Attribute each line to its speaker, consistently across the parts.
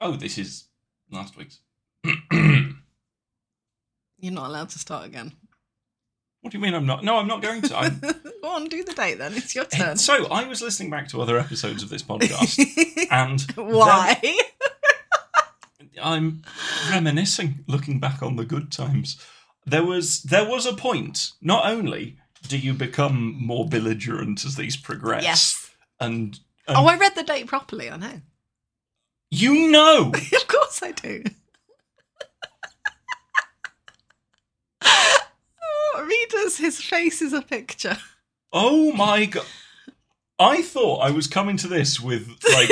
Speaker 1: Oh, this is last week's.
Speaker 2: You're not allowed to start again.
Speaker 1: What do you mean I'm not? No, I'm not going to. I'm...
Speaker 2: Go on, do the date then. It's your turn.
Speaker 1: So I was listening back to other episodes of this podcast, and
Speaker 2: Why?
Speaker 1: then I'm reminiscing, looking back on the good times. There was there was a point. Not only do you become more belligerent as these progress,
Speaker 2: Yes.
Speaker 1: and, and
Speaker 2: Oh, I read the date properly. I know.
Speaker 1: you know
Speaker 2: of course I do. oh, readers, his face is a picture.
Speaker 1: Oh my god! I thought I was coming to this with like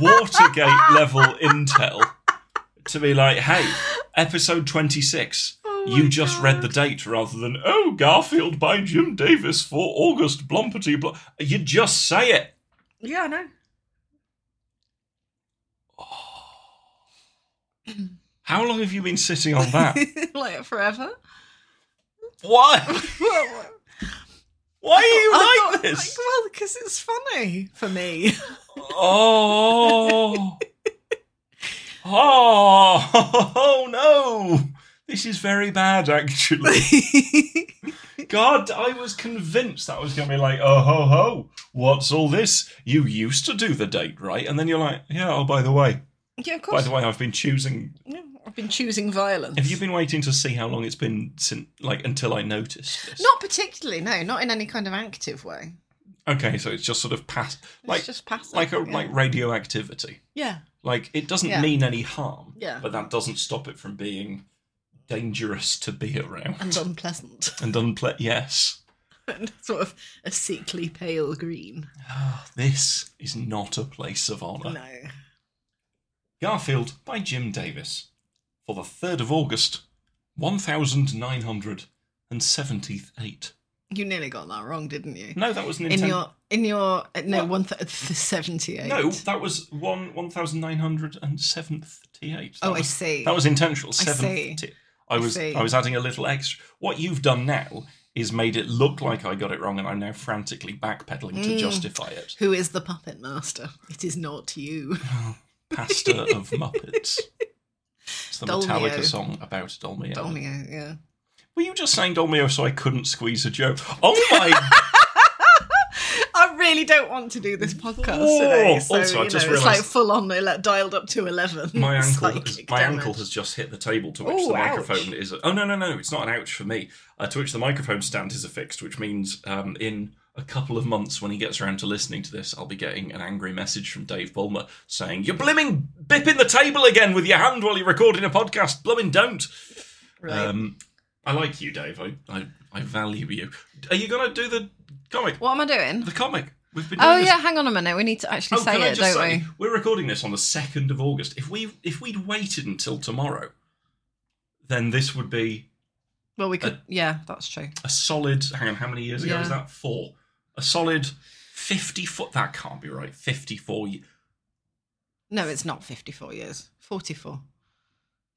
Speaker 1: Watergate level intel to be like, hey, episode twenty six.
Speaker 2: Oh my
Speaker 1: You just read
Speaker 2: God.
Speaker 1: the date rather than oh Garfield by Jim Davis for August Blompety. Bl-. You just say it.
Speaker 2: Yeah, I know.
Speaker 1: How long have you been sitting on that?
Speaker 2: like forever.
Speaker 1: Why? Why
Speaker 2: I
Speaker 1: are you
Speaker 2: thought-
Speaker 1: like this?
Speaker 2: like, well, because it's funny for me.
Speaker 1: Oh. Oh, oh no. This is very bad actually. God, I was convinced that was going to be like, "Oh ho ho. What's all this? You used to do the date, right?" And then you're like, "Yeah, oh by the way.
Speaker 2: yeah, of
Speaker 1: By
Speaker 2: course.
Speaker 1: the way, I've been choosing.
Speaker 2: Yeah, I've been choosing violence.
Speaker 1: Have you been waiting to see how long it's been since like until I noticed this?"
Speaker 2: Not particularly, no. Not in any kind of active way.
Speaker 1: Okay, so it's just sort of past
Speaker 2: It's
Speaker 1: like
Speaker 2: just passive.
Speaker 1: like a
Speaker 2: yeah.
Speaker 1: like radioactivity.
Speaker 2: yeah.
Speaker 1: Like it doesn't
Speaker 2: Yeah.
Speaker 1: mean any harm,
Speaker 2: Yeah.
Speaker 1: but that doesn't stop it from being dangerous to be around
Speaker 2: and unpleasant
Speaker 1: and unple. Yes,
Speaker 2: and sort of a sickly pale green.
Speaker 1: Ah, this is not a place of honor.
Speaker 2: No.
Speaker 1: Garfield by Jim Davis for the third of August, one thousand nine hundred and seventy-eight.
Speaker 2: You nearly got that wrong, didn't you?
Speaker 1: No, that was
Speaker 2: In
Speaker 1: Nintendo.
Speaker 2: your in your uh, no
Speaker 1: What?
Speaker 2: one th- seventy eight.
Speaker 1: no, that was one one thousand nine hundred and seventy-eight.
Speaker 2: Oh,
Speaker 1: That
Speaker 2: I
Speaker 1: was-
Speaker 2: see.
Speaker 1: That was intentional.
Speaker 2: I see.
Speaker 1: 70. I, was
Speaker 2: see.
Speaker 1: I was adding a little extra. What you've done now is made it look like I got it wrong, and I'm now frantically backpedaling to
Speaker 2: Mm.
Speaker 1: justify it.
Speaker 2: Who is the puppet master? It is not you.
Speaker 1: Pastor of Muppets. It's the
Speaker 2: Dolmio.
Speaker 1: Metallica song about Dolmio.
Speaker 2: Dolmio, yeah.
Speaker 1: Were you just saying Dolmio so I couldn't squeeze a joke? Oh my!
Speaker 2: I really don't want to do this podcast
Speaker 1: Whoa.
Speaker 2: today. So,
Speaker 1: Also, I
Speaker 2: you
Speaker 1: just
Speaker 2: know, it's like
Speaker 1: realised-
Speaker 2: full on they let dialed up to eleven.
Speaker 1: my
Speaker 2: It's
Speaker 1: ankle,
Speaker 2: like
Speaker 1: has,
Speaker 2: kick
Speaker 1: my
Speaker 2: damage.
Speaker 1: ankle has just hit the table to which
Speaker 2: Ooh,
Speaker 1: the
Speaker 2: ouch.
Speaker 1: microphone is. Oh no no no! It's not an ouch for me. Uh, to which the microphone stand is affixed, which means um, in a couple of months when he gets around to listening to this, I'll be getting an angry message from Dave Bulmer saying, "You're blimming bipping the table again with your hand while you're recording a podcast. Blooming don't."
Speaker 2: Right.
Speaker 1: Um, I like you, Dave. I, I I value you. Are you gonna do the comic?
Speaker 2: what am I doing?
Speaker 1: The comic. We've been doing
Speaker 2: Oh
Speaker 1: this
Speaker 2: yeah, hang on a minute. We need to actually say
Speaker 1: Oh, can I
Speaker 2: it, don't
Speaker 1: just say,
Speaker 2: we?
Speaker 1: We're recording this on the second of August. If we if we'd waited until tomorrow, then this would be
Speaker 2: Well, we could.
Speaker 1: Uh,
Speaker 2: yeah, that's true.
Speaker 1: a solid. Hang on, how many years ago
Speaker 2: Yeah.
Speaker 1: was that? Four. A solid fifty foot. That can't be right. Fifty four.
Speaker 2: No, it's not 54 years. 44.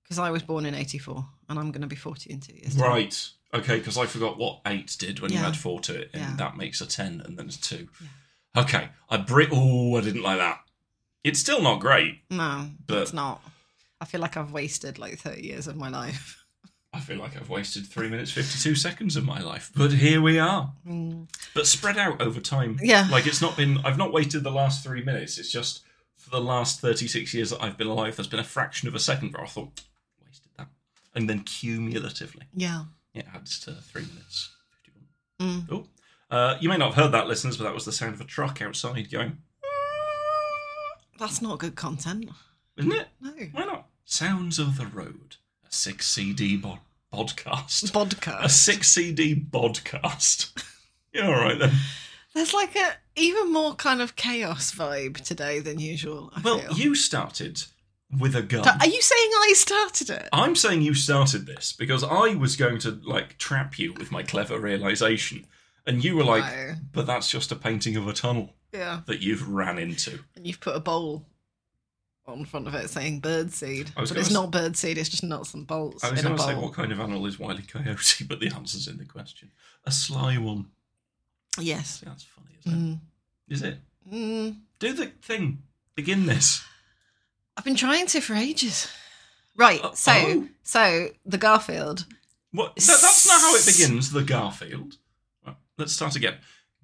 Speaker 2: Because I was born in 84 and I'm going to be 40 in two years. time.
Speaker 1: Right. Okay, because I forgot what eight did when you
Speaker 2: Yeah.
Speaker 1: add four to it, and
Speaker 2: Yeah.
Speaker 1: that makes a ten, and then it's two. Okay, I bri- Oh, I didn't like that. It's still not great.
Speaker 2: No,
Speaker 1: But-
Speaker 2: it's not. I feel like I've wasted like 30 years of my life.
Speaker 1: I feel like I've wasted three minutes fifty two seconds of my life, but here we are.
Speaker 2: Mm.
Speaker 1: but spread out over time.
Speaker 2: Yeah.
Speaker 1: Like it's not been. I've not waited the last three minutes. It's just for the last thirty-six years that I've been alive. There's been a fraction of a second where I thought wasted that, and then cumulatively
Speaker 2: Yeah.
Speaker 1: it adds to three minutes fifty-one.
Speaker 2: Mm.
Speaker 1: Oh, uh, you may not have heard that, listeners, but that was the sound of a truck outside going,
Speaker 2: That's not good content.
Speaker 1: isn't it?
Speaker 2: No.
Speaker 1: Why not? Sounds of the road, a six CD bo- podcast, a
Speaker 2: Vodka.
Speaker 1: six CD podcast. You're all right then.
Speaker 2: There's like a even more kind of chaos vibe today than usual. I
Speaker 1: Well,
Speaker 2: feel.
Speaker 1: you started with a gun.
Speaker 2: So Are you saying I started it?
Speaker 1: I'm saying you started this because I was going to like trap you with my clever realization, and you were like,
Speaker 2: No.
Speaker 1: "But that's just a painting of a tunnel
Speaker 2: Yeah.
Speaker 1: that you've ran into."
Speaker 2: And you've put a bowl on front of it saying bird seed.
Speaker 1: I was
Speaker 2: But
Speaker 1: gonna
Speaker 2: it's
Speaker 1: s-
Speaker 2: not bird seed, it's just nuts and bolts
Speaker 1: I was
Speaker 2: in a
Speaker 1: going to
Speaker 2: bowl.
Speaker 1: say what kind of animal is Wile E. Coyote, but the answer's in the question. A sly one.
Speaker 2: Yes.
Speaker 1: See, that's funny, isn't
Speaker 2: Mm.
Speaker 1: it? Is it?
Speaker 2: Mm.
Speaker 1: Do the thing. Begin this.
Speaker 2: I've been trying to for ages. Right,
Speaker 1: Uh,
Speaker 2: so
Speaker 1: oh.
Speaker 2: so the Garfield.
Speaker 1: What? That, that's not how it begins. The Garfield. Well, let's start again.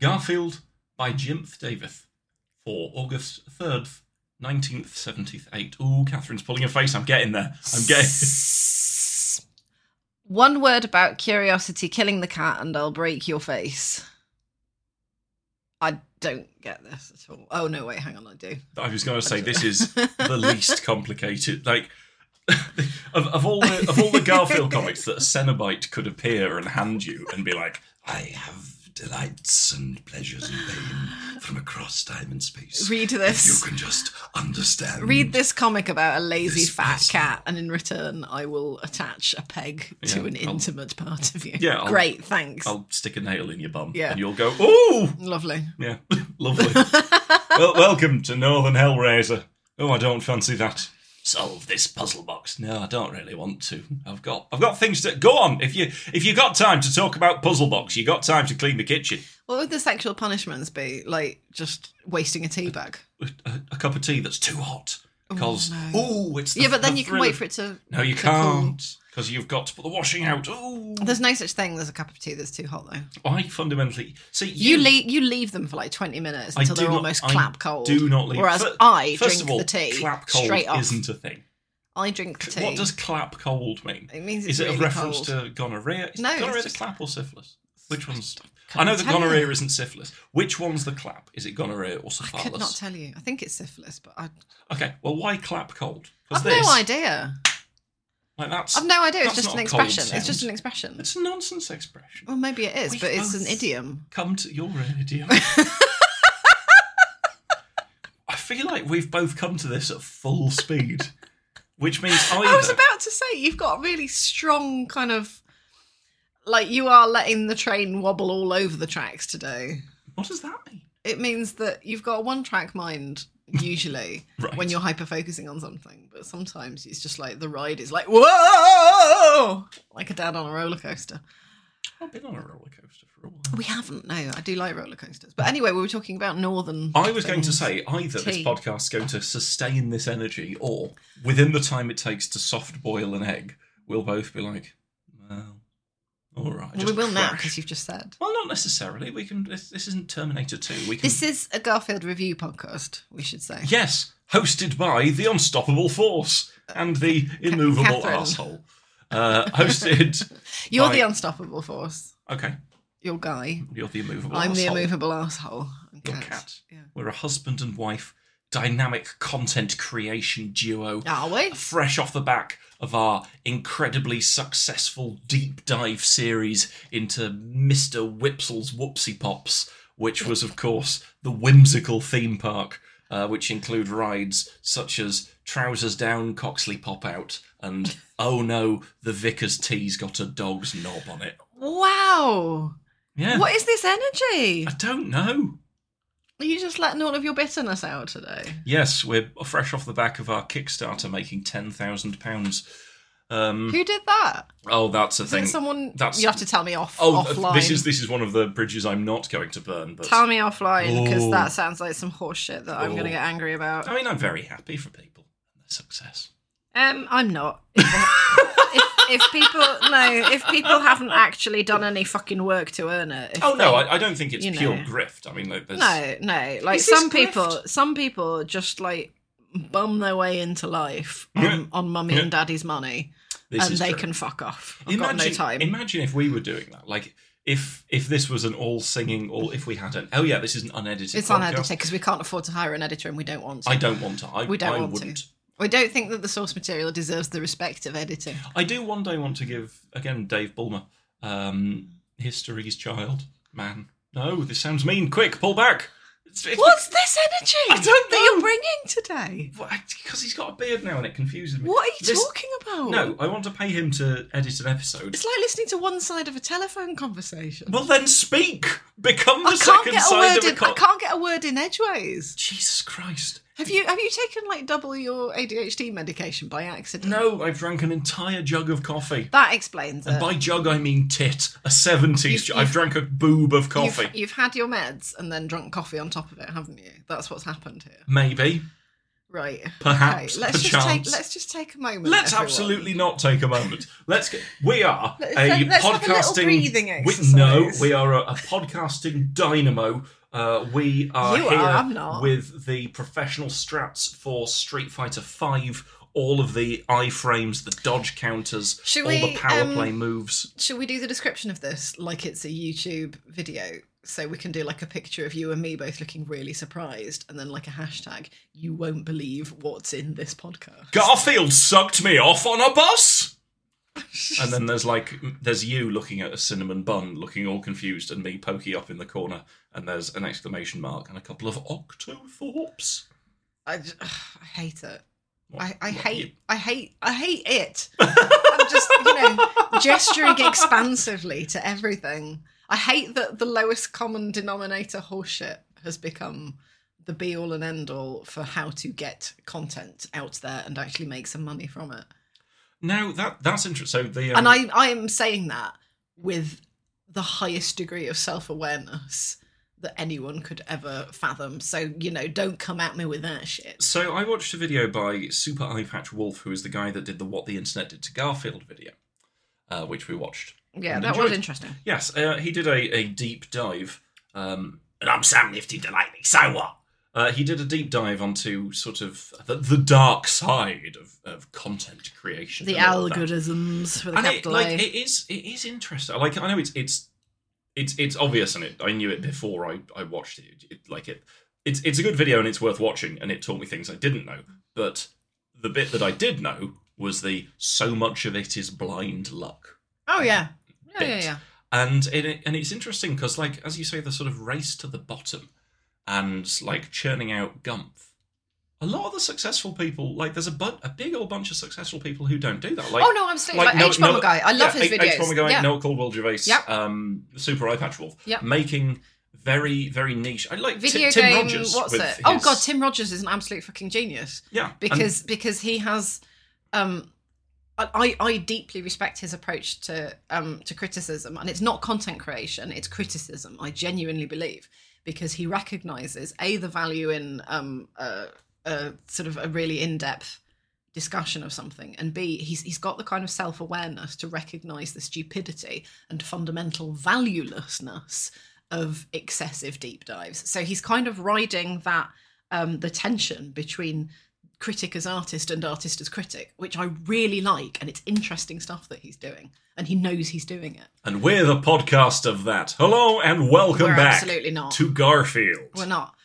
Speaker 1: Garfield by Jimth Davis for August third, nineteenth, seventieth, eight. Ooh, Catherine's pulling her face. I'm getting there. I'm getting.
Speaker 2: One word about curiosity killing the cat, and I'll break your face. I don't get this at all. Oh no, wait, hang on, I do.
Speaker 1: I was going to say this is the least complicated. Like of, of all the of all the Garfield comics that a Cenobite could appear and hand you and be like, I have delights and pleasures and pain from across time and space.
Speaker 2: Read
Speaker 1: You
Speaker 2: this.
Speaker 1: can just understand.
Speaker 2: Read this comic about a lazy
Speaker 1: Mm. This
Speaker 2: fat
Speaker 1: person.
Speaker 2: cat, and in return, I will attach a peg to
Speaker 1: Yeah,
Speaker 2: an
Speaker 1: I'll-
Speaker 2: intimate part of you.
Speaker 1: Yeah, I'll-
Speaker 2: great, thanks.
Speaker 1: I'll stick a nail in your bum.
Speaker 2: Yeah.
Speaker 1: And you'll go, ooh!
Speaker 2: Lovely.
Speaker 1: Yeah, lovely. well, welcome to Northern Hellraiser. Oh, I don't fancy that. Solve this puzzle box. No, I don't really want to. I've got, I've got things to go on. If you, if you got time to talk about puzzle box, you got time to clean the kitchen.
Speaker 2: What would the sexual punishments be? Like just wasting a tea bag.
Speaker 1: A, a cup of tea that's too hot. Because
Speaker 2: Oh, no.
Speaker 1: ooh, it's the,
Speaker 2: yeah, but then
Speaker 1: the
Speaker 2: you can
Speaker 1: thrill
Speaker 2: wait
Speaker 1: of-
Speaker 2: for it to.
Speaker 1: No, you
Speaker 2: to cool.
Speaker 1: can't. Because you've got to put the washing out. Ooh,
Speaker 2: There's no such thing as a cup of tea that's too hot, though.
Speaker 1: I fundamentally see
Speaker 2: You leave you leave them for like 20 minutes
Speaker 1: I
Speaker 2: until
Speaker 1: do
Speaker 2: they're
Speaker 1: not-
Speaker 2: almost
Speaker 1: I
Speaker 2: clap cold.
Speaker 1: Do not leave.
Speaker 2: Whereas
Speaker 1: Fir-
Speaker 2: I
Speaker 1: first
Speaker 2: drink
Speaker 1: of all,
Speaker 2: the tea
Speaker 1: Clap cold
Speaker 2: straight off.
Speaker 1: isn't a thing.
Speaker 2: I drink the tea.
Speaker 1: What does clap cold mean?
Speaker 2: it means?
Speaker 1: Is
Speaker 2: It's
Speaker 1: it
Speaker 2: really
Speaker 1: a reference
Speaker 2: cold.
Speaker 1: to gonorrhea? Is
Speaker 2: No, it's
Speaker 1: gonorrhea the
Speaker 2: just-
Speaker 1: clap or syphilis? Which one's? I
Speaker 2: couldn't
Speaker 1: know that
Speaker 2: tell you.
Speaker 1: gonorrhea isn't syphilis. Which one's the clap? Is it gonorrhea or
Speaker 2: I could not
Speaker 1: syphilis?
Speaker 2: tell you. I think it's syphilis, but I,
Speaker 1: okay, well, why clap cold? Because
Speaker 2: I've
Speaker 1: this,
Speaker 2: no idea.
Speaker 1: like that's,
Speaker 2: I've Oh, no idea. It's
Speaker 1: That's
Speaker 2: just
Speaker 1: not
Speaker 2: an
Speaker 1: a cold
Speaker 2: expression. It's just an
Speaker 1: sound.
Speaker 2: expression.
Speaker 1: it's a nonsense expression.
Speaker 2: Well, maybe it is,
Speaker 1: We've
Speaker 2: but it's an
Speaker 1: both-
Speaker 2: idiom.
Speaker 1: Come to your an idiom. I feel like we've both come to this at full speed, which means either
Speaker 2: I was about to say you've got a really strong kind of like you are letting the train wobble all over the tracks today.
Speaker 1: what does that mean?
Speaker 2: It means that you've got a one-track mind usually
Speaker 1: Right.
Speaker 2: when you're hyper focusing on something, but sometimes it's just like the ride is like whoa, like a dad on a roller coaster.
Speaker 1: I've been on a roller coaster for a while.
Speaker 2: We haven't. No, I do like roller coasters, but anyway, we were talking about northern.
Speaker 1: I was going to
Speaker 2: things.
Speaker 1: say either this
Speaker 2: Tea.
Speaker 1: podcast's going to sustain this energy, or within the time it takes to soft boil an egg, we'll both be like, "Well, all right."
Speaker 2: Well, we
Speaker 1: just
Speaker 2: will now
Speaker 1: crash."
Speaker 2: because you've just said.
Speaker 1: Well, not necessarily. We can. This, this isn't Terminator Two. We can.
Speaker 2: This is a Garfield review podcast, we should say.
Speaker 1: yes, hosted by the unstoppable force and the immovable
Speaker 2: Catherine.
Speaker 1: asshole. Uh, hosted.
Speaker 2: You're
Speaker 1: by-
Speaker 2: the unstoppable force.
Speaker 1: Okay,
Speaker 2: You're Guy.
Speaker 1: you're the immovable.
Speaker 2: I'm the
Speaker 1: asshole.
Speaker 2: immovable asshole. I'm
Speaker 1: You're
Speaker 2: cat.
Speaker 1: Cat.
Speaker 2: Yeah.
Speaker 1: We're a husband and wife, dynamic content creation duo.
Speaker 2: Are we?
Speaker 1: fresh off the back of our incredibly successful deep dive series into Mr. Whipsle's Whoopsie Pops, which was, of course, the whimsical theme park, uh, which include rides such as Trousers Down, Coxley Pop Out, and Oh No, the Vicar's Tea's Got a Dog's Knob on it.
Speaker 2: Wow.
Speaker 1: Yeah.
Speaker 2: What is this energy?
Speaker 1: I don't know.
Speaker 2: Are you just letting all of your bitterness out today?
Speaker 1: Yes, we're fresh off the back of our Kickstarter making £10,000. Um,
Speaker 2: Who did that?
Speaker 1: oh, that's a
Speaker 2: Is it
Speaker 1: thing.
Speaker 2: someone?
Speaker 1: that's-
Speaker 2: you have to tell me off.
Speaker 1: Oh, th-
Speaker 2: offline.
Speaker 1: this is this is one of the bridges I'm not going to burn. But
Speaker 2: Tell me offline because
Speaker 1: Oh.
Speaker 2: that sounds like some horse shit that I'm going to
Speaker 1: Oh.
Speaker 2: get angry about.
Speaker 1: I mean, I'm very happy for people and their success.
Speaker 2: Um, I'm not. if, if people no, if people haven't actually done any fucking work to earn it. if
Speaker 1: Oh no,
Speaker 2: they-
Speaker 1: I, I don't think it's
Speaker 2: you know.
Speaker 1: pure grift. I mean, like, there's,
Speaker 2: No, no. Like
Speaker 1: Is this
Speaker 2: some people,
Speaker 1: grift?
Speaker 2: some people just like bum their way into life
Speaker 1: Yeah.
Speaker 2: on, on mummy
Speaker 1: Yeah.
Speaker 2: and daddy's money,
Speaker 1: this
Speaker 2: and
Speaker 1: is
Speaker 2: they
Speaker 1: true.
Speaker 2: can fuck off. I've
Speaker 1: imagine,
Speaker 2: got no time.
Speaker 1: Imagine if we were doing that. Like if if this was an all singing, all if we had an oh yeah, this is an unedited.
Speaker 2: it's
Speaker 1: podcast.
Speaker 2: unedited because we can't afford to hire an editor, and we don't want to.
Speaker 1: I don't want to. I,
Speaker 2: We don't
Speaker 1: I
Speaker 2: want to.
Speaker 1: wouldn't.
Speaker 2: we don't think that the source material deserves the respect of editing.
Speaker 1: I do one day want to give again Dave Bulmer, um, history's child man. No, this sounds mean. Quick, pull back. It's, it's
Speaker 2: What's this energy
Speaker 1: I don't
Speaker 2: that you're bringing today?
Speaker 1: because he's got a beard now and it confuses me.
Speaker 2: What are you
Speaker 1: This-
Speaker 2: talking about?
Speaker 1: No, I want to pay him to edit an episode.
Speaker 2: It's like listening to one side of a telephone conversation.
Speaker 1: Well, then speak. Become the
Speaker 2: I can't
Speaker 1: second
Speaker 2: get a
Speaker 1: side
Speaker 2: word
Speaker 1: of a
Speaker 2: in. I
Speaker 1: con-
Speaker 2: can't get a word in edgeways.
Speaker 1: Jesus Christ!
Speaker 2: Have you have you taken like double your ADHD medication by accident?
Speaker 1: No, I've drank an entire jug of coffee.
Speaker 2: That explains it.
Speaker 1: And by jug, I mean tit. A seventies.
Speaker 2: You've-
Speaker 1: jug. I've drank a boob of
Speaker 2: you've,
Speaker 1: coffee.
Speaker 2: you've had your meds and then drunk coffee on top of it, haven't you? That's what's happened here.
Speaker 1: Maybe
Speaker 2: Right.
Speaker 1: Perhaps,
Speaker 2: Okay, let's just
Speaker 1: perchance.
Speaker 2: take let's just take a moment.
Speaker 1: Let's
Speaker 2: everyone.
Speaker 1: absolutely not take a moment. Let's get. We are
Speaker 2: Let's-
Speaker 1: a
Speaker 2: let's have a little
Speaker 1: podcasting.
Speaker 2: breathing
Speaker 1: we, no,
Speaker 2: exercise.
Speaker 1: we are a, a podcasting dynamo. Uh, we are
Speaker 2: You are,
Speaker 1: here
Speaker 2: I'm not.
Speaker 1: with the professional straps for Street Fighter Five. All of the iframes, the dodge counters,
Speaker 2: Should
Speaker 1: all
Speaker 2: we,
Speaker 1: the power
Speaker 2: um,
Speaker 1: play moves.
Speaker 2: Should we do the description of this like it's a YouTube video? So we can do like a picture of you and me both looking really surprised and then like a hashtag, you won't believe what's in this podcast.
Speaker 1: Garfield sucked me off on a bus. And then there's like there's you looking at a cinnamon bun, looking all confused, and me pokey up in the corner. And there's an exclamation mark and a couple of octothorpes.
Speaker 2: I, j- ugh, I hate it.
Speaker 1: What-
Speaker 2: I, I
Speaker 1: what
Speaker 2: hate
Speaker 1: you-
Speaker 2: I hate I hate it. I'm just, you know, gesturing expansively to everything. I hate that the lowest common denominator horseshit has become the be all and end all for how to get content out there and actually make some money from it.
Speaker 1: No, that that's interesting. So the um,
Speaker 2: and I, I am saying that with the highest degree of self awareness that anyone could ever fathom. So, you know, don't come at me with that shit.
Speaker 1: so I watched a video by Super Eye Patch Wolf, who is the guy that did the "What the Internet Did to Garfield" video, uh, which we watched.
Speaker 2: Yeah,
Speaker 1: And
Speaker 2: that
Speaker 1: enjoyed.
Speaker 2: was interesting.
Speaker 1: Yes, uh, he did a, a deep dive. Um, and I'm Sam Nifty Delightly, so what? Uh, he did a deep dive onto sort of the, the dark side of, of content creation.
Speaker 2: The
Speaker 1: and all of that.
Speaker 2: algorithms for the
Speaker 1: and it,
Speaker 2: capital
Speaker 1: like
Speaker 2: A.
Speaker 1: it is it is interesting like i know it's it's it's it's obvious and it i knew it before i i watched it, It- like it it's it's a good video and it's worth watching and it taught me things i didn't know but the bit that i did know was the so much of it is blind luck
Speaker 2: oh, yeah. Yeah,
Speaker 1: bit.
Speaker 2: yeah, yeah.
Speaker 1: and it and it's interesting because like as you say the sort of race to the bottom and like churning out gumph a lot of the successful people like there's a but a big old bunch of successful people who don't do that like
Speaker 2: oh no, I'm saying like,
Speaker 1: no-
Speaker 2: H
Speaker 1: no-
Speaker 2: Bomber guy. I love
Speaker 1: yeah,
Speaker 2: his
Speaker 1: H-
Speaker 2: videos.
Speaker 1: H Bomber guy,
Speaker 2: yeah.
Speaker 1: Noel Caldwell Gervais,
Speaker 2: Yep.
Speaker 1: um, Super Eye Patch Wolf,
Speaker 2: Yep.
Speaker 1: making very very niche. I like Ti-
Speaker 2: Video
Speaker 1: Tim
Speaker 2: game.
Speaker 1: Rogers.
Speaker 2: what's it?
Speaker 1: with
Speaker 2: Oh
Speaker 1: his-
Speaker 2: god, Tim Rogers is an absolute fucking genius.
Speaker 1: yeah, and
Speaker 2: because because he has um I, I I deeply respect his approach to um to criticism and it's not content creation it's criticism I genuinely believe because he recognizes a the value in um a, a sort of a really in-depth discussion of something and b he's he's got the kind of self-awareness to recognize the stupidity and fundamental valuelessness of excessive deep dives so he's kind of riding that um the tension between critic as artist and artist as critic, which I really like, and it's interesting stuff that he's doing, and he knows he's doing it.
Speaker 1: and we're the podcast of that. Hello and welcome
Speaker 2: We're
Speaker 1: back
Speaker 2: absolutely not.
Speaker 1: to Garfield.
Speaker 2: We're not.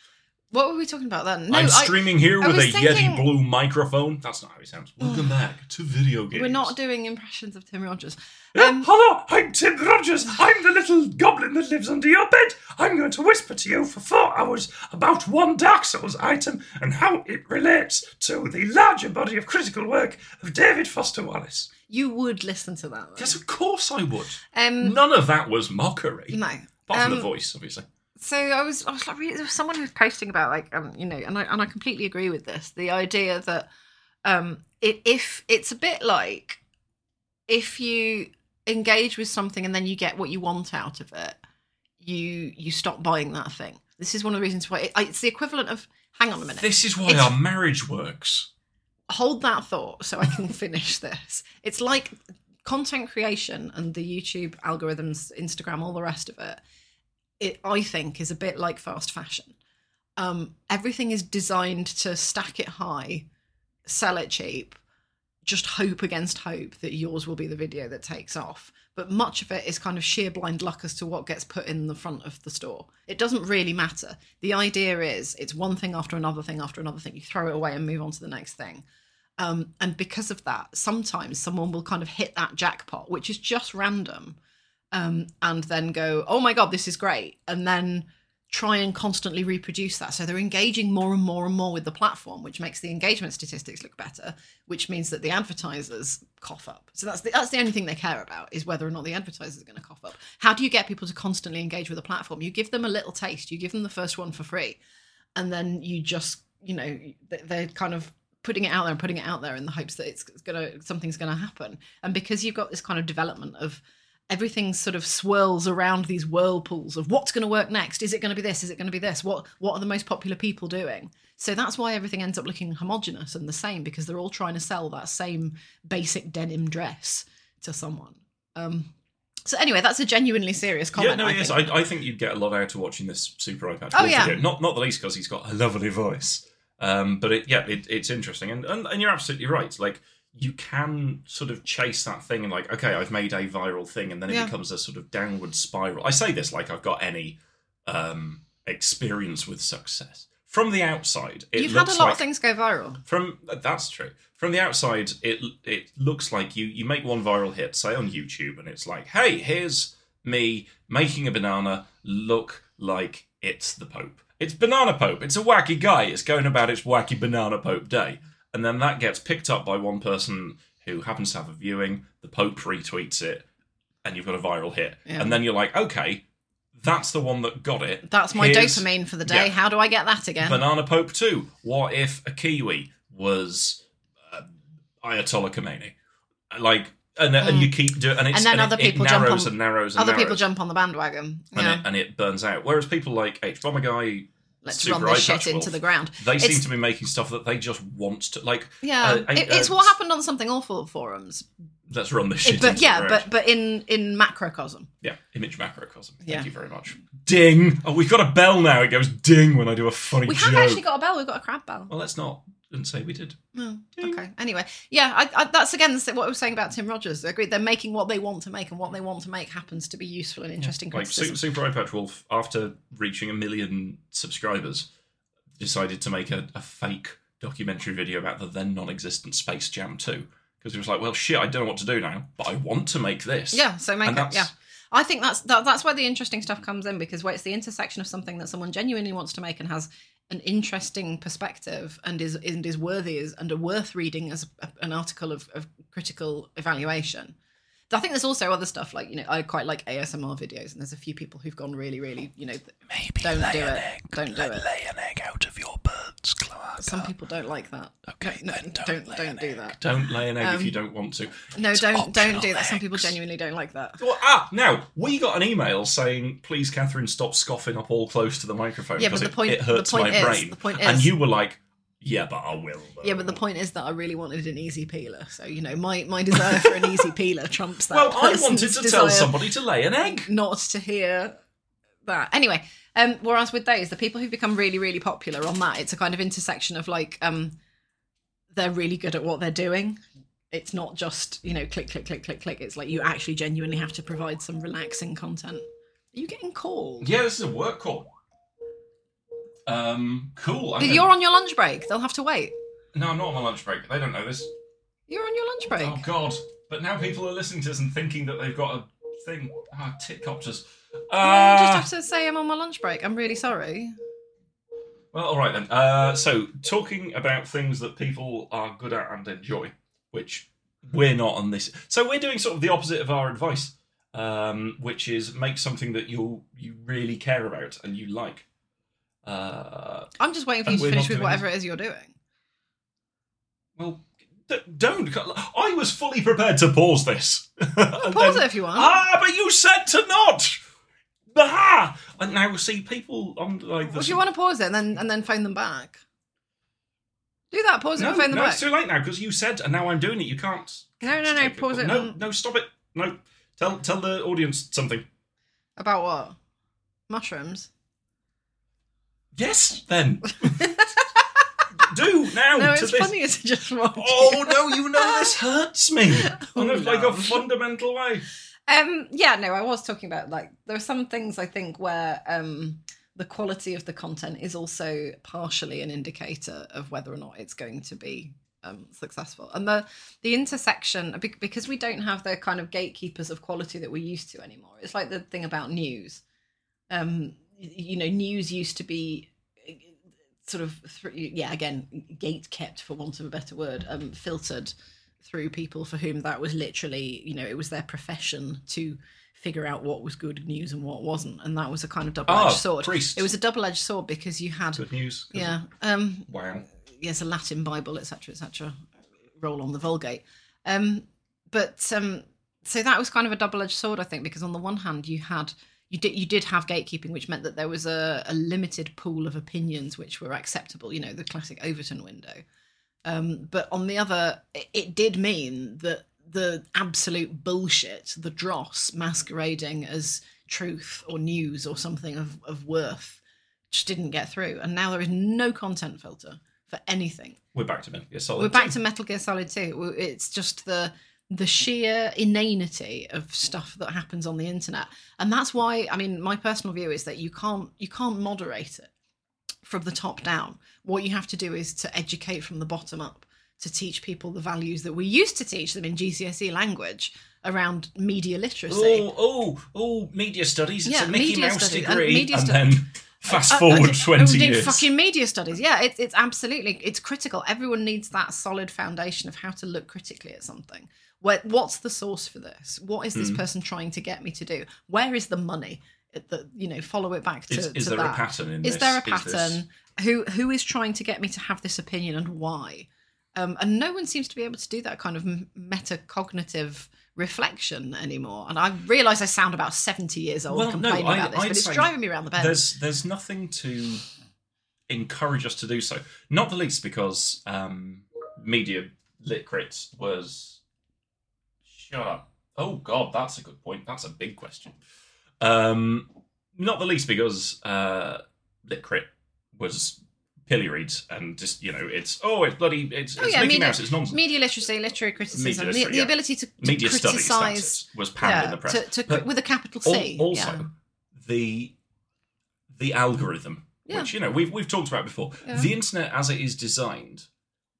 Speaker 2: What were we talking about then? No,
Speaker 1: I'm
Speaker 2: I,
Speaker 1: streaming here
Speaker 2: I
Speaker 1: with a
Speaker 2: was thinking-
Speaker 1: Yeti Blue microphone. That's not how he sounds. Welcome back to video games.
Speaker 2: we're not doing impressions of Tim Rogers.
Speaker 1: Yeah,
Speaker 2: Um,
Speaker 1: Hello, I'm Tim Rogers. I'm the little goblin that lives under your bed. I'm going to whisper to you for four hours about one Dark Souls item and how it relates to the larger body of critical work of David Foster Wallace.
Speaker 2: You would listen to that. Though.
Speaker 1: Yes, of course I would.
Speaker 2: Um,
Speaker 1: None of that was mockery.
Speaker 2: no.
Speaker 1: Apart from
Speaker 2: Um,
Speaker 1: the voice, obviously.
Speaker 2: so I was I was like reading, there was someone who was posting about like um you know and I and I completely agree with this the idea that um it if it's a bit like if you engage with something and then you get what you want out of it you you stop buying that thing this is one of the reasons why it, it's the equivalent of hang on a minute
Speaker 1: This is why
Speaker 2: It's-
Speaker 1: our marriage works.
Speaker 2: hold that thought so I can finish this. It's like content creation and the YouTube algorithms, Instagram, all the rest of it. It I think is a bit like fast fashion. Um, everything is designed to stack it high, sell it cheap, just hope against hope that yours will be the video that takes off. But much of it is kind of sheer blind luck as to what gets put in the front of the store. It doesn't really matter. The idea is it's one thing after another thing after another thing. You throw it away and move on to the next thing. Um, and because of that, sometimes someone will kind of hit that jackpot, which is just random, um, and then go, oh my God, this is great. And then try and constantly reproduce that. So they're engaging more and more and more with the platform, which makes the engagement statistics look better, which means that the advertisers cough up. So that's the, that's the only thing they care about is whether or not the advertisers are going to cough up. How do you get people to constantly engage with a platform? You give them a little taste, you give them the first one for free and then you just you know th- they're kind of putting it out there and putting it out there in the hopes that it's gonna something's gonna happen and because you've got this kind of development of everything sort of swirls around these whirlpools of what's going to work next is it going to be this is it going to be this what what are the most popular people doing So that's why everything ends up looking homogenous and the same because they're all trying to sell that same basic denim dress to someone. Um, so anyway, that's a genuinely serious
Speaker 1: yeah,
Speaker 2: comment.
Speaker 1: no,
Speaker 2: I
Speaker 1: it is.
Speaker 2: think.
Speaker 1: I, I think you'd get a lot out of watching this Super iPad.
Speaker 2: Oh,
Speaker 1: Pro
Speaker 2: yeah.
Speaker 1: video. Not not the least because he's got a lovely voice. Um, but it, yeah, it, it's interesting, and, and and you're absolutely right. Like you can sort of chase that thing and like, okay, I've made a viral thing, and then it
Speaker 2: Yeah.
Speaker 1: becomes a sort of downward spiral. I say this like I've got any um, experience with success from the outside. It
Speaker 2: You've had
Speaker 1: looks
Speaker 2: a lot
Speaker 1: like
Speaker 2: of things go viral.
Speaker 1: from that's true. From the outside, it it looks like you you make one viral hit, say on YouTube, and it's like, hey, here's me making a banana look like it's the Pope. It's Banana Pope. It's a wacky guy. It's going about its wacky Banana Pope day, and then that gets picked up by one person who happens to have a viewing. The Pope retweets it, and you've got a viral hit.
Speaker 2: Yeah.
Speaker 1: And then you're like, okay, that's the one that got it.
Speaker 2: That's my
Speaker 1: Here's-
Speaker 2: dopamine for the day.
Speaker 1: yeah.
Speaker 2: How do I get that again?
Speaker 1: Banana Pope 2. What if a Kiwi was uh, Ayatollah Khomeini? Like, and, and you keep doing, and, it's,
Speaker 2: Mm. And then
Speaker 1: it-
Speaker 2: other
Speaker 1: it,
Speaker 2: people jump
Speaker 1: narrows
Speaker 2: on-
Speaker 1: and narrows and
Speaker 2: Other
Speaker 1: narrows,
Speaker 2: people jump on the bandwagon.
Speaker 1: and, it,
Speaker 2: Yeah.
Speaker 1: and it burns out. Whereas people like H Bomber Guy,
Speaker 2: Let's
Speaker 1: Super
Speaker 2: run this
Speaker 1: Eye Patch
Speaker 2: shit into
Speaker 1: Wolf,
Speaker 2: the ground.
Speaker 1: they
Speaker 2: It's-
Speaker 1: seem to be making stuff that they just want to like.
Speaker 2: Yeah,
Speaker 1: uh, I-
Speaker 2: it, it's
Speaker 1: uh,
Speaker 2: what happened on something awful forums,
Speaker 1: Let's run this
Speaker 2: It-
Speaker 1: shit.
Speaker 2: but
Speaker 1: into
Speaker 2: yeah,
Speaker 1: the ground.
Speaker 2: but but in in macrocosm.
Speaker 1: yeah, image macrocosm. Thank
Speaker 2: Yeah.
Speaker 1: you very much. Ding! Oh, we've got a bell now. It goes ding when I do a funny
Speaker 2: We
Speaker 1: joke. Oh.
Speaker 2: have actually got a bell. We've got a crab bell.
Speaker 1: well, let's not and say we did.
Speaker 2: Oh,
Speaker 1: Ding.
Speaker 2: okay. Anyway, yeah, I, I, that's again what I was saying about Tim Rogers. I agree. They're making what they want to make, and what they want to make happens to be useful and interesting.
Speaker 1: Like
Speaker 2: criticism.
Speaker 1: Super, Super Eye Patch Wolf, after reaching a million subscribers, decided to make a, a fake documentary video about the then non-existent Space Jam 2. Because he was like, well, shit, I don't know what to do now, but I want to make this.
Speaker 2: Yeah, so make
Speaker 1: And
Speaker 2: it.
Speaker 1: that's-
Speaker 2: Yeah, I think that's that, that's where the interesting stuff comes in because where it's the intersection of something that someone genuinely wants to make and has an interesting perspective and is and is worthy is and are worth reading as a, an article of, of critical evaluation. I think there's also other stuff like you know I quite like ASMR videos and there's a few people who've gone really really you know
Speaker 3: Maybe
Speaker 2: Don't
Speaker 3: lay
Speaker 2: do
Speaker 3: an
Speaker 2: it.
Speaker 3: egg.
Speaker 2: Don't do
Speaker 3: Let-
Speaker 2: it.
Speaker 3: Lay an egg out of your bird's cloaca.
Speaker 2: some people don't like that.
Speaker 3: Okay,
Speaker 2: no,
Speaker 3: then don't
Speaker 2: don't
Speaker 3: lay
Speaker 2: don't
Speaker 3: an
Speaker 2: do
Speaker 3: egg.
Speaker 2: that.
Speaker 1: Don't lay an egg if
Speaker 2: Um,
Speaker 1: you don't want to.
Speaker 2: No, don't don't do
Speaker 3: optional
Speaker 2: that. Some people
Speaker 3: eggs.
Speaker 2: genuinely don't like that.
Speaker 1: Well, ah, now, we got an email saying, please, Catherine, stop scoffing up all close to the microphone
Speaker 2: Yeah,
Speaker 1: because
Speaker 2: but the
Speaker 1: it,
Speaker 2: point-
Speaker 1: it hurts
Speaker 2: the point
Speaker 1: my
Speaker 2: is-
Speaker 1: brain.
Speaker 2: the point
Speaker 1: and
Speaker 2: is-
Speaker 1: you were like, yeah, but I will. though."
Speaker 2: Yeah, but the point is that I really wanted an easy peeler. So, you know, my, my desire for an easy peeler trumps that.
Speaker 1: well, I
Speaker 2: person's
Speaker 1: wanted to
Speaker 2: desire
Speaker 1: tell somebody to lay an egg.
Speaker 2: not to hear that. Anyway, um, whereas with those, the people who've become really, really popular on that, it's a kind of intersection of like, um, they're really good at what they're doing. It's not just, you know, click, click, click, click, click. It's like you actually genuinely have to provide some relaxing content. Are you getting called?
Speaker 1: Yeah, this is a work call. Um, cool. I'm
Speaker 2: But
Speaker 1: gonna-
Speaker 2: You're on your lunch break. They'll have to wait.
Speaker 1: No, I'm not on my lunch break. They don't know this.
Speaker 2: You're on your lunch break.
Speaker 1: Oh God! But now people are listening to us and thinking that they've got a thing. Ah, tit copters.
Speaker 2: I just
Speaker 1: Uh,
Speaker 2: have to say I'm on my lunch break. I'm really sorry.
Speaker 1: well, all right then. Uh, so talking about things that people are good at and enjoy, which we're not on this. So we're doing sort of the opposite of our advice, um, which is make something that you you really care about and you like. Uh,
Speaker 2: I'm just waiting for
Speaker 1: And
Speaker 2: you to
Speaker 1: we're
Speaker 2: finish
Speaker 1: not
Speaker 2: with
Speaker 1: doing
Speaker 2: whatever it is you're doing.
Speaker 1: Well, d- don't. I was fully prepared to pause this. And
Speaker 2: Pause
Speaker 1: then-
Speaker 2: it if you want.
Speaker 1: Ah, but you said to not. Ah, and now see people on like
Speaker 2: Well,
Speaker 1: the.
Speaker 2: if you want to pause it and then and then phone them back, do that. Pause it
Speaker 1: no,
Speaker 2: and phone them
Speaker 1: no,
Speaker 2: back.
Speaker 1: it's too late now because you said, and now I'm doing it. You can't.
Speaker 2: No, no, no,
Speaker 1: take
Speaker 2: pause it
Speaker 1: No,
Speaker 2: and-
Speaker 1: no, stop it. No, tell tell the audience something.
Speaker 2: About what? Mushrooms.
Speaker 1: Yes, then. Do now
Speaker 2: No,
Speaker 1: to
Speaker 2: it's
Speaker 1: this.
Speaker 2: funnier to just watch.
Speaker 1: Oh no, you know this hurts me on a, like a
Speaker 2: love.
Speaker 1: fundamental way.
Speaker 2: Um, yeah, no, I was talking about like there are some things I think where um the quality of the content is also partially an indicator of whether or not it's going to be um, successful. And the the intersection be- because we don't have the kind of gatekeepers of quality that we're used to anymore. It's like the thing about news. Um, y- you know, news used to be eh, sort of thr- yeah, again, gate kept for want of a better word, um, filtered through people for whom that was literally, you know, it was their profession to figure out what was good news and what wasn't, and that was a kind of double-edged
Speaker 1: Ah,
Speaker 2: sword.
Speaker 1: priests.
Speaker 2: It was a double-edged sword because you had,
Speaker 1: Good news. good-
Speaker 2: yeah, um,
Speaker 1: Wow.
Speaker 2: yes, a Latin Bible, etc., etc. Roll on the Vulgate, um, but um, so that was kind of a double-edged sword, I think, because on the one hand you had you did you did have gatekeeping, which meant that there was a, a limited pool of opinions which were acceptable. You know, the classic Overton window. Um, but on the other, it, it did mean that the absolute bullshit, the dross masquerading as truth or news or something of, of worth, just didn't get through. And now there is no content filter for anything.
Speaker 1: We're back to Metal Gear Solid.
Speaker 2: We're back to Metal Gear Solid 2. It's just the the sheer inanity of stuff that happens on the internet. And that's why I mean my personal view is that you can't you can't moderate it from the top down. What you have to do is to educate from the bottom up to teach people the values that we used to teach them in GCSE E language around media literacy.
Speaker 1: Oh, oh, oh, media studies. It's
Speaker 2: Yeah,
Speaker 1: a Mickey
Speaker 2: media
Speaker 1: Mouse
Speaker 2: studies, and
Speaker 1: degree.
Speaker 2: media
Speaker 1: and
Speaker 2: stu-
Speaker 1: then fast
Speaker 2: Uh, uh,
Speaker 1: forward
Speaker 2: uh,
Speaker 1: 20
Speaker 2: we did
Speaker 1: years.
Speaker 2: fucking media studies. Yeah, it's it's absolutely it's critical. Everyone needs that solid foundation of how to look critically at something. Where, what's the source for this? What is this
Speaker 1: Hmm.
Speaker 2: person trying to get me to do? Where is the money? It- The, you know, follow it back to.
Speaker 1: Is- is
Speaker 2: to
Speaker 1: there a
Speaker 2: that.
Speaker 1: pattern in
Speaker 2: Is
Speaker 1: this?
Speaker 2: there a
Speaker 1: Is this-
Speaker 2: pattern? Who who is trying to get me to have this opinion and why? Um, and no one seems to be able to do that kind of m- metacognitive reflection anymore. And I realise I sound about seventy years old
Speaker 1: Well, no,
Speaker 2: complaining
Speaker 1: I-
Speaker 2: about this,
Speaker 1: I'd
Speaker 2: but it's
Speaker 1: say
Speaker 2: driving me around the bend.
Speaker 1: There's there's nothing to encourage us to do so. Not the least because um, media lit crits was shut up. Oh god, that's a good point. That's a big question. Um, not the least because uh, lit crit was pilloried and just you know it's oh it's bloody it's,
Speaker 2: Oh,
Speaker 1: it's
Speaker 2: yeah,
Speaker 1: Mickey
Speaker 2: media-
Speaker 1: Mouse it's nonsense.
Speaker 2: media literacy, literary criticism,
Speaker 1: Media
Speaker 2: the-
Speaker 1: literacy,
Speaker 2: the,
Speaker 1: yeah.
Speaker 2: ability to, to
Speaker 1: media studies
Speaker 2: criticize,
Speaker 1: that's it, was panned
Speaker 2: yeah,
Speaker 1: in the press.
Speaker 2: to, to,
Speaker 1: But-
Speaker 2: with a capital
Speaker 1: Al-
Speaker 2: C.
Speaker 1: also,
Speaker 2: yeah.
Speaker 1: the the algorithm,
Speaker 2: Yeah.
Speaker 1: which you know we've we've talked about before,
Speaker 2: Yeah.
Speaker 1: the internet as it is designed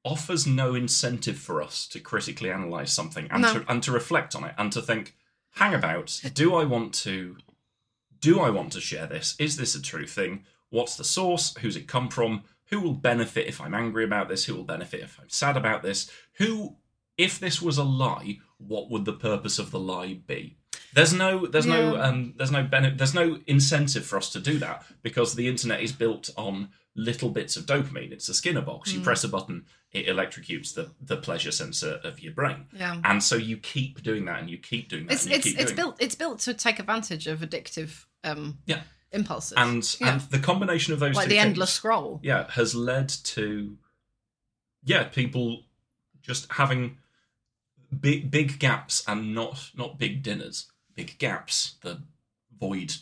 Speaker 1: offers no incentive for us to critically analyze something and
Speaker 2: No.
Speaker 1: to and to reflect on it and to think, hang about, do I want to do I want to share this? Is this a true thing? What's the source? Who's it come from? Who will benefit if I'm angry about this? Who will benefit if I'm sad about this? Who, if this was a lie, what would the purpose of the lie be? There's no, there's no,
Speaker 2: Yeah.
Speaker 1: um, there's no benefit, there's no incentive for us to do that because the internet is built on little bits of dopamine. It's a Skinner box.
Speaker 2: Mm.
Speaker 1: You press a button, it electrocutes the the pleasure sensor of your brain,
Speaker 2: Yeah.
Speaker 1: and so you keep doing that, and you keep doing that,
Speaker 2: It's
Speaker 1: and you
Speaker 2: it's
Speaker 1: keep
Speaker 2: it's
Speaker 1: doing
Speaker 2: built it's built to take advantage of addictive um,
Speaker 1: Yeah.
Speaker 2: impulses
Speaker 1: and
Speaker 2: Yeah.
Speaker 1: and the combination of those
Speaker 2: like
Speaker 1: two
Speaker 2: the
Speaker 1: things,
Speaker 2: endless scroll.
Speaker 1: yeah has led to yeah people just having big big gaps and not not big dinners big gaps the void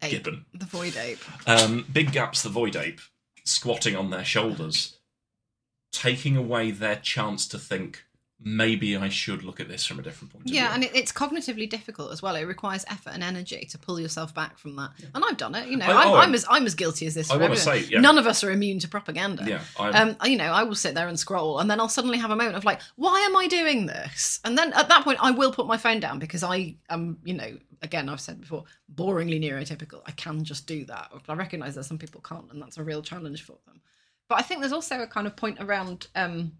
Speaker 2: Ape.
Speaker 1: gibbon
Speaker 2: The void ape.
Speaker 1: um, big gaps the void ape squatting on their shoulders taking away their chance to think maybe i should look at this from a different point of
Speaker 2: Yeah,
Speaker 1: view
Speaker 2: and it, it's cognitively difficult as well. It requires effort and energy to pull yourself back from that. And I've done it. You know,
Speaker 1: I-
Speaker 2: I, am
Speaker 1: oh,
Speaker 2: I'm as I'm as guilty as this.
Speaker 1: I
Speaker 2: for
Speaker 1: wanna
Speaker 2: everyone.
Speaker 1: say, yeah.
Speaker 2: none of us are immune to propaganda.
Speaker 1: yeah I'm,
Speaker 2: um, you know, I will sit there and scroll, and then I'll suddenly have a moment of like, why am I doing this? And then at that point, I will put my phone down because I am, you know, again, I've said before, boringly neurotypical. I can just do that. I recognize that some people can't, and that's a real challenge for them. But I think there's also a kind of point around um,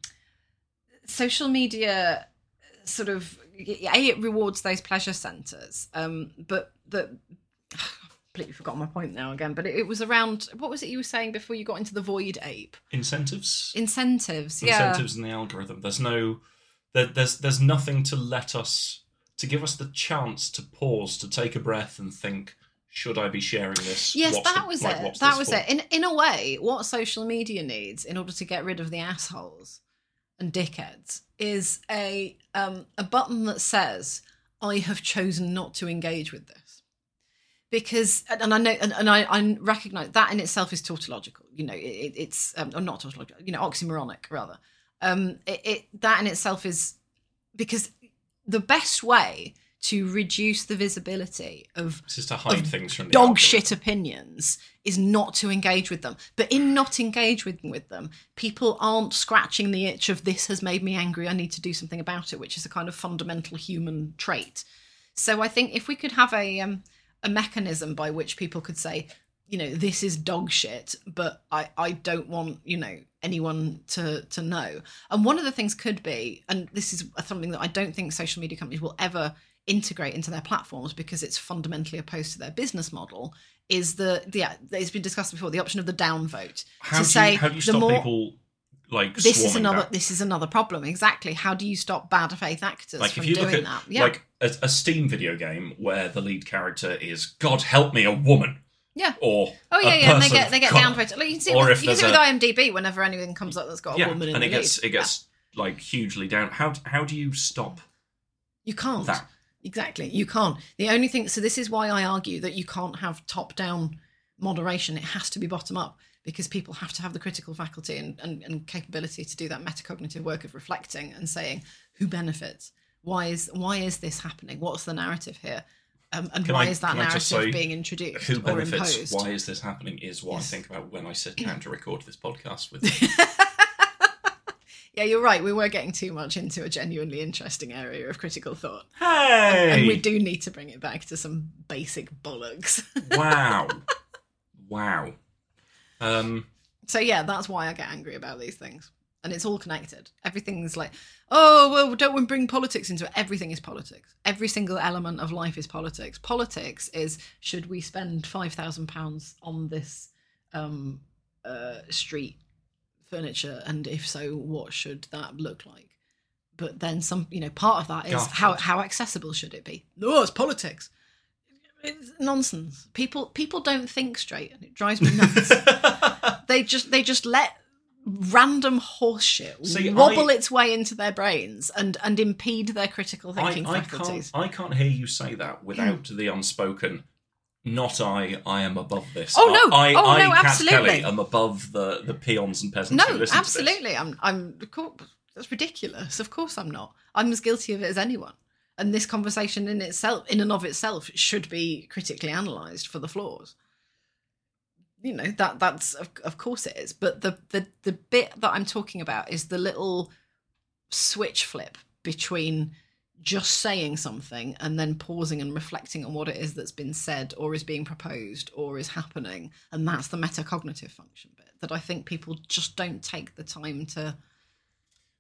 Speaker 2: social media sort of a it rewards those pleasure centers um but the I've completely forgotten my point now again but it, it was around what was it you were saying before you got into the void ape
Speaker 1: incentives
Speaker 2: incentives yeah
Speaker 1: incentives in the algorithm. There's no, there, there's there's nothing to let us to give us the chance to pause, to take a breath, and think: Should I be sharing this?
Speaker 2: yes
Speaker 1: What's
Speaker 2: that
Speaker 1: the-
Speaker 2: was
Speaker 1: like,
Speaker 2: it
Speaker 1: what's
Speaker 2: that
Speaker 1: this
Speaker 2: was
Speaker 1: for?
Speaker 2: it in in a way what social media needs in order to get rid of the assholes and dickheads is a um a button that says i have chosen not to engage with this because and and i know and, and I, I recognize that in itself is tautological you know it, it- it's um, or not tautological you know oxymoronic rather um it, it that in itself is because the best way to reduce the visibility of
Speaker 1: It's just to hide things from the
Speaker 2: dog
Speaker 1: algorithm.
Speaker 2: shit opinions is not to engage with them. But in not engaging with them, people aren't scratching the itch of this has made me angry. I need to do something about it, which is a kind of fundamental human trait. So I think if we could have a um, a mechanism by which people could say, you know, this is dog shit, but I I don't want you know anyone to to know. And one of the things could be, and this is something that I don't think social media companies will ever integrate into their platforms because it's fundamentally opposed to their business model. Is the yeah, it's been discussed before the option of the downvote
Speaker 1: How
Speaker 2: to
Speaker 1: do
Speaker 2: say
Speaker 1: you, how do you
Speaker 2: the
Speaker 1: stop
Speaker 2: more
Speaker 1: people like
Speaker 2: this is
Speaker 1: swarming
Speaker 2: another
Speaker 1: that.
Speaker 2: this is another problem exactly how do you stop bad faith actors
Speaker 1: Like
Speaker 2: from
Speaker 1: if you
Speaker 2: doing
Speaker 1: look at
Speaker 2: that yeah
Speaker 1: like a, a Steam video game where the lead character is God help me a woman.
Speaker 2: Yeah.
Speaker 1: Or
Speaker 2: oh yeah
Speaker 1: a
Speaker 2: yeah and they
Speaker 1: person
Speaker 2: get they get
Speaker 1: of
Speaker 2: down
Speaker 1: colour.
Speaker 2: like you can see, it
Speaker 1: Or
Speaker 2: with,
Speaker 1: if
Speaker 2: you can see it
Speaker 1: there's
Speaker 2: with imdb whenever anything comes up that's got a
Speaker 1: Yeah,
Speaker 2: woman in
Speaker 1: and
Speaker 2: the
Speaker 1: it gets
Speaker 2: lead.
Speaker 1: it gets like hugely down. How how do you stop
Speaker 2: Yeah. you can't
Speaker 1: that?
Speaker 2: Exactly. You can't. The only thing, so this is why I argue that you can't have top down moderation. It has to be bottom up because people have to have the critical faculty and, and, and capability to do that metacognitive work of reflecting and saying who benefits? Why is why is this happening? What's the narrative here? Um, and
Speaker 1: Can
Speaker 2: why
Speaker 1: I-
Speaker 2: is that
Speaker 1: can I just
Speaker 2: narrative
Speaker 1: say
Speaker 2: being introduced
Speaker 1: Who
Speaker 2: or
Speaker 1: benefits?
Speaker 2: imposed?
Speaker 1: Why is this happening? Is what
Speaker 2: Yes.
Speaker 1: I think about when I sit down to record this podcast with.
Speaker 2: Yeah, you're right. We were getting too much into a genuinely interesting area of critical thought.
Speaker 1: hey!
Speaker 2: And we do need to bring it back to some basic bollocks.
Speaker 1: wow, wow. Um,
Speaker 2: So yeah, that's why I get angry about these things. And it's all connected. Everything's like, oh well, don't we bring politics into it? Everything is politics. Every single element of life is politics. Politics is should we spend five thousand pounds on this um, uh, street furniture, and if so, what should that look like? But then some, you know, part of that is
Speaker 1: Garfield.
Speaker 2: how how accessible should it be? No, it's politics. It's nonsense. People people don't think straight, and it drives me nuts they just they just let random horseshit
Speaker 1: See,
Speaker 2: wobble
Speaker 1: I-
Speaker 2: its way into their brains and and impede their critical
Speaker 1: I,
Speaker 2: thinking
Speaker 1: I can't.
Speaker 2: faculties. Hmm.
Speaker 1: I can't hear you say that without the unspoken. Not I. I am above this.
Speaker 2: Oh, no.
Speaker 1: I, I,
Speaker 2: Oh,
Speaker 1: I
Speaker 2: no,
Speaker 1: Cat
Speaker 2: absolutely.
Speaker 1: Kelly, am above the the peons and peasants. who
Speaker 2: No,
Speaker 1: listen to this.
Speaker 2: absolutely. I'm I'm of cour- that's ridiculous. Of course I'm not. I'm as guilty of it as anyone. And this conversation in itself, in and of itself, should be critically analysed for the flaws. You know that that's of, of course it is. But the the the bit that I'm talking about is the little switch flip between just saying something and then pausing and reflecting on what it is that's been said or is being proposed or is happening. And that's the metacognitive function bit that I think people just don't take the time to.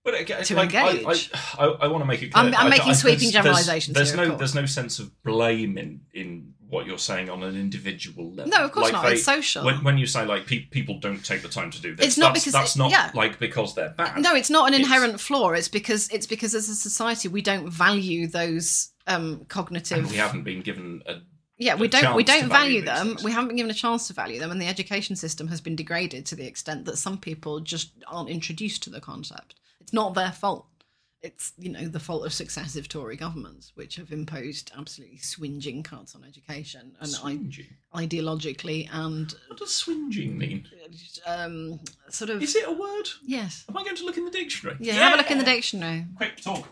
Speaker 1: But again,
Speaker 2: to
Speaker 1: like, I-
Speaker 2: engage.
Speaker 1: I, I, I, want to make it clear.
Speaker 2: I'm- I'm
Speaker 1: I- I-
Speaker 2: making
Speaker 1: there's-
Speaker 2: sweeping
Speaker 1: there's-
Speaker 2: generalisations
Speaker 1: There's,
Speaker 2: here, of
Speaker 1: no,
Speaker 2: course.
Speaker 1: there's no sense of blame in in what you're saying on an individual level.
Speaker 2: No, of course
Speaker 1: Like,
Speaker 2: not.
Speaker 1: they-
Speaker 2: it's social.
Speaker 1: When, when you say like pe- people don't take the time to do this,
Speaker 2: It's not
Speaker 1: that's,
Speaker 2: because-
Speaker 1: that's not
Speaker 2: yeah.
Speaker 1: like because they're bad.
Speaker 2: no, it's not an
Speaker 1: It's-
Speaker 2: inherent flaw. It's because it's because as a society we don't value those um,
Speaker 1: and
Speaker 2: cognitive.
Speaker 1: we haven't been given a
Speaker 2: yeah, we
Speaker 1: a
Speaker 2: don't we
Speaker 1: chance to
Speaker 2: don't value
Speaker 1: value these
Speaker 2: them.
Speaker 1: things.
Speaker 2: We haven't been given a chance to value them, and the education system has been degraded to the extent that some people just aren't introduced to the concept. It's not their fault. It's you know the fault of successive Tory governments, which have imposed absolutely swinging cuts on education and I-
Speaker 1: swinging.
Speaker 2: ideologically and
Speaker 1: What does swinging mean?
Speaker 2: um, sort of
Speaker 1: Is it a word?
Speaker 2: yes.
Speaker 1: Am I going to look in the dictionary?
Speaker 2: Yeah, have a look in the dictionary.
Speaker 1: Quick talk.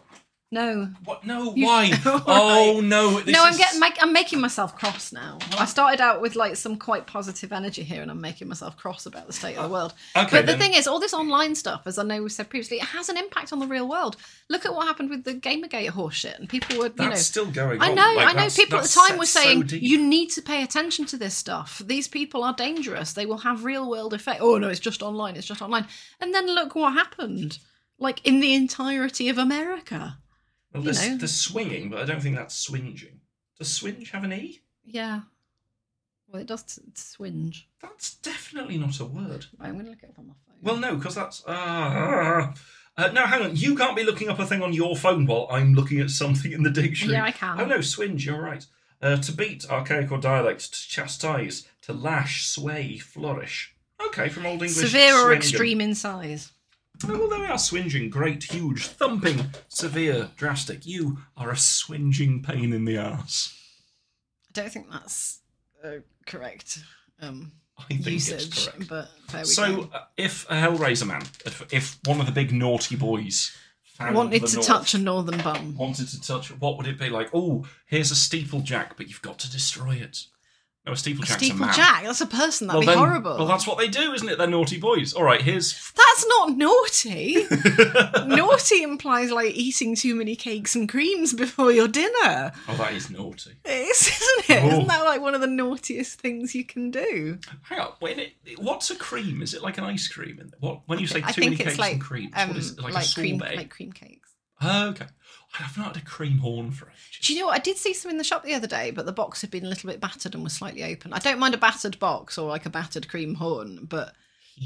Speaker 2: No,
Speaker 1: What? No.
Speaker 2: You-
Speaker 1: Why?
Speaker 2: All
Speaker 1: Oh
Speaker 2: right.
Speaker 1: no. This
Speaker 2: no, I'm
Speaker 1: is-
Speaker 2: getting, make, I'm making myself cross now. I started out with like some quite positive energy here, and I'm making myself cross about the state of the world.
Speaker 1: Oh, Okay,
Speaker 2: but the
Speaker 1: then.
Speaker 2: thing is, all this online stuff, as I know we said previously, it has an impact on the real world. Look at what happened with the Gamergate horseshit, and people were, you
Speaker 1: That's
Speaker 2: know,
Speaker 1: still going.
Speaker 2: I
Speaker 1: on.
Speaker 2: know,
Speaker 1: Like,
Speaker 2: I know.
Speaker 1: that's-
Speaker 2: People at the
Speaker 1: that's
Speaker 2: time were
Speaker 1: set so
Speaker 2: saying
Speaker 1: deep.
Speaker 2: you need to pay attention to this stuff. These people are dangerous. They will have real world effect. Oh no, it's just online. It's just online. And then look what happened. Like in the entirety of America.
Speaker 1: Well,
Speaker 2: you
Speaker 1: there's,
Speaker 2: know.
Speaker 1: there's swinging, but I don't think that's swinging. Does swinge have an e?
Speaker 2: Yeah. Well, it does t- swinge.
Speaker 1: That's definitely not a word.
Speaker 2: Right, I'm going to look it up on my phone.
Speaker 1: Well, no, because that's. Uh, uh, no, hang on. You can't be looking up a thing on your phone while I'm looking at something in the dictionary.
Speaker 2: Yeah, I can.
Speaker 1: Oh no, swinge. You're right. Uh, to beat, archaic or dialect. To chastise, to lash, sway, flourish. Okay, from Old English.
Speaker 2: Severe or
Speaker 1: swingen.
Speaker 2: extreme in size.
Speaker 1: Oh, well, there we are. Swinging, great, huge, thumping, severe, drastic. You are a swinging pain in the arse.
Speaker 2: I don't think that's uh, correct um,
Speaker 1: I think it's
Speaker 2: usage,
Speaker 1: correct.
Speaker 2: but there we go.
Speaker 1: So, uh, if a Hellraiser man, if, if one of the big naughty boys found
Speaker 2: Wanted
Speaker 1: the
Speaker 2: to
Speaker 1: North,
Speaker 2: touch a northern bum.
Speaker 1: wanted to touch, what would it be like? Oh, here's a steeplejack, but you've got to destroy it. No, a steeplejack's a man.
Speaker 2: Steeplejack, that's a person. That'd
Speaker 1: Well,
Speaker 2: be
Speaker 1: then-
Speaker 2: horrible.
Speaker 1: Well, that's what they do, isn't it? They're naughty boys. All right, here's
Speaker 2: That's not naughty. naughty implies like eating too many cakes and creams before your dinner.
Speaker 1: oh, that is naughty.
Speaker 2: It is, isn't it?
Speaker 1: Oh.
Speaker 2: not that like one of the naughtiest things you can do?
Speaker 1: Hang on, when it, what's a cream? Is it like an ice cream? In what when you say
Speaker 2: I
Speaker 1: too many
Speaker 2: think
Speaker 1: cakes
Speaker 2: it's like
Speaker 1: and creams?
Speaker 2: um,
Speaker 1: what is it, like, a sorbet?
Speaker 2: cream, like cream cakes.
Speaker 1: Oh, okay, I've not had a cream horn for ages.
Speaker 2: Do you know what? I did see some in the shop the other day, but the box had been a little bit battered and was slightly open. I don't mind a battered box or like a battered cream horn, but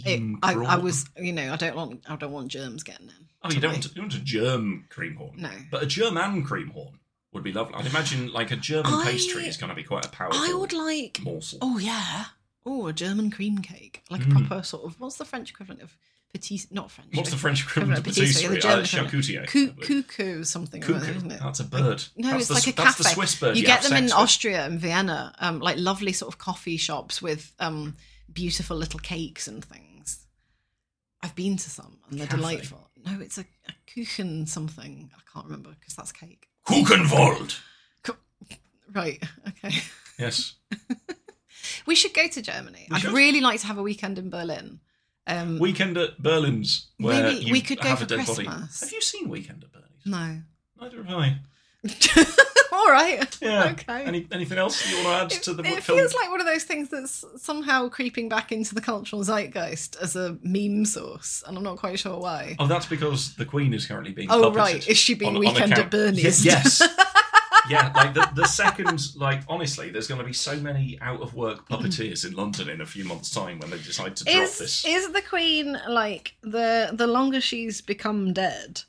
Speaker 1: cream
Speaker 2: I, I
Speaker 1: prawn.
Speaker 2: was, you know, I don't want, I don't want germs getting in.
Speaker 1: Oh, you
Speaker 2: to
Speaker 1: don't
Speaker 2: me.
Speaker 1: want, you want a germ cream horn.
Speaker 2: No.
Speaker 1: But a germ and cream horn would be lovely. I'd imagine like a German
Speaker 2: I-
Speaker 1: pastry is going to be quite a powerful
Speaker 2: I would like.
Speaker 1: morsel.
Speaker 2: Oh yeah. Oh, a German cream cake, like
Speaker 1: Mm.
Speaker 2: a proper sort of. What's the French equivalent of patis? Not French.
Speaker 1: What's the
Speaker 2: eh?
Speaker 1: French equivalent of
Speaker 2: Equivalent of
Speaker 1: patisserie?
Speaker 2: patisserie, the
Speaker 1: Uh, charcutier.
Speaker 2: German Coo- cuckoo something. or other,
Speaker 1: Cuckoo.
Speaker 2: isn't it?
Speaker 1: That's a bird.
Speaker 2: No,
Speaker 1: That's
Speaker 2: it's
Speaker 1: the,
Speaker 2: like a
Speaker 1: That's the
Speaker 2: cafe.
Speaker 1: Swiss bird.
Speaker 2: you get
Speaker 1: have
Speaker 2: them in
Speaker 1: sex with.
Speaker 2: Austria and Vienna, um, like lovely sort of coffee shops with um, beautiful little cakes and things. I've been to some and they're
Speaker 1: Cafe.
Speaker 2: delightful. No, it's a, a Kuchen something. I can't remember because that's cake.
Speaker 1: Kuchenwald.
Speaker 2: Co- Right. Okay.
Speaker 1: Yes.
Speaker 2: We should go to Germany.
Speaker 1: We
Speaker 2: I'd
Speaker 1: should.
Speaker 2: really like to have a weekend in Berlin. Um,
Speaker 1: Weekend at Berlin's, where
Speaker 2: Maybe
Speaker 1: you
Speaker 2: we could go
Speaker 1: have
Speaker 2: for
Speaker 1: a dead body.
Speaker 2: Christmas.
Speaker 1: Have you seen Weekend at Berlin's?
Speaker 2: no.
Speaker 1: Neither have I.
Speaker 2: All right.
Speaker 1: Yeah.
Speaker 2: Okay.
Speaker 1: Any, anything else you want to add
Speaker 2: It,
Speaker 1: to the
Speaker 2: it
Speaker 1: film?
Speaker 2: feels like one of those things that's somehow creeping back into the cultural zeitgeist as a meme source, and I'm not quite sure why.
Speaker 1: Oh, that's because the Queen is currently being.
Speaker 2: Oh,
Speaker 1: puppeted
Speaker 2: right, is she
Speaker 1: on-
Speaker 2: being
Speaker 1: on
Speaker 2: weekend
Speaker 1: account-
Speaker 2: at Bernie's?
Speaker 1: Ye- yes. yeah, like the, the second, like honestly, there's going to be so many out of work puppeteers in London in a few months' time when they decide to drop
Speaker 2: Is
Speaker 1: this.
Speaker 2: is the Queen like the the longer she's become dead,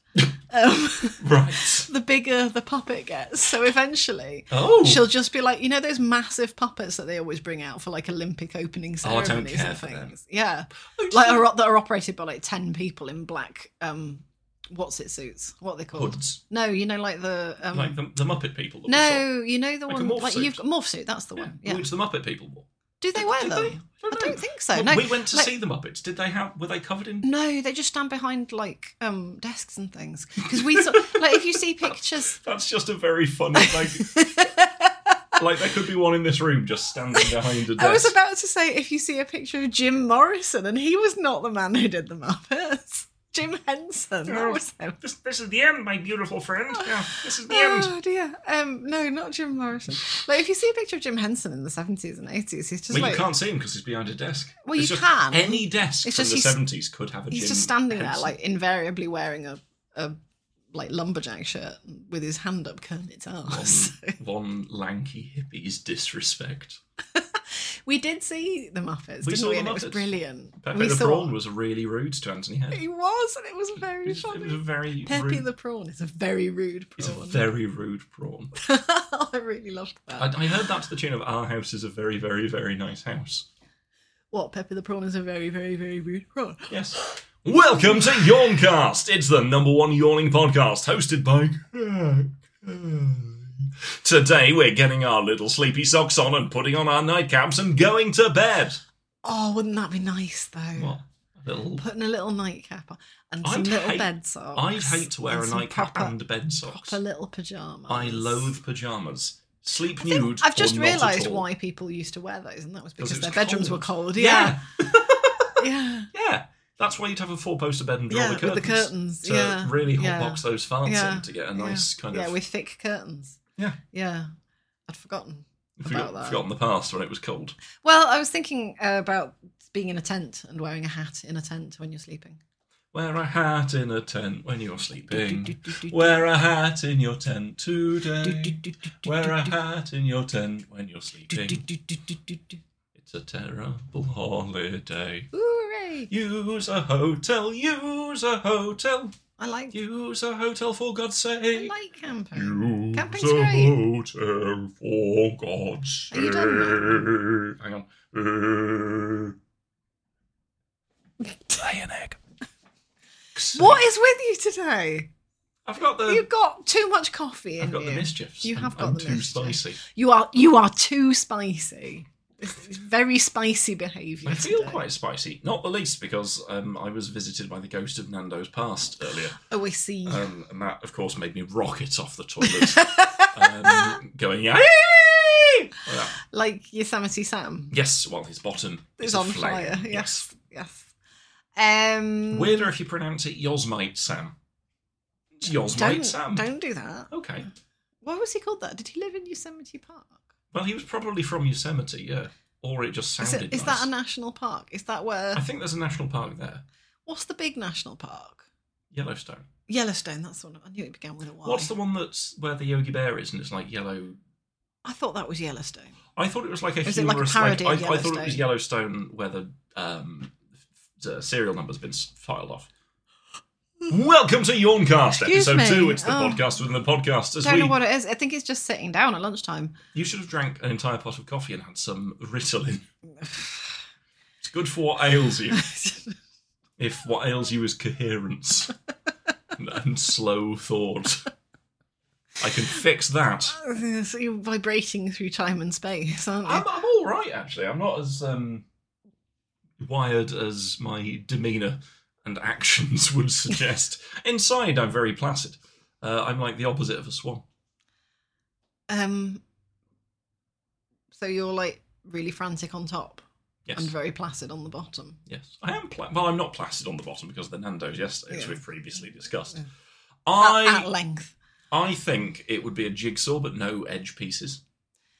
Speaker 2: um,
Speaker 1: right.
Speaker 2: the bigger the puppet gets? So eventually.
Speaker 1: Oh.
Speaker 2: She'll just be like, you know, those massive puppets that they always bring out for like Olympic opening
Speaker 1: Oh, I don't
Speaker 2: ceremonies
Speaker 1: care
Speaker 2: and
Speaker 1: for them.
Speaker 2: things. Yeah, like are, that are operated by like ten people in black. Um, what's it suits? What are they called?
Speaker 1: hoods,
Speaker 2: No, you know, like the um,
Speaker 1: like the, the Muppet people. That we saw.
Speaker 2: no, you know the
Speaker 1: Like a
Speaker 2: one
Speaker 1: morph
Speaker 2: like
Speaker 1: suit.
Speaker 2: you've got morph suit. That's the
Speaker 1: Yeah,
Speaker 2: one. Yeah.
Speaker 1: Which the Muppet people wore.
Speaker 2: Uh, Do they wear
Speaker 1: Did
Speaker 2: them?
Speaker 1: they? I
Speaker 2: I
Speaker 1: don't know.
Speaker 2: don't think so.
Speaker 1: Well,
Speaker 2: no,
Speaker 1: we went to
Speaker 2: like-
Speaker 1: see the Muppets. Did they have? Were they covered in?
Speaker 2: No, they just stand behind like um desks and things because we saw like if you see pictures.
Speaker 1: That's just a very funny. Like, like there could be one in this room just standing behind a desk.
Speaker 2: I was about to say if you see a picture of Jim Morrison and he was not the man who did the Muppets. Jim Henson, that
Speaker 1: Oh.
Speaker 2: was him.
Speaker 1: this, this is the end, my beautiful friend. Yeah, this is the
Speaker 2: Oh dear. Um, no, not Jim Morrison. Like if you see a picture of Jim Henson in the seventies and eighties, he's just
Speaker 1: Well,
Speaker 2: like
Speaker 1: you can't see him because he's behind a desk.
Speaker 2: Well,
Speaker 1: It's
Speaker 2: you
Speaker 1: just
Speaker 2: can.
Speaker 1: Any desk
Speaker 2: It's
Speaker 1: from
Speaker 2: just
Speaker 1: the
Speaker 2: he's-
Speaker 1: seventies could have a.
Speaker 2: He's
Speaker 1: Jim
Speaker 2: just standing there,
Speaker 1: Henson.
Speaker 2: like invariably wearing a, a like lumberjack shirt with his hand up, curling its arse.
Speaker 1: one lanky hippie's disrespect.
Speaker 2: we did see the Muppets,
Speaker 1: We
Speaker 2: didn't
Speaker 1: saw
Speaker 2: we?
Speaker 1: the
Speaker 2: And it was
Speaker 1: Muppets.
Speaker 2: brilliant.
Speaker 1: Pepe
Speaker 2: we
Speaker 1: the
Speaker 2: saw.
Speaker 1: Prawn was really rude to Anthony Head.
Speaker 2: He was, and it was very
Speaker 1: It was, it
Speaker 2: funny.
Speaker 1: was a very
Speaker 2: Pepe
Speaker 1: rude,
Speaker 2: the prawn is a very rude
Speaker 1: He's a
Speaker 2: prawn.
Speaker 1: very rude prawn.
Speaker 2: I really loved that.
Speaker 1: I, I heard that to the tune of "Our house is a very, very, very nice house."
Speaker 2: What Pepe the prawn is a very, very, very rude prawn.
Speaker 1: Yes. Welcome to Yawncast. It's the number one yawning podcast hosted by. Today we're getting our little sleepy socks on and putting on our nightcaps and going to bed.
Speaker 2: Oh, wouldn't that be nice though?
Speaker 1: What? A little.
Speaker 2: Putting a little nightcap on and some
Speaker 1: I'd
Speaker 2: little
Speaker 1: hate-
Speaker 2: bed socks.
Speaker 1: I'd hate to wear
Speaker 2: and
Speaker 1: a
Speaker 2: some
Speaker 1: nightcap
Speaker 2: proper,
Speaker 1: and bed socks.
Speaker 2: proper little pajamas.
Speaker 1: I loathe pajamas. Sleep
Speaker 2: I think
Speaker 1: nude.
Speaker 2: I've just
Speaker 1: or not at
Speaker 2: realised
Speaker 1: all.
Speaker 2: why people used to wear those, and that was
Speaker 1: 'Cause
Speaker 2: because
Speaker 1: it
Speaker 2: their
Speaker 1: was
Speaker 2: bedrooms
Speaker 1: cold.
Speaker 2: were cold. Yeah, yeah, yeah.
Speaker 1: yeah, yeah. That's why you'd have a four-poster bed and draw
Speaker 2: Yeah,
Speaker 1: the curtains
Speaker 2: with the curtains,
Speaker 1: to
Speaker 2: yeah,
Speaker 1: really hot
Speaker 2: yeah,
Speaker 1: box those farts
Speaker 2: yeah,
Speaker 1: in to get a nice kind of.
Speaker 2: with thick curtains.
Speaker 1: Yeah.
Speaker 2: yeah. I'd forgotten.
Speaker 1: forgot,
Speaker 2: about that.
Speaker 1: forgotten the past when it was cold.
Speaker 2: Well, I was thinking uh, about being in a tent and wearing a hat in a tent when you're sleeping.
Speaker 1: Wear a hat in a tent when you're
Speaker 2: Do,
Speaker 1: sleeping.
Speaker 2: do, do, do,
Speaker 1: Wear a hat in your tent
Speaker 2: do, do,
Speaker 1: today.
Speaker 2: do, do, do,
Speaker 1: Wear a
Speaker 2: do,
Speaker 1: hat in your tent when you're
Speaker 2: do, do,
Speaker 1: sleeping.
Speaker 2: do, do, do, do, do.
Speaker 1: It's a terrible holiday.
Speaker 2: Hooray!
Speaker 1: Use a hotel, use a hotel,
Speaker 2: I like
Speaker 1: use a hotel for God's
Speaker 2: I
Speaker 1: sake.
Speaker 2: like camping.
Speaker 1: Use
Speaker 2: Camping's
Speaker 1: a
Speaker 2: great.
Speaker 1: hotel for God's
Speaker 2: Are you done
Speaker 1: sake. Hang on.
Speaker 3: Lay an egg.
Speaker 2: What is with you today?
Speaker 1: I've got the
Speaker 2: You've got too much coffee in
Speaker 1: Um, I've got
Speaker 2: you.
Speaker 1: the mischiefs.
Speaker 2: You
Speaker 1: I'm-
Speaker 2: have got
Speaker 1: I'm
Speaker 2: the
Speaker 1: too
Speaker 2: mischief.
Speaker 1: spicy.
Speaker 2: You are you are too spicy. This is very spicy behaviour.
Speaker 1: I feel
Speaker 2: today.
Speaker 1: quite spicy, not the least because um, I was visited by the ghost of Nando's past earlier,
Speaker 2: Oh, I see.
Speaker 1: um, and that, of course, made me rocket off the toilet, um, going yeah.
Speaker 2: like Yosemite Sam
Speaker 1: Yes, while his bottom
Speaker 2: is,
Speaker 1: is
Speaker 2: on
Speaker 1: aflame.
Speaker 2: fire. Yes, yes. Um,
Speaker 1: Weirder if you pronounce it Yosmite Sam. It's Yosmite
Speaker 2: don't
Speaker 1: Sam.
Speaker 2: don't do that.
Speaker 1: Okay.
Speaker 2: Why was he called that? Did he live in Yosemite Park?
Speaker 1: Well, he was probably from Yosemite, yeah. Or it just
Speaker 2: Is,
Speaker 1: sounded
Speaker 2: it, is
Speaker 1: nice.
Speaker 2: that a national park? Is that
Speaker 1: I
Speaker 2: where?
Speaker 1: think there's a national park there.
Speaker 2: What's the big national park?
Speaker 1: Yellowstone.
Speaker 2: Yellowstone. That's the one. I knew it began with a Y.
Speaker 1: What's the one that's where the Yogi Bear is and it's like yellow
Speaker 2: I thought that was Yellowstone.
Speaker 1: I thought it was like a
Speaker 2: Is it like a
Speaker 1: humorous.
Speaker 2: parody
Speaker 1: I,
Speaker 2: of
Speaker 1: I thought it was
Speaker 2: Yellowstone?
Speaker 1: Yellowstone where the um, uh, serial number's been s- filed off. Welcome to Yawncast,
Speaker 2: Excuse
Speaker 1: episode
Speaker 2: me.
Speaker 1: two. It's the
Speaker 2: Oh.
Speaker 1: podcast within the podcast. As
Speaker 2: Don't
Speaker 1: we,
Speaker 2: know what it is. I think it's just sitting down at lunchtime.
Speaker 1: you should have drank an entire pot of coffee and had some Ritalin. it's good for what ails you. if what ails you is coherence and, and slow thought. I can fix that.
Speaker 2: so you're vibrating through time and space, aren't you?
Speaker 1: I'm, I'm all right, actually. I'm not as um, wired as my demeanour and actions would suggest. Inside, I'm very placid. Uh, I'm like the opposite of a swan.
Speaker 2: Um, so you're like really frantic on top
Speaker 1: Yes.
Speaker 2: and very placid on the bottom.
Speaker 1: Yes, I am. Pla- well, I'm not placid on the bottom because of the Nando's yesterday, as
Speaker 2: Yeah.
Speaker 1: we've previously discussed.
Speaker 2: Yeah.
Speaker 1: I
Speaker 2: at, at length
Speaker 1: I think it would be a jigsaw, but no edge pieces.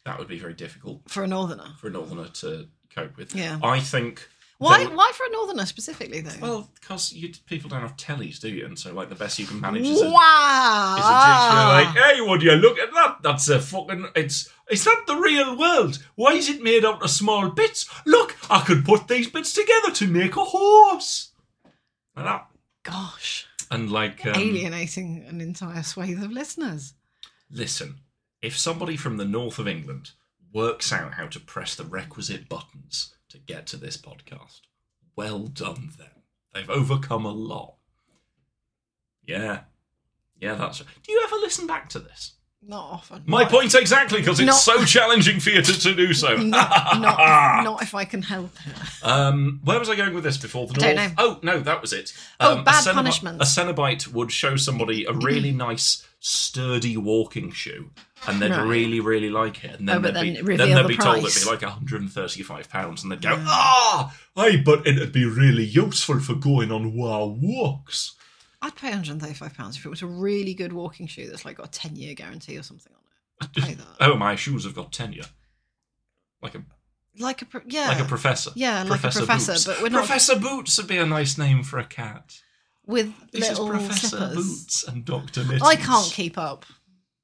Speaker 1: That would be very difficult
Speaker 2: for a northerner.
Speaker 1: for a northerner to cope with.
Speaker 2: Yeah.
Speaker 1: I think.
Speaker 2: Why?
Speaker 1: there-
Speaker 2: Why for a northerner specifically though?
Speaker 1: Well, because you people don't have tellies, do you? And so, like, the best you can manage is a,
Speaker 2: wow!
Speaker 1: is a
Speaker 2: Ah.
Speaker 1: jigsaw. Like, hey, would you look at that? That's a fucking. It's it's not the real world. Why is it made out of small bits? Look, I could put these bits together to make a horse. Like that.
Speaker 2: Gosh,
Speaker 1: And like, um,
Speaker 2: alienating an entire swathe of listeners.
Speaker 1: listen, if somebody from the north of England works out how to press the requisite buttons to get to this podcast, well done them. They've overcome a lot. Yeah. Yeah, that's right. Do you ever listen back to this?
Speaker 2: Not often.
Speaker 1: My
Speaker 2: Not-
Speaker 1: point exactly, because it's
Speaker 2: Not-
Speaker 1: so challenging for you to, to do so.
Speaker 2: Not, not, if, not if I can help it.
Speaker 1: Um, where was I going with this before the
Speaker 2: I
Speaker 1: north?
Speaker 2: don't
Speaker 1: Oh no, that was it. Um,
Speaker 2: Oh,
Speaker 1: a
Speaker 2: bad
Speaker 1: Cenobite-
Speaker 2: punishment.
Speaker 1: A Cenobite would show somebody a really nice, sturdy walking shoe, and they'd
Speaker 2: Right.
Speaker 1: really, really like it. And then
Speaker 2: Oh, but
Speaker 1: they'd
Speaker 2: then
Speaker 1: be,
Speaker 2: reveal
Speaker 1: they'd
Speaker 2: the
Speaker 1: be told it'd
Speaker 2: price.
Speaker 1: be like 135 pounds, and they'd go, "Ah, aye, but it'd be really useful for going on wild walks."
Speaker 2: I'd pay 135 pounds if it was a really good walking shoe that's like got a 10 year guarantee or something on it. I'd pay that.
Speaker 1: Oh, my shoes have got tenure, like a
Speaker 2: Like a pro- yeah,
Speaker 1: like a professor.
Speaker 2: Yeah, like a professor,
Speaker 1: Boots.
Speaker 2: but we're not-
Speaker 1: Professor Boots would be a nice name for a cat.
Speaker 2: with
Speaker 1: This
Speaker 2: little
Speaker 1: is Professor
Speaker 2: slippers.
Speaker 1: Boots and Doctor Mittens.
Speaker 2: I can't keep up.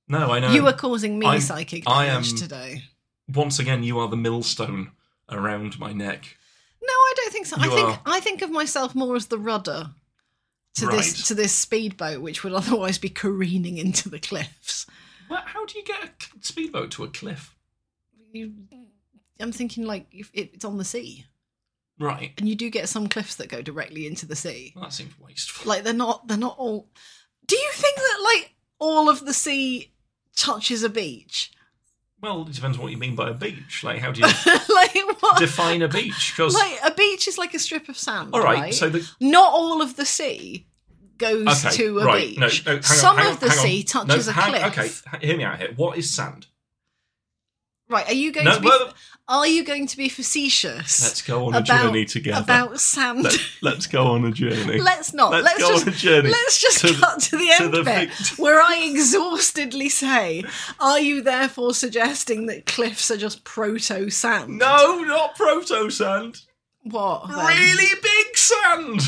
Speaker 1: No, I know.
Speaker 2: you are causing me
Speaker 1: I'm-
Speaker 2: psychic
Speaker 1: I
Speaker 2: damage
Speaker 1: am-
Speaker 2: today.
Speaker 1: once again, you are the millstone around my neck.
Speaker 2: No, I don't think so. I
Speaker 1: You
Speaker 2: think
Speaker 1: are-
Speaker 2: I think of myself more as the rudder to
Speaker 1: Right.
Speaker 2: this to this speedboat, which would otherwise be careening into the cliffs.
Speaker 1: Well, how do you get a c- speedboat to a cliff?
Speaker 2: You, I'm thinking like if it- it's on the sea,
Speaker 1: Right.
Speaker 2: and you do get some cliffs that go directly into the sea.
Speaker 1: Well, that seems wasteful.
Speaker 2: Like they're not they're not all. Do you think that like all of the sea touches a beach?
Speaker 1: Well, it depends on what you mean by a beach. Like, how do you
Speaker 2: like what?
Speaker 1: define a beach? Because
Speaker 2: like a beach is like a strip of sand.
Speaker 1: all right, so the
Speaker 2: not all of the sea goes
Speaker 1: okay,
Speaker 2: to a
Speaker 1: right,
Speaker 2: beach.
Speaker 1: no, no, hang on,
Speaker 2: Some
Speaker 1: hang
Speaker 2: of
Speaker 1: on,
Speaker 2: the
Speaker 1: hang on.
Speaker 2: sea touches
Speaker 1: no,
Speaker 2: a
Speaker 1: hang-
Speaker 2: cliff.
Speaker 1: Okay, h- hear me out here. What is sand?
Speaker 2: Right, are you going
Speaker 1: No,
Speaker 2: to be
Speaker 1: well-
Speaker 2: are you going to be facetious
Speaker 1: Let's go on
Speaker 2: about,
Speaker 1: a journey together.
Speaker 2: about sand?
Speaker 1: Let, us go on a journey.
Speaker 2: Let's not.
Speaker 1: let's
Speaker 2: Let's,
Speaker 1: go
Speaker 2: just
Speaker 1: on a journey
Speaker 2: let's just
Speaker 1: to the-
Speaker 2: cut to the
Speaker 1: to
Speaker 2: end
Speaker 1: the
Speaker 2: bit
Speaker 1: vict-
Speaker 2: where I exhaustedly say, "Are you therefore suggesting that cliffs are just proto sand?"
Speaker 1: no, not proto sand.
Speaker 2: What? then?
Speaker 1: Really big sand.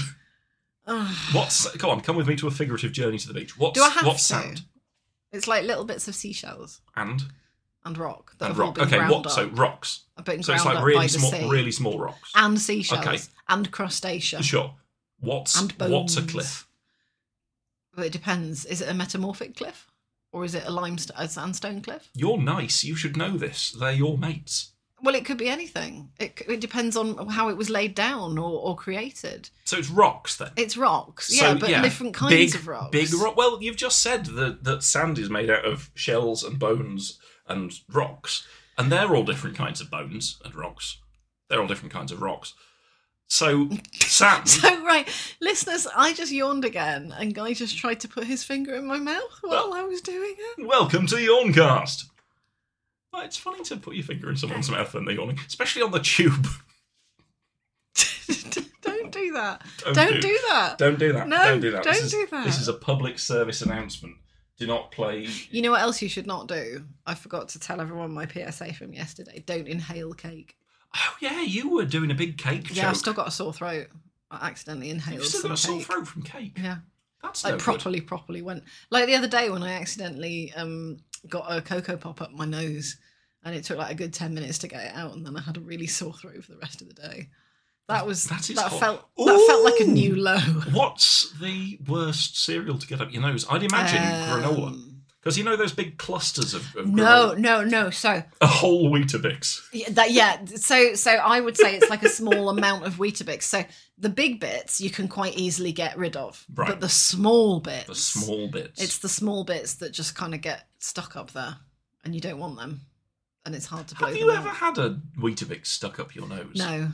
Speaker 2: Ugh.
Speaker 1: What's? Come on, come with me to a figurative journey to the beach. What's,
Speaker 2: Do I have
Speaker 1: what's
Speaker 2: to?
Speaker 1: sand?
Speaker 2: It's like little bits of seashells
Speaker 1: And
Speaker 2: and rock that
Speaker 1: and
Speaker 2: have all
Speaker 1: rock.
Speaker 2: been
Speaker 1: Okay,
Speaker 2: ground
Speaker 1: what?
Speaker 2: up.
Speaker 1: So rocks.
Speaker 2: have been
Speaker 1: So
Speaker 2: ground
Speaker 1: it's like
Speaker 2: up by
Speaker 1: really
Speaker 2: the sea.
Speaker 1: small, really small rocks.
Speaker 2: and seashells
Speaker 1: Okay.
Speaker 2: and crustacea.
Speaker 1: sure. What's
Speaker 2: And
Speaker 1: what's a
Speaker 2: bones.
Speaker 1: cliff?
Speaker 2: But it depends. Is it a metamorphic cliff, or is it a limestone, a sandstone cliff?
Speaker 1: You're nice. You should know this. They're your mates.
Speaker 2: Well, it could be anything. It, c- it depends on how it was laid down or, or created.
Speaker 1: So it's rocks then.
Speaker 2: It's rocks,
Speaker 1: so,
Speaker 2: yeah, but different kinds
Speaker 1: big,
Speaker 2: of rocks.
Speaker 1: Big rock. Well, you've just said that that sand is made out of shells and bones and rocks, and they're all different kinds of bones and rocks. They're all different kinds of rocks. So sand.
Speaker 2: So Oh, right, listeners, I just yawned again, and Guy just tried to put his finger in my mouth while I was doing it.
Speaker 1: Welcome to Yawncast. Well, it's funny to put your finger in someone's mouth when they're yawning, especially on the tube.
Speaker 2: don't do that.
Speaker 1: Don't
Speaker 2: Don't,
Speaker 1: do-
Speaker 2: do, that.
Speaker 1: Don't do that.
Speaker 2: No,
Speaker 1: don't do that. this
Speaker 2: don't
Speaker 1: is,
Speaker 2: do that.
Speaker 1: This is a public service announcement. Do not play.
Speaker 2: You know what else you should not do? I forgot to tell everyone my PSA from yesterday. Don't inhale cake.
Speaker 1: Oh yeah, you were doing a big cake
Speaker 2: Yeah, I've
Speaker 1: joke.
Speaker 2: still got a sore throat. I accidentally inhaled
Speaker 1: You've still got
Speaker 2: some
Speaker 1: a sore
Speaker 2: cake.
Speaker 1: throat from cake.
Speaker 2: Yeah,
Speaker 1: That's
Speaker 2: like
Speaker 1: no
Speaker 2: properly, properly went. Like the other day when I accidentally um, got a cocoa pop up my nose, and it took like a good ten minutes to get it out, and then I had a really sore throat for the rest of the day. That was that,
Speaker 1: That is hot.
Speaker 2: felt that felt like a
Speaker 1: Ooh.
Speaker 2: new low.
Speaker 1: What's the worst cereal to get up your nose? I'd imagine granola.
Speaker 2: Um,
Speaker 1: Because you know those big clusters of, of
Speaker 2: No,
Speaker 1: granola?
Speaker 2: no, no. So
Speaker 1: A whole Weetabix.
Speaker 2: yeah, that yeah. So so I would say it's like a small amount of Weetabix. So the big bits you can quite easily get rid of,
Speaker 1: Right.
Speaker 2: but the small bits,
Speaker 1: The small bits.
Speaker 2: it's the small bits that just kind of get stuck up there, and you don't want them, and it's hard to blow
Speaker 1: Have
Speaker 2: them
Speaker 1: you
Speaker 2: out.
Speaker 1: ever had a Weetabix stuck up your nose?
Speaker 2: No,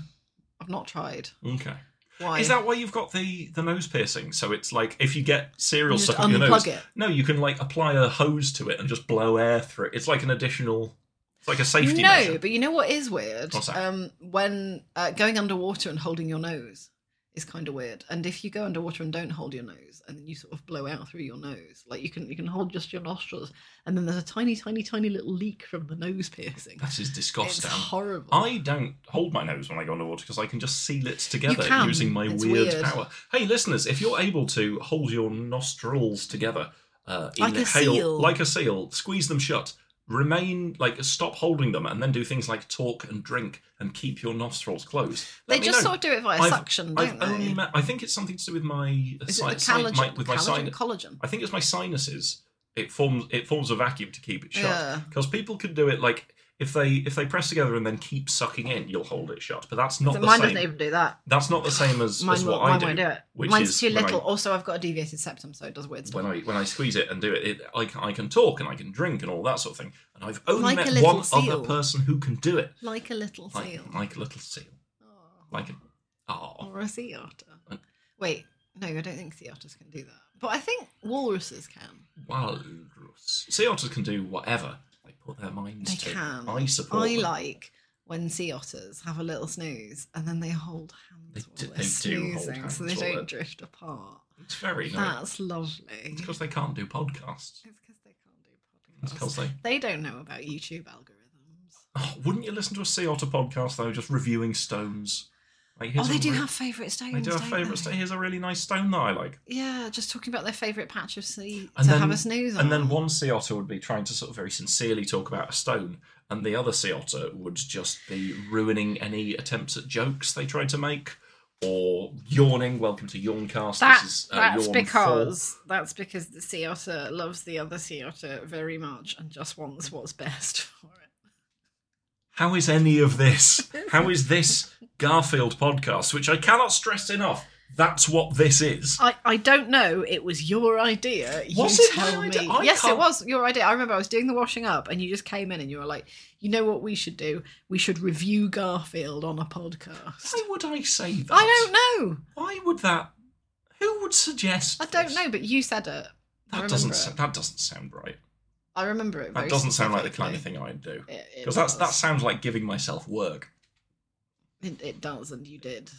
Speaker 2: I've not tried.
Speaker 1: Okay.
Speaker 2: Why?
Speaker 1: Is that why you've got the the nose piercing? So it's like if you get cereal
Speaker 2: You
Speaker 1: stuck
Speaker 2: just
Speaker 1: up your
Speaker 2: unplug
Speaker 1: nose.
Speaker 2: it.
Speaker 1: No, you can like apply a hose to it and just blow air through it. It's like an additional. It's like a safety
Speaker 2: no,
Speaker 1: measure.
Speaker 2: but you know what is weird?
Speaker 1: What's that?
Speaker 2: Um, when uh, going underwater and holding your nose is kind of weird. And if you go underwater and don't hold your nose, and then you sort of blow out through your nose, like you can you can hold just your nostrils, and then there's a tiny, tiny, tiny little leak from the nose piercing.
Speaker 1: That is
Speaker 2: It's
Speaker 1: disgusting.
Speaker 2: horrible.
Speaker 1: I don't hold my nose when I go underwater because I can just seal it together
Speaker 2: You can.
Speaker 1: using my
Speaker 2: It's
Speaker 1: weird,
Speaker 2: weird.
Speaker 1: power. Hey, listeners, if you're able to hold your nostrils together, uh,
Speaker 2: Like a
Speaker 1: inhale
Speaker 2: seal.
Speaker 1: like a seal, squeeze them shut, remain like stop holding them, and then do things like talk and drink and keep your nostrils closed. Let
Speaker 2: they
Speaker 1: me
Speaker 2: just
Speaker 1: know.
Speaker 2: sort of do it via
Speaker 1: I've-
Speaker 2: suction,
Speaker 1: I've
Speaker 2: don't
Speaker 1: only
Speaker 2: they?
Speaker 1: met, I think it's something to do with my,
Speaker 2: Is it
Speaker 1: si-
Speaker 2: the
Speaker 1: si-
Speaker 2: collagen?
Speaker 1: my with my
Speaker 2: collagen,
Speaker 1: sinus.
Speaker 2: collagen.
Speaker 1: I think it's my sinuses. It forms it forms a vacuum to keep it
Speaker 2: Yeah.
Speaker 1: shut. Because people could do it like if they if they press together and then keep sucking in, you'll hold it shut. But that's not
Speaker 2: So
Speaker 1: the
Speaker 2: mine
Speaker 1: same.
Speaker 2: doesn't even do that.
Speaker 1: That's not the same as,
Speaker 2: Mine,
Speaker 1: as
Speaker 2: will,
Speaker 1: what
Speaker 2: mine
Speaker 1: I do.
Speaker 2: won't do it.
Speaker 1: which
Speaker 2: Mine's
Speaker 1: is
Speaker 2: too
Speaker 1: when I-
Speaker 2: little. Also, I've got a deviated septum, so it does weird stuff.
Speaker 1: When I when I squeeze it and do it, it I can I can talk and I can drink and all that sort of thing. And I've only
Speaker 2: Like a
Speaker 1: met
Speaker 2: little
Speaker 1: one
Speaker 2: seal.
Speaker 1: other person who can do it.
Speaker 2: Like a little seal.
Speaker 1: Like, like a little seal.
Speaker 2: Aw.
Speaker 1: Like a oh.
Speaker 2: or a sea otter.
Speaker 1: Uh,
Speaker 2: Wait, no, I don't think sea otters can do that. But I think walruses can.
Speaker 1: Walrus. Sea otters can do whatever they put their minds
Speaker 2: They
Speaker 1: to.
Speaker 2: can.
Speaker 1: I support
Speaker 2: I
Speaker 1: them.
Speaker 2: like when sea otters have a little snooze and then they hold hands
Speaker 1: They
Speaker 2: while
Speaker 1: do-
Speaker 2: they're
Speaker 1: they do hold
Speaker 2: snoozing, so they
Speaker 1: hands while
Speaker 2: don't
Speaker 1: they're-
Speaker 2: drift apart.
Speaker 1: It's very nice.
Speaker 2: That's lovely.
Speaker 1: It's because they can't do podcasts.
Speaker 2: It's because they
Speaker 1: It's
Speaker 2: can't do podcasts.
Speaker 1: because they.
Speaker 2: They don't know about YouTube algorithms.
Speaker 1: Oh, wouldn't you listen to a sea otter podcast though? Just reviewing stones. Like,
Speaker 2: Oh,
Speaker 1: here's
Speaker 2: they
Speaker 1: a
Speaker 2: do
Speaker 1: re-
Speaker 2: have favourite stones.
Speaker 1: They do have
Speaker 2: don't
Speaker 1: favourite
Speaker 2: they?
Speaker 1: stone. Here's a really nice stone that I like.
Speaker 2: Yeah, just talking about their favourite patch of sea
Speaker 1: And
Speaker 2: to
Speaker 1: then-
Speaker 2: have a snooze on.
Speaker 1: And then one sea otter would be trying to sort of very sincerely talk about a stone, and the other sea otter would just be ruining any attempts at jokes they tried to make, or yawning. Welcome to Yawncast.
Speaker 2: That,
Speaker 1: this is uh,
Speaker 2: that's
Speaker 1: yawn four.
Speaker 2: because that's because the sea otter loves the other sea otter very much and just wants what's best for it.
Speaker 1: How is any of this? How is this Garfield podcast, which I cannot stress enough? That's what this is.
Speaker 2: I, I don't know. It was your idea. You
Speaker 1: Was it
Speaker 2: tell
Speaker 1: my
Speaker 2: me.
Speaker 1: idea? I
Speaker 2: yes, it
Speaker 1: can't-
Speaker 2: was your idea. I remember I was doing the washing up and you just came in and you were like, you know what we should do? We should review Garfield on a podcast.
Speaker 1: Why would I say that?
Speaker 2: I don't know.
Speaker 1: Why would that? Who would suggest?
Speaker 2: I don't
Speaker 1: this?
Speaker 2: know, but you said it. I
Speaker 1: That
Speaker 2: remember
Speaker 1: doesn't.
Speaker 2: it.
Speaker 1: sa- That doesn't sound right.
Speaker 2: I remember it.
Speaker 1: That
Speaker 2: very
Speaker 1: doesn't sound like the kind
Speaker 2: specifically.
Speaker 1: of thing I'd do.
Speaker 2: It- it
Speaker 1: Because that's that
Speaker 2: does.
Speaker 1: sounds like giving myself work.
Speaker 2: It, it does, and you did.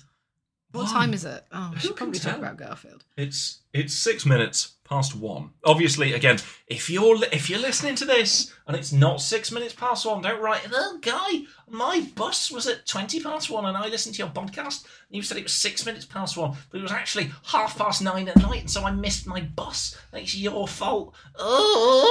Speaker 2: What
Speaker 1: Why?
Speaker 2: time is it? Oh, we
Speaker 1: Who
Speaker 2: should
Speaker 1: can
Speaker 2: probably talk
Speaker 1: tell?
Speaker 2: about Garfield.
Speaker 1: It's it's six minutes past one. Obviously, again, if you're li- if you're listening to this and it's not six minutes past one, don't write. Oh, guy, my bus was at twenty past one, and I listened to your podcast, and you said it was six minutes past one, but it was actually half past nine at night, and so I missed my bus. It's your fault.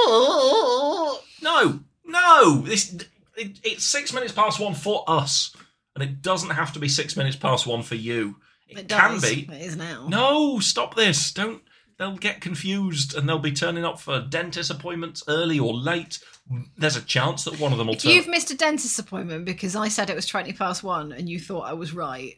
Speaker 1: Oh no, no, this it, it's six minutes past one for us, and it doesn't have to be six minutes past one for you. It,
Speaker 2: It
Speaker 1: can
Speaker 2: does.
Speaker 1: be.
Speaker 2: It is now.
Speaker 1: No, stop this. Don't. They'll get confused and they'll be turning up for dentist appointments early or late. There's a chance that one of them will
Speaker 2: If
Speaker 1: turn.
Speaker 2: you've missed a dentist appointment because I said it was 20 past one and you thought I was right,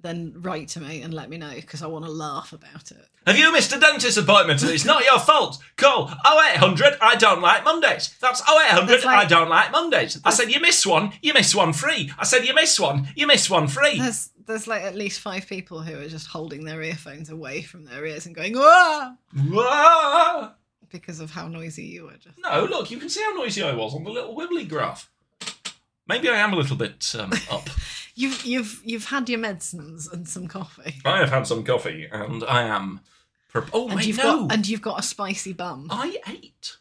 Speaker 2: then write to me and let me know because I want to laugh about it.
Speaker 1: Have you missed a dentist appointment? It's not your fault. Call 0800 I don't like Mondays. That's 0800
Speaker 2: That's like-
Speaker 1: I don't like Mondays. I said you miss one, you miss one free. I said you miss one, you miss one free.
Speaker 2: There's there's like at least five people who are just holding their earphones away from their ears and going, ah,
Speaker 1: Whoa.
Speaker 2: because of how noisy you were just.
Speaker 1: No, look, you can see how noisy I was on the little wibbly graph. Maybe I am a little bit um, up.
Speaker 2: You've you've you've had your medicines and some coffee.
Speaker 1: I have had some coffee and I am. Prep- oh,
Speaker 2: And
Speaker 1: wait,
Speaker 2: you've
Speaker 1: no.
Speaker 2: got and you've got a spicy bum.
Speaker 1: I ate.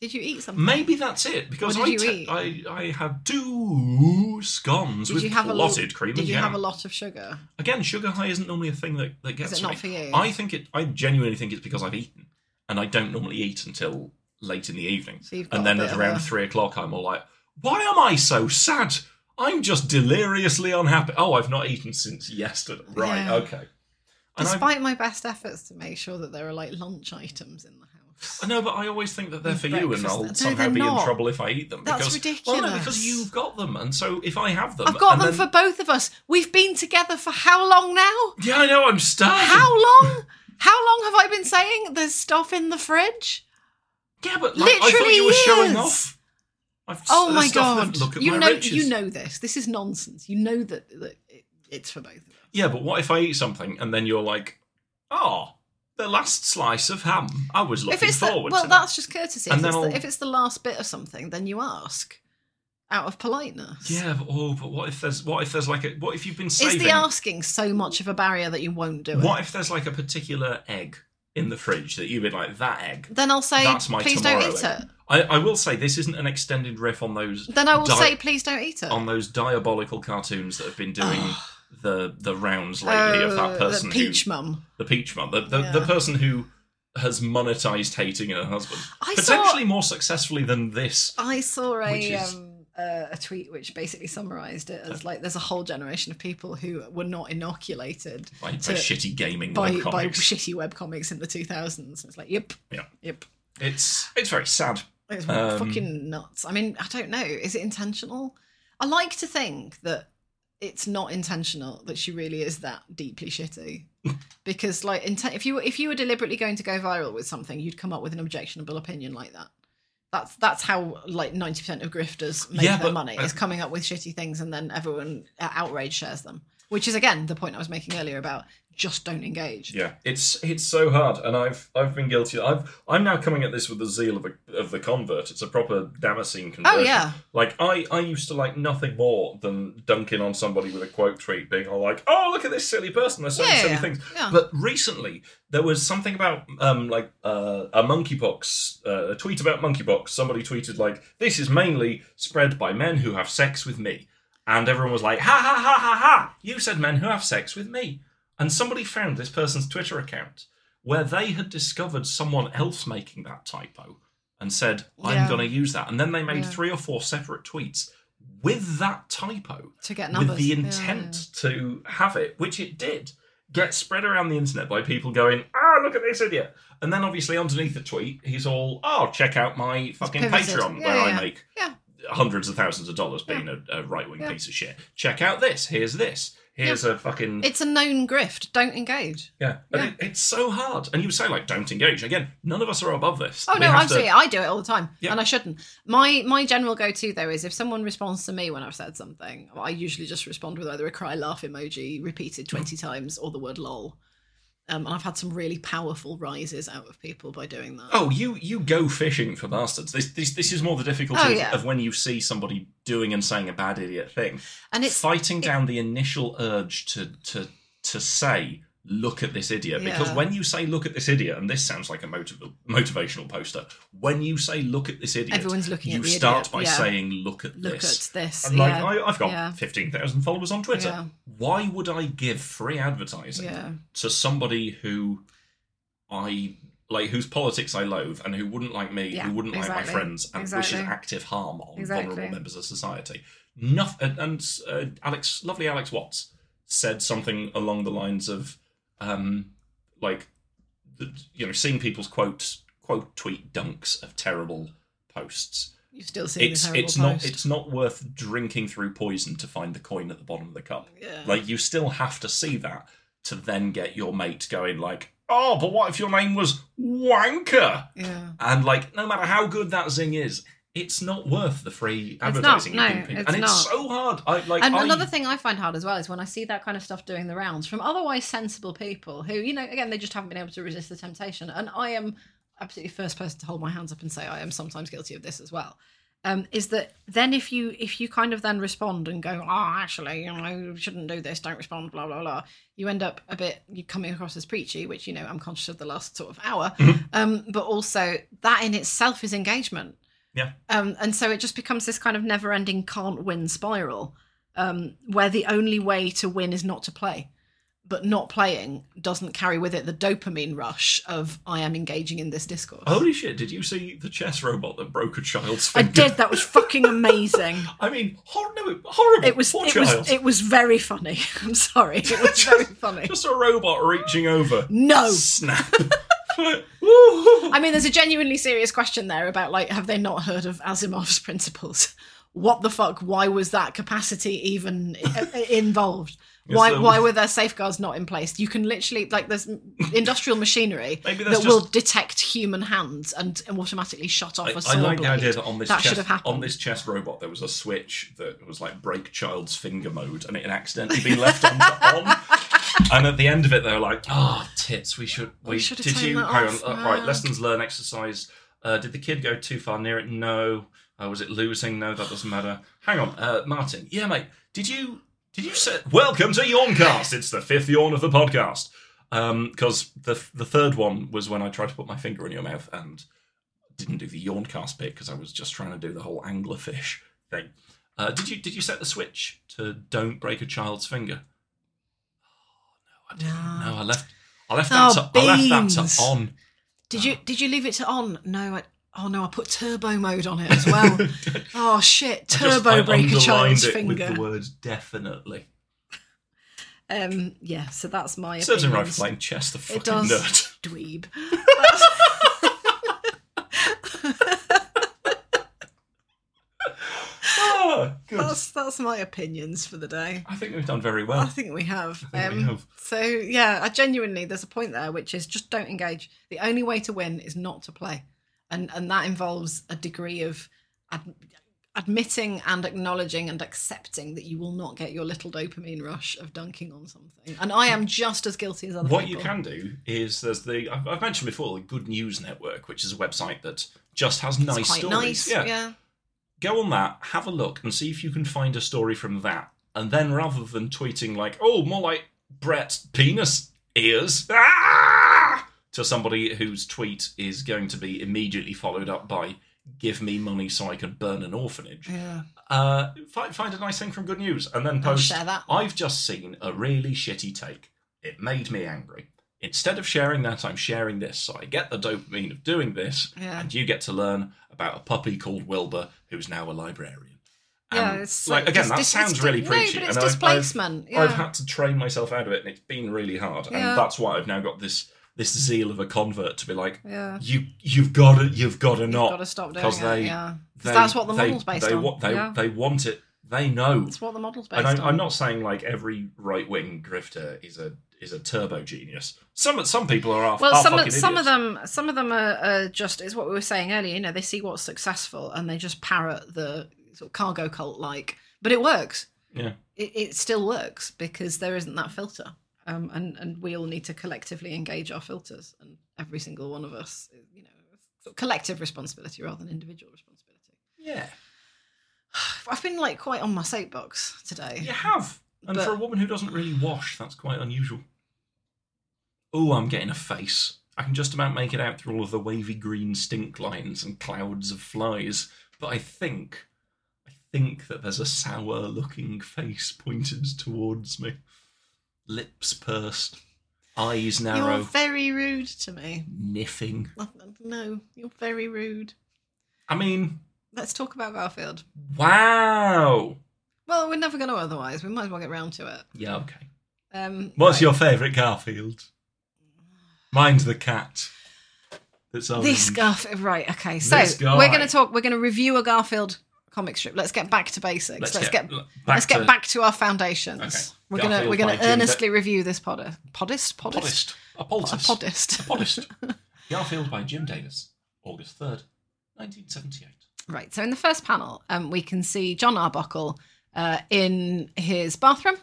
Speaker 2: Did you eat something?
Speaker 1: Maybe that's it because
Speaker 2: What
Speaker 1: I,
Speaker 2: did
Speaker 1: te-
Speaker 2: you
Speaker 1: I I had two scones
Speaker 2: Did
Speaker 1: with
Speaker 2: you have a lot?
Speaker 1: clotted cream
Speaker 2: Did
Speaker 1: and
Speaker 2: you
Speaker 1: jam.
Speaker 2: have a lot of sugar?
Speaker 1: Again, sugar high isn't normally a thing that that gets
Speaker 2: Is it
Speaker 1: to
Speaker 2: not
Speaker 1: me.
Speaker 2: for you?
Speaker 1: I think it. I genuinely think it's because I've eaten, and I don't normally eat until late in the evening.
Speaker 2: So you've got
Speaker 1: and
Speaker 2: a
Speaker 1: then
Speaker 2: bit
Speaker 1: at
Speaker 2: of
Speaker 1: around
Speaker 2: a-
Speaker 1: three o'clock, I'm all like, "Why am I so sad? I'm just deliriously unhappy. Oh, I've not eaten since yesterday. Right,
Speaker 2: Yeah.
Speaker 1: okay. And I-
Speaker 2: Despite my best efforts to make sure that there are like lunch items in the house.
Speaker 1: I know, but I always think that they're for you, and
Speaker 2: Breakfast-
Speaker 1: I'll
Speaker 2: No,
Speaker 1: somehow
Speaker 2: they're
Speaker 1: be in
Speaker 2: not.
Speaker 1: trouble if I eat them.
Speaker 2: That's
Speaker 1: because, Well, no, because
Speaker 2: ridiculous.
Speaker 1: you've got them, and so if I have them,
Speaker 2: I've got
Speaker 1: and
Speaker 2: them
Speaker 1: then-
Speaker 2: for both of us. We've been together for how long now?
Speaker 1: Yeah, I know. I'm starving.
Speaker 2: How long? How long have I been saying there's stuff in the fridge?
Speaker 1: Yeah, but like, I thought
Speaker 2: Literally
Speaker 1: you were showing
Speaker 2: years.
Speaker 1: off. I've,
Speaker 2: Oh my
Speaker 1: there's stuff that-
Speaker 2: god!
Speaker 1: Look at
Speaker 2: you
Speaker 1: my
Speaker 2: know,
Speaker 1: riches.
Speaker 2: you know this. This is nonsense. You know that, that it, it's for both of us.
Speaker 1: Yeah, but what if I eat something and then you're like, oh, the last slice of ham. I was looking
Speaker 2: If it's the,
Speaker 1: forward
Speaker 2: well,
Speaker 1: to that.
Speaker 2: that's just courtesy.
Speaker 1: And
Speaker 2: If
Speaker 1: then
Speaker 2: it's, the,
Speaker 1: I'll-
Speaker 2: if it's the last bit of something, then you ask out of politeness.
Speaker 1: Yeah, but, oh, but what if there's what if there's like a what if you've been
Speaker 2: Is
Speaker 1: saving?
Speaker 2: the asking so much of a barrier that you won't do it?
Speaker 1: what if there's like a particular egg in the fridge that you've been like that egg?
Speaker 2: Then I'll say,
Speaker 1: That's my
Speaker 2: please don't
Speaker 1: tomorrow
Speaker 2: eat
Speaker 1: egg."
Speaker 2: it.
Speaker 1: I, I will say this isn't an extended riff on those
Speaker 2: Then I will
Speaker 1: Di-
Speaker 2: say, please don't eat it.
Speaker 1: on those diabolical cartoons that have been doing the the rounds lately of
Speaker 2: Ah. Oh,
Speaker 1: that person
Speaker 2: the peach
Speaker 1: who
Speaker 2: mum.
Speaker 1: the peach mum, the, the,
Speaker 2: Yeah.
Speaker 1: the person who has monetized hating her husband,
Speaker 2: I saw-
Speaker 1: potentially more successfully than this.
Speaker 2: I saw
Speaker 1: Which
Speaker 2: a
Speaker 1: is- Uh.
Speaker 2: um, uh, a tweet which basically summarised it as like there's a whole generation of people who were not inoculated
Speaker 1: By, by
Speaker 2: To-
Speaker 1: shitty gaming
Speaker 2: by,
Speaker 1: webcomics.
Speaker 2: by shitty webcomics in the 2000s. It's like, yep,
Speaker 1: Yeah.
Speaker 2: yep.
Speaker 1: It's it's very sad.
Speaker 2: It's
Speaker 1: Um,
Speaker 2: fucking nuts. I mean, I don't know. Is it intentional? I like to think that it's not intentional that she really is that deeply shitty. because like inten- if you were- if you were deliberately going to go viral with something, you'd come up with an objectionable opinion like that. That's that's how like 90% of grifters make
Speaker 1: Yeah,
Speaker 2: their
Speaker 1: but-
Speaker 2: money is coming up with shitty things and then everyone uh, outrage shares them. Which is again the point I was making earlier about just don't engage.
Speaker 1: Yeah, it's it's so hard, and I've I've been guilty. I've I'm now coming at this with the zeal of a, of the convert. It's a proper Damascene conversion.
Speaker 2: Oh yeah.
Speaker 1: Like I, I used to like nothing more than dunking on somebody with a quote tweet, being all like, "Oh, look at this silly person! They're saying
Speaker 2: Yeah,
Speaker 1: silly
Speaker 2: yeah,
Speaker 1: things."
Speaker 2: yeah.
Speaker 1: But recently, there was something about um like uh, a monkeypox, uh, a tweet about monkeypox. Somebody tweeted like, "This is mainly spread by men who have sex with me," and everyone was like, "Ha ha ha ha ha! You said men who have sex with me," and somebody found this person's Twitter account where they had discovered someone else making that typo and said, "I'm
Speaker 2: Yeah.
Speaker 1: going to use that," and then they made
Speaker 2: Yeah.
Speaker 1: three or four separate tweets with that typo,
Speaker 2: To get numbers.
Speaker 1: with the
Speaker 2: Yeah, yeah.
Speaker 1: intent to have it, which it did, get spread around the internet by people going, ah, look at this idiot. And then obviously underneath the tweet, he's all, oh, check out my fucking
Speaker 2: pivoted.
Speaker 1: Patreon
Speaker 2: Yeah,
Speaker 1: where
Speaker 2: yeah.
Speaker 1: I make
Speaker 2: Yeah.
Speaker 1: hundreds of thousands of dollars being a, a right wing
Speaker 2: Yeah.
Speaker 1: piece of shit. Check out this. Here's this. Here's a fucking.
Speaker 2: It's a known grift. Don't engage.
Speaker 1: yeah. And
Speaker 2: yeah.
Speaker 1: It, it's so hard. And you say, like, don't engage. Again, none of us are above this.
Speaker 2: Oh
Speaker 1: We
Speaker 2: no,
Speaker 1: have
Speaker 2: I'm
Speaker 1: to-
Speaker 2: sorry. I do it all the time,
Speaker 1: Yeah.
Speaker 2: and I shouldn't. My my general go to though is if someone responds to me when I've said something, I usually just respond with either a cry laugh emoji repeated twenty
Speaker 1: Mm.
Speaker 2: times or the word lol. Um, and I've had some really powerful rises out of people by doing that.
Speaker 1: Oh, you you go fishing for bastards. This this, this is more the difficulty
Speaker 2: Oh,
Speaker 1: of-
Speaker 2: yeah.
Speaker 1: of when you see somebody doing and saying a bad idiot thing.
Speaker 2: and it's
Speaker 1: Fighting down the initial urge to to to say, look at this idiot. Because
Speaker 2: Yeah.
Speaker 1: when you say look at this idiot, and this sounds like a motiv- motivational poster, when you say look at this idiot,
Speaker 2: Everyone's looking
Speaker 1: you
Speaker 2: at the
Speaker 1: start
Speaker 2: idiot,
Speaker 1: by
Speaker 2: yeah.
Speaker 1: saying look at
Speaker 2: look
Speaker 1: this.
Speaker 2: at this.
Speaker 1: And like
Speaker 2: yeah.
Speaker 1: I, I've got
Speaker 2: yeah.
Speaker 1: fifteen thousand followers on Twitter.
Speaker 2: Yeah.
Speaker 1: Why would I give free advertising
Speaker 2: Yeah.
Speaker 1: to somebody who I like, whose politics I loathe, and who wouldn't like me,
Speaker 2: Yeah,
Speaker 1: who wouldn't like my
Speaker 2: exactly.
Speaker 1: friends, and wishes
Speaker 2: Exactly.
Speaker 1: active harm on vulnerable
Speaker 2: Exactly.
Speaker 1: members of society? Nothing. And uh, Alex, lovely Alex Watts, said something along the lines of, um, like, the, you know, seeing people's quotes, quote tweet dunks of terrible posts
Speaker 2: You've still seen
Speaker 1: it's
Speaker 2: the
Speaker 1: it's
Speaker 2: terrible
Speaker 1: not
Speaker 2: post.
Speaker 1: it's not worth drinking through poison to find the coin at the bottom of the cup.
Speaker 2: Yeah.
Speaker 1: Like you still have to see that to then get your mate going like, "Oh, but what if your name was Wanker?"
Speaker 2: yeah.
Speaker 1: And like no matter how good that zing is, it's not worth the free
Speaker 2: not,
Speaker 1: advertising you're
Speaker 2: no,
Speaker 1: giving people.
Speaker 2: it's
Speaker 1: and it's
Speaker 2: not.
Speaker 1: so hard. I like
Speaker 2: And
Speaker 1: I,
Speaker 2: another thing I find hard as well is when I see that kind of stuff doing the rounds from otherwise sensible people who, you know, again, they just haven't been able to resist the temptation. And I am absolutely first person to hold my hands up and say I am sometimes guilty of this as well. Um, is that then if you if you kind of then respond and go, oh, actually, you know, you shouldn't do this, don't respond, blah blah blah, you end up a bit you coming across as preachy, which you know I'm conscious of the last sort of hour.
Speaker 1: Mm-hmm.
Speaker 2: Um, but also that in itself is engagement.
Speaker 1: Yeah.
Speaker 2: Um, and so it just becomes this kind of never-ending can't win spiral um, where the only way to win is not to play. but not playing doesn't carry with it the dopamine rush of I am engaging in this discourse.
Speaker 1: Holy shit, did you see the chess robot that broke a child's
Speaker 2: I
Speaker 1: finger?
Speaker 2: did. That was fucking amazing.
Speaker 1: I mean, hor- no, horrible.
Speaker 2: It was
Speaker 1: Poor
Speaker 2: it
Speaker 1: child.
Speaker 2: was it was very funny. I'm sorry. It was very funny.
Speaker 1: Just a robot reaching over.
Speaker 2: No.
Speaker 1: Snap. Woo.
Speaker 2: I mean, there's a genuinely serious question there about like, have they not heard of Asimov's principles? What the fuck? Why was that capacity even i- i- involved?
Speaker 1: Yes,
Speaker 2: Why
Speaker 1: um,
Speaker 2: why were there safeguards not in place? You can literally like there's industrial machinery that
Speaker 1: Maybe that's
Speaker 2: will
Speaker 1: just-
Speaker 2: detect human hands and, and automatically shut off
Speaker 1: I,
Speaker 2: a
Speaker 1: I
Speaker 2: saw
Speaker 1: like the
Speaker 2: blade.
Speaker 1: idea that on this
Speaker 2: that should have
Speaker 1: chess
Speaker 2: happened.
Speaker 1: on this chess robot there was a switch that was like break child's finger mode, and it had accidentally been left on. on. And at the end of it, they were like, "Ah, tits. We should. We,
Speaker 2: should have
Speaker 1: did
Speaker 2: turned
Speaker 1: you?
Speaker 2: that
Speaker 1: hang
Speaker 2: off,
Speaker 1: on. uh, right.
Speaker 2: man."
Speaker 1: Lessons learned exercise. Uh, did the kid go too far near it? No. Uh, was it losing? No, that doesn't matter. Hang on, uh, Martin. Yeah, mate. Did you? Did you say? Welcome to Yawncast. It's the fifth yawn of the podcast. Because the the third one was when I tried to put my finger in your mouth and didn't do the yawncast bit because I was just trying to do the whole anglerfish thing. Uh, did you did you set the switch to don't break a child's finger? Oh, no, I didn't. No, I left. I left that.
Speaker 2: Oh,
Speaker 1: To, I left that
Speaker 2: beans.
Speaker 1: to on.
Speaker 2: Did you did you leave it to on? No, I oh no, I put turbo mode on it as well. oh shit,
Speaker 1: I just-
Speaker 2: turbo
Speaker 1: I
Speaker 2: break a
Speaker 1: underlined
Speaker 2: child's
Speaker 1: it
Speaker 2: finger.
Speaker 1: with the word definitely.
Speaker 2: Um yeah, so that's my
Speaker 1: Serves him right for
Speaker 2: opinions.
Speaker 1: playing chess. The fucking
Speaker 2: It does
Speaker 1: nerd.
Speaker 2: dweeb.
Speaker 1: Ah, good.
Speaker 2: That's that's my opinions for the day.
Speaker 1: I think we've done very
Speaker 2: I
Speaker 1: well.
Speaker 2: think we have.
Speaker 1: Oh.
Speaker 2: um,
Speaker 1: I think we have.
Speaker 2: So yeah, I genuinely there's a point there which is just don't engage. The only way to win is not to play, and and that involves a degree of ad- admitting and acknowledging and accepting that you will not get your little dopamine rush of dunking on something. And I am just as guilty as other
Speaker 1: What you
Speaker 2: people.
Speaker 1: can do is there's the I've, I've mentioned before the Good News Network, which is a website that just has nice
Speaker 2: it's quite
Speaker 1: stories.
Speaker 2: nice. yeah.
Speaker 1: go on that, have a look, and see if you can find a story from that. And then rather than tweeting like, oh, more like Brett's penis ears ah! to somebody whose tweet is going to be immediately followed up by give me money so I can burn an orphanage.
Speaker 2: Yeah.
Speaker 1: Uh, find, find a nice thing from Good News and then
Speaker 2: I'll
Speaker 1: post.
Speaker 2: share that.
Speaker 1: I've just seen a really shitty take. It made me angry. Instead of sharing that, I'm sharing this. So I get the dopamine of doing this,
Speaker 2: Yeah.
Speaker 1: and you get to learn about a puppy called Wilbur who's now a librarian.
Speaker 2: Yeah,
Speaker 1: And,
Speaker 2: it's
Speaker 1: um, like,
Speaker 2: like
Speaker 1: again,
Speaker 2: dis-
Speaker 1: that
Speaker 2: dis-
Speaker 1: sounds
Speaker 2: it's di-
Speaker 1: really
Speaker 2: no,
Speaker 1: preachy.
Speaker 2: but it's
Speaker 1: and I've-
Speaker 2: displacement.
Speaker 1: I've, I've
Speaker 2: Yeah.
Speaker 1: had to train myself out of it, and it's been really hard.
Speaker 2: Yeah.
Speaker 1: And that's why I've now got this this zeal of a convert to be like,
Speaker 2: Yeah.
Speaker 1: you you've got to you've got to
Speaker 2: You've
Speaker 1: not
Speaker 2: got to stop doing it.
Speaker 1: because they-
Speaker 2: yeah. 'Cause
Speaker 1: they-
Speaker 2: that's what the
Speaker 1: they-
Speaker 2: model's based
Speaker 1: they,
Speaker 2: on.
Speaker 1: wa- They,
Speaker 2: yeah.
Speaker 1: they want it. They know.
Speaker 2: That's what the model's based
Speaker 1: And I'm,
Speaker 2: on.
Speaker 1: I'm not saying like every right wing grifter is a is a turbo genius. Some some people are half,
Speaker 2: well
Speaker 1: half
Speaker 2: some
Speaker 1: fucking
Speaker 2: of, some of
Speaker 1: idiots.
Speaker 2: them some of them are, are just is what we were saying earlier you know they see what's successful and they just parrot the sort of cargo cult like but it works
Speaker 1: Yeah.
Speaker 2: it, it still works because there isn't that filter um, and and we all need to collectively engage our filters and every single one of us you know sort of collective responsibility rather than individual responsibility
Speaker 1: Yeah,
Speaker 2: i've been like quite on my soapbox today
Speaker 1: you have. And
Speaker 2: But-
Speaker 1: for a woman who doesn't really wash, that's quite unusual. Oh, I'm getting a face. I can just about make it out through all of the wavy green stink lines and clouds of flies. But I think, I think that there's a sour-looking face pointed towards me. Lips pursed, eyes narrow,
Speaker 2: you're very rude to me
Speaker 1: niffing.
Speaker 2: Oh, no you're very rude
Speaker 1: I mean,
Speaker 2: let's talk about garfield
Speaker 1: wow.
Speaker 2: Well, we're never going to otherwise. We might as well get round to it.
Speaker 1: Yeah, okay.
Speaker 2: Um,
Speaker 1: What's
Speaker 2: right.
Speaker 1: your favourite Garfield? Mine's the cat. That's orange.
Speaker 2: this Garfield? Right. Okay. So
Speaker 1: This guy.
Speaker 2: we're going to talk. We're going to review a Garfield comic strip. Let's get back to basics. Let's, get,
Speaker 1: back
Speaker 2: let's get
Speaker 1: to
Speaker 2: back to our foundations.
Speaker 1: Okay.
Speaker 2: We're going to
Speaker 1: Garfield
Speaker 2: we're going
Speaker 1: by
Speaker 2: to
Speaker 1: Jim
Speaker 2: earnestly review this podist podist podist
Speaker 1: Podest. A
Speaker 2: a
Speaker 1: poultice.
Speaker 2: podist.
Speaker 1: Podest. Garfield by Jim Davis, August 3rd, 1978.
Speaker 2: Right. So in the first panel, um, we can see John Arbuckle uh, in his bathroom.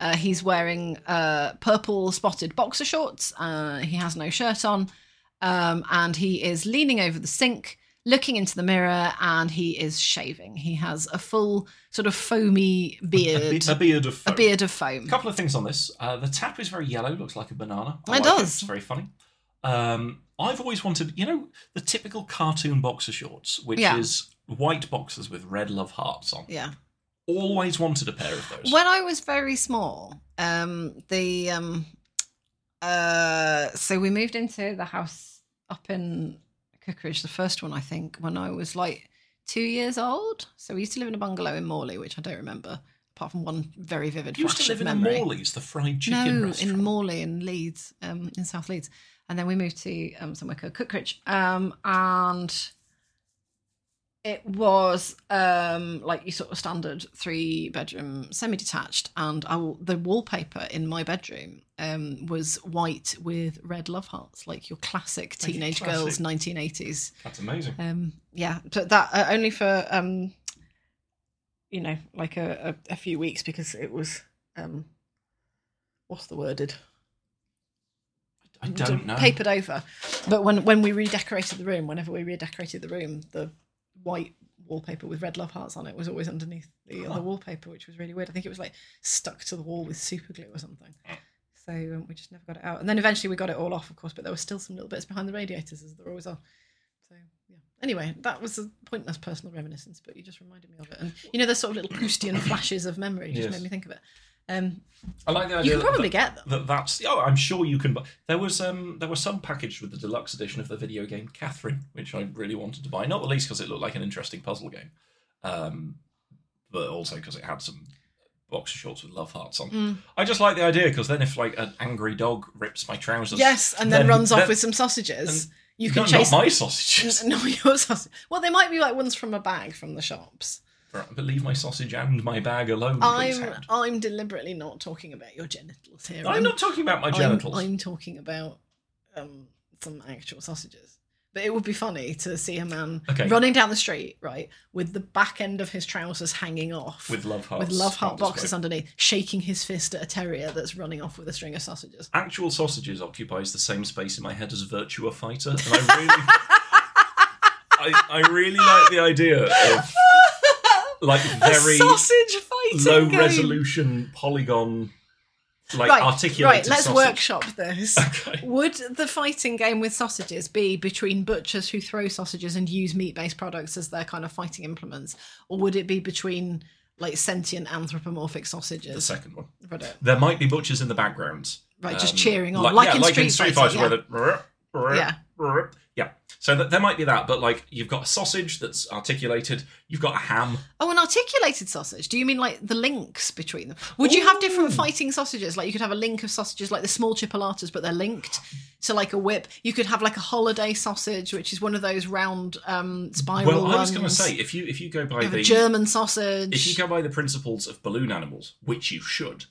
Speaker 2: Uh, he's wearing uh, purple spotted boxer shorts. Uh, he has no shirt on, um, and he is leaning over the sink, looking into the mirror, and he is shaving. He has a full sort of foamy beard,
Speaker 1: A beard of
Speaker 2: a
Speaker 1: foam.
Speaker 2: beard of foam.
Speaker 1: A couple of things on this. Uh, the tap is very yellow, looks like a banana. I
Speaker 2: It
Speaker 1: like
Speaker 2: does.
Speaker 1: It's very funny. Um, I've always wanted, you know, the typical cartoon boxer shorts, which
Speaker 2: Yeah.
Speaker 1: is white boxers with red love hearts on.
Speaker 2: Yeah,
Speaker 1: always wanted a pair of those.
Speaker 2: When I was very small, um, the um, uh, so we moved into the house up in Cookridge, the first one I think, when I was like two years old. So we used to live in a bungalow in Morley, which I don't remember, apart from one very vivid.
Speaker 1: you used to
Speaker 2: flash of
Speaker 1: live in
Speaker 2: memory.
Speaker 1: Morley's, the fried chicken
Speaker 2: no,
Speaker 1: restaurant.
Speaker 2: in Morley in Leeds, um, in South Leeds, and then we moved to um, somewhere called Cookridge, um, and it was um, like your sort of standard three bedroom semi detached, and I, w- the wallpaper in my bedroom um, was white with red love hearts, like your classic
Speaker 1: Like your
Speaker 2: teenage
Speaker 1: classic.
Speaker 2: girls nineteen eighties
Speaker 1: That's amazing.
Speaker 2: um yeah but that uh, only for um you know like a, a, a few weeks because it was um what's the worded
Speaker 1: I don't know.
Speaker 2: papered over but when when we redecorated the room whenever we redecorated the room the white wallpaper with red love hearts on it was always underneath the
Speaker 1: Huh.
Speaker 2: other wallpaper which was really weird i think it was like stuck to the wall with super glue or something so um, we just never got it out and then eventually we got it all off of course but there were still some little bits behind the radiators as there always are So yeah. Anyway, that was a pointless personal reminiscence, but you just reminded me of it. And you know, those sort of little Proustian flashes of memory just
Speaker 1: Yes.
Speaker 2: made me think of it. Um,
Speaker 1: I like the idea
Speaker 2: you could
Speaker 1: that-
Speaker 2: probably
Speaker 1: that,
Speaker 2: get them.
Speaker 1: that that's oh I'm sure you can buy there was um there were some packaged with the deluxe edition of the video game Catherine which I really wanted to buy not the least because it looked like an interesting puzzle game um but also because it had some boxer shorts with love hearts on
Speaker 2: Mm.
Speaker 1: I just like the idea because then if like an angry dog rips my trousers
Speaker 2: Yes, and then, runs off
Speaker 1: then-
Speaker 2: with some sausages. You can
Speaker 1: no,
Speaker 2: chase.
Speaker 1: not my sausages
Speaker 2: N- no, your sausage. Well, they might be like ones from a bag from the shops.
Speaker 1: Right, but leave my sausage and my bag alone please
Speaker 2: I'm
Speaker 1: Hand.
Speaker 2: I'm deliberately not talking about your genitals here.
Speaker 1: I'm not talking about my
Speaker 2: I'm-
Speaker 1: genitals
Speaker 2: I'm, talking about um, some actual sausages. But it would be funny to see a man
Speaker 1: Okay.
Speaker 2: running down the street, right, with the back end of his trousers hanging off,
Speaker 1: with love hearts
Speaker 2: with love heart
Speaker 1: on display.
Speaker 2: boxes underneath, shaking his fist at a terrier that's running off with a string of sausages.
Speaker 1: actual sausages occupies the same space in my head as Virtua Fighter, and I really, I, I really like the idea of like very
Speaker 2: a sausage fighting
Speaker 1: low
Speaker 2: game.
Speaker 1: resolution polygon, like
Speaker 2: right,
Speaker 1: articulated
Speaker 2: Right, let's
Speaker 1: sausage.
Speaker 2: workshop this.
Speaker 1: Okay.
Speaker 2: Would the fighting game with sausages be between butchers who throw sausages and use meat based products as their kind of fighting implements? Or would it be between like sentient anthropomorphic
Speaker 1: The
Speaker 2: sausages?
Speaker 1: second one.
Speaker 2: Right,
Speaker 1: There might be butchers in the background,
Speaker 2: right, just
Speaker 1: um,
Speaker 2: cheering on. Like,
Speaker 1: yeah,
Speaker 2: in,
Speaker 1: like
Speaker 2: Street
Speaker 1: in Street
Speaker 2: Fighter.
Speaker 1: Fighter, where the
Speaker 2: Yeah.
Speaker 1: yeah. So that, there might be that, but like you've got a sausage that's articulated, you've got a ham.
Speaker 2: yeah. Oh, an articulated sausage. Do you mean like the links between them? Would you have different fighting sausages? Like you could have a link of sausages like the small chipolatas, but they're linked to like a whip. You could have like a holiday sausage, which is one of those round um, spiral
Speaker 1: Well, I was going to
Speaker 2: ones.
Speaker 1: say if you if you go by
Speaker 2: You have
Speaker 1: the
Speaker 2: a German sausage.
Speaker 1: if you go by the principles of balloon animals, which you should,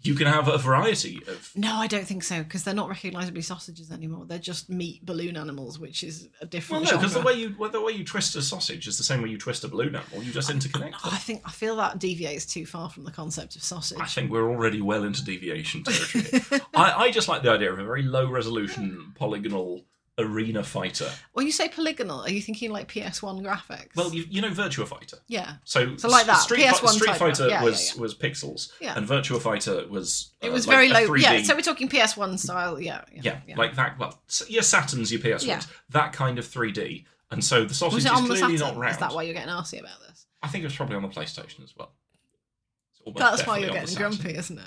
Speaker 1: you can have a variety of.
Speaker 2: No, I don't think so because they're not recognisably sausages anymore. They're just meat balloon animals, which is a
Speaker 1: Well,
Speaker 2: different.
Speaker 1: no, because the
Speaker 2: genre.
Speaker 1: way you well, the way you twist a sausage is the same way you twist a balloon animal. You just interconnect
Speaker 2: Oh, I
Speaker 1: them.
Speaker 2: think I feel that deviates too far from the concept
Speaker 1: Oh,
Speaker 2: of
Speaker 1: I
Speaker 2: sausage.
Speaker 1: think we're already well into deviation territory. here. I, I just like the idea of a very low resolution polygonal arena fighter.
Speaker 2: When you say polygonal, are you thinking like PS1 graphics?
Speaker 1: Well, you, you know, Virtua Fighter.
Speaker 2: yeah,
Speaker 1: So,
Speaker 2: So like that,
Speaker 1: Street,
Speaker 2: PS1
Speaker 1: Street
Speaker 2: type
Speaker 1: Fighter
Speaker 2: graph. Yeah,
Speaker 1: was
Speaker 2: yeah,
Speaker 1: was pixels,
Speaker 2: Yeah.
Speaker 1: and Virtua Fighter was
Speaker 2: it
Speaker 1: uh,
Speaker 2: was
Speaker 1: like
Speaker 2: very
Speaker 1: a
Speaker 2: low.
Speaker 1: 3D
Speaker 2: Yeah, so we're talking PS1 style. Yeah, yeah,
Speaker 1: yeah, like that. Well, s- your Saturns, your PS ones,
Speaker 2: Yeah.
Speaker 1: that kind of 3D. And so the sausage
Speaker 2: was
Speaker 1: is
Speaker 2: it on the
Speaker 1: clearly
Speaker 2: Saturn?
Speaker 1: not round.
Speaker 2: Is that why you're getting arsy about this?
Speaker 1: I think it was probably on the PlayStation as well. It's almost
Speaker 2: That's
Speaker 1: definitely
Speaker 2: why you're
Speaker 1: on the
Speaker 2: getting
Speaker 1: Saturn.
Speaker 2: grumpy, isn't it?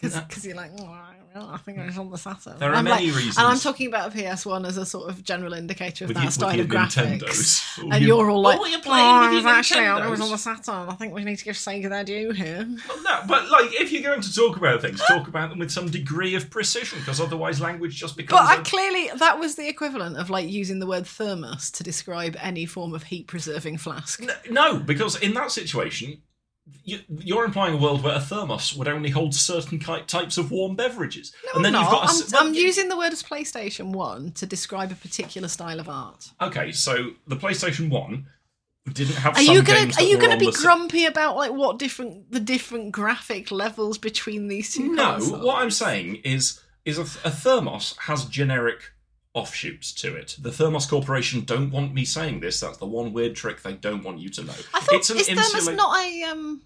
Speaker 1: Yeah.
Speaker 2: Because you're like, oh, I don't know, I think it was on the Saturn.
Speaker 1: There
Speaker 2: And
Speaker 1: are
Speaker 2: I'm like-
Speaker 1: many reasons.
Speaker 2: and I'm talking about PS1 as a sort of general indicator of
Speaker 1: with
Speaker 2: that
Speaker 1: your, with
Speaker 2: style
Speaker 1: your
Speaker 2: of graphics.
Speaker 1: Nintendos,
Speaker 2: And
Speaker 1: You-
Speaker 2: you're all like,
Speaker 1: oh, you're
Speaker 2: oh,
Speaker 1: playing with your
Speaker 2: actually, I was on the
Speaker 1: Nintendos.
Speaker 2: Saturn. I think we need to give Sega their due here.
Speaker 1: Well, No, but like, if you're going to talk about things, talk about them with some degree of precision, because otherwise, language just
Speaker 2: But
Speaker 1: becomes.
Speaker 2: I
Speaker 1: a-
Speaker 2: clearly, that was the equivalent of like using the word thermos to describe any form of heat preserving flask.
Speaker 1: N- No, because in that situation, you, you're implying a world where a thermos would only hold certain ki- types of warm beverages,
Speaker 2: No,
Speaker 1: and then
Speaker 2: I'm
Speaker 1: you've
Speaker 2: not.
Speaker 1: got. A, s-
Speaker 2: I'm, I'm
Speaker 1: well,
Speaker 2: using the word as PlayStation 1 to describe a particular style of art.
Speaker 1: Okay, so the PlayStation One didn't have.
Speaker 2: Are
Speaker 1: some
Speaker 2: you gonna
Speaker 1: games that
Speaker 2: are you
Speaker 1: were
Speaker 2: gonna
Speaker 1: on
Speaker 2: be
Speaker 1: the s-
Speaker 2: grumpy about like what different the different graphic levels between these two?
Speaker 1: No,
Speaker 2: consoles?
Speaker 1: what I'm saying is, is a, a thermos has generic offshoots to it. The Thermos Corporation don't want me saying this. That's the one weird trick they don't want you to know.
Speaker 2: I thought
Speaker 1: it's an
Speaker 2: is thermos
Speaker 1: insulate-
Speaker 2: not a um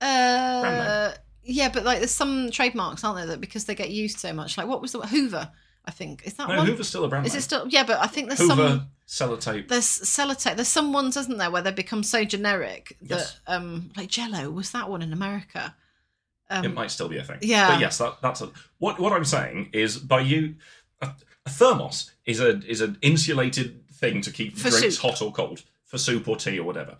Speaker 2: uh yeah, but like there's some trademarks, aren't there, that because they get used so much, like what was the Hoover I think is that
Speaker 1: No,
Speaker 2: one.
Speaker 1: Hoover's still a brand
Speaker 2: Is
Speaker 1: name.
Speaker 2: it still? Yeah, but I think there's
Speaker 1: Hoover
Speaker 2: some.
Speaker 1: sellotape.
Speaker 2: There's sellotape. There's some ones, isn't there, where they become so generic that
Speaker 1: Yes.
Speaker 2: um, like Jello was that one in America. Um,
Speaker 1: it might still be a thing.
Speaker 2: yeah.
Speaker 1: But yes, that, that's a, what what I'm saying is by you a, a thermos is a is an insulated thing to keep
Speaker 2: For
Speaker 1: drinks
Speaker 2: soup.
Speaker 1: hot or cold for soup or tea or whatever.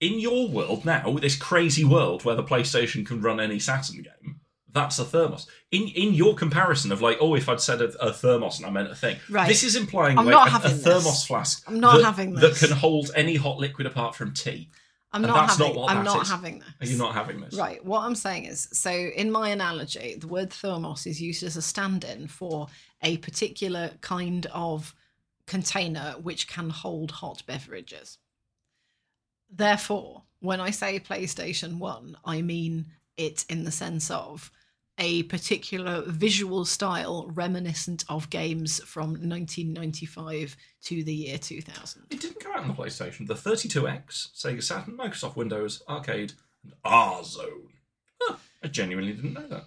Speaker 1: In your world now, this crazy world where the PlayStation can run any Saturn game, that's a thermos. In in your comparison of like, oh, if I'd said a, a thermos and I meant a thing,
Speaker 2: Right.
Speaker 1: this is implying
Speaker 2: I'm
Speaker 1: like
Speaker 2: not
Speaker 1: a,
Speaker 2: having
Speaker 1: a
Speaker 2: this.
Speaker 1: thermos flask.
Speaker 2: I'm not
Speaker 1: that,
Speaker 2: having
Speaker 1: that
Speaker 2: this.
Speaker 1: can hold any hot liquid apart from tea.
Speaker 2: I'm
Speaker 1: and
Speaker 2: not
Speaker 1: that's not
Speaker 2: having.
Speaker 1: what
Speaker 2: I'm
Speaker 1: that
Speaker 2: not
Speaker 1: is.
Speaker 2: having this.
Speaker 1: Are you not having this?
Speaker 2: Right. What I'm saying is, so in my analogy, the word thermos is used as a stand-in for a particular kind of container which can hold hot beverages. Therefore, when I say PlayStation 1, I mean it in the sense of a particular visual style reminiscent of games from 1995 to the year 2000.
Speaker 1: It didn't come out on the PlayStation. The 32X, Sega Saturn, Microsoft Windows, Arcade, and R Zone. Huh, I genuinely didn't know that.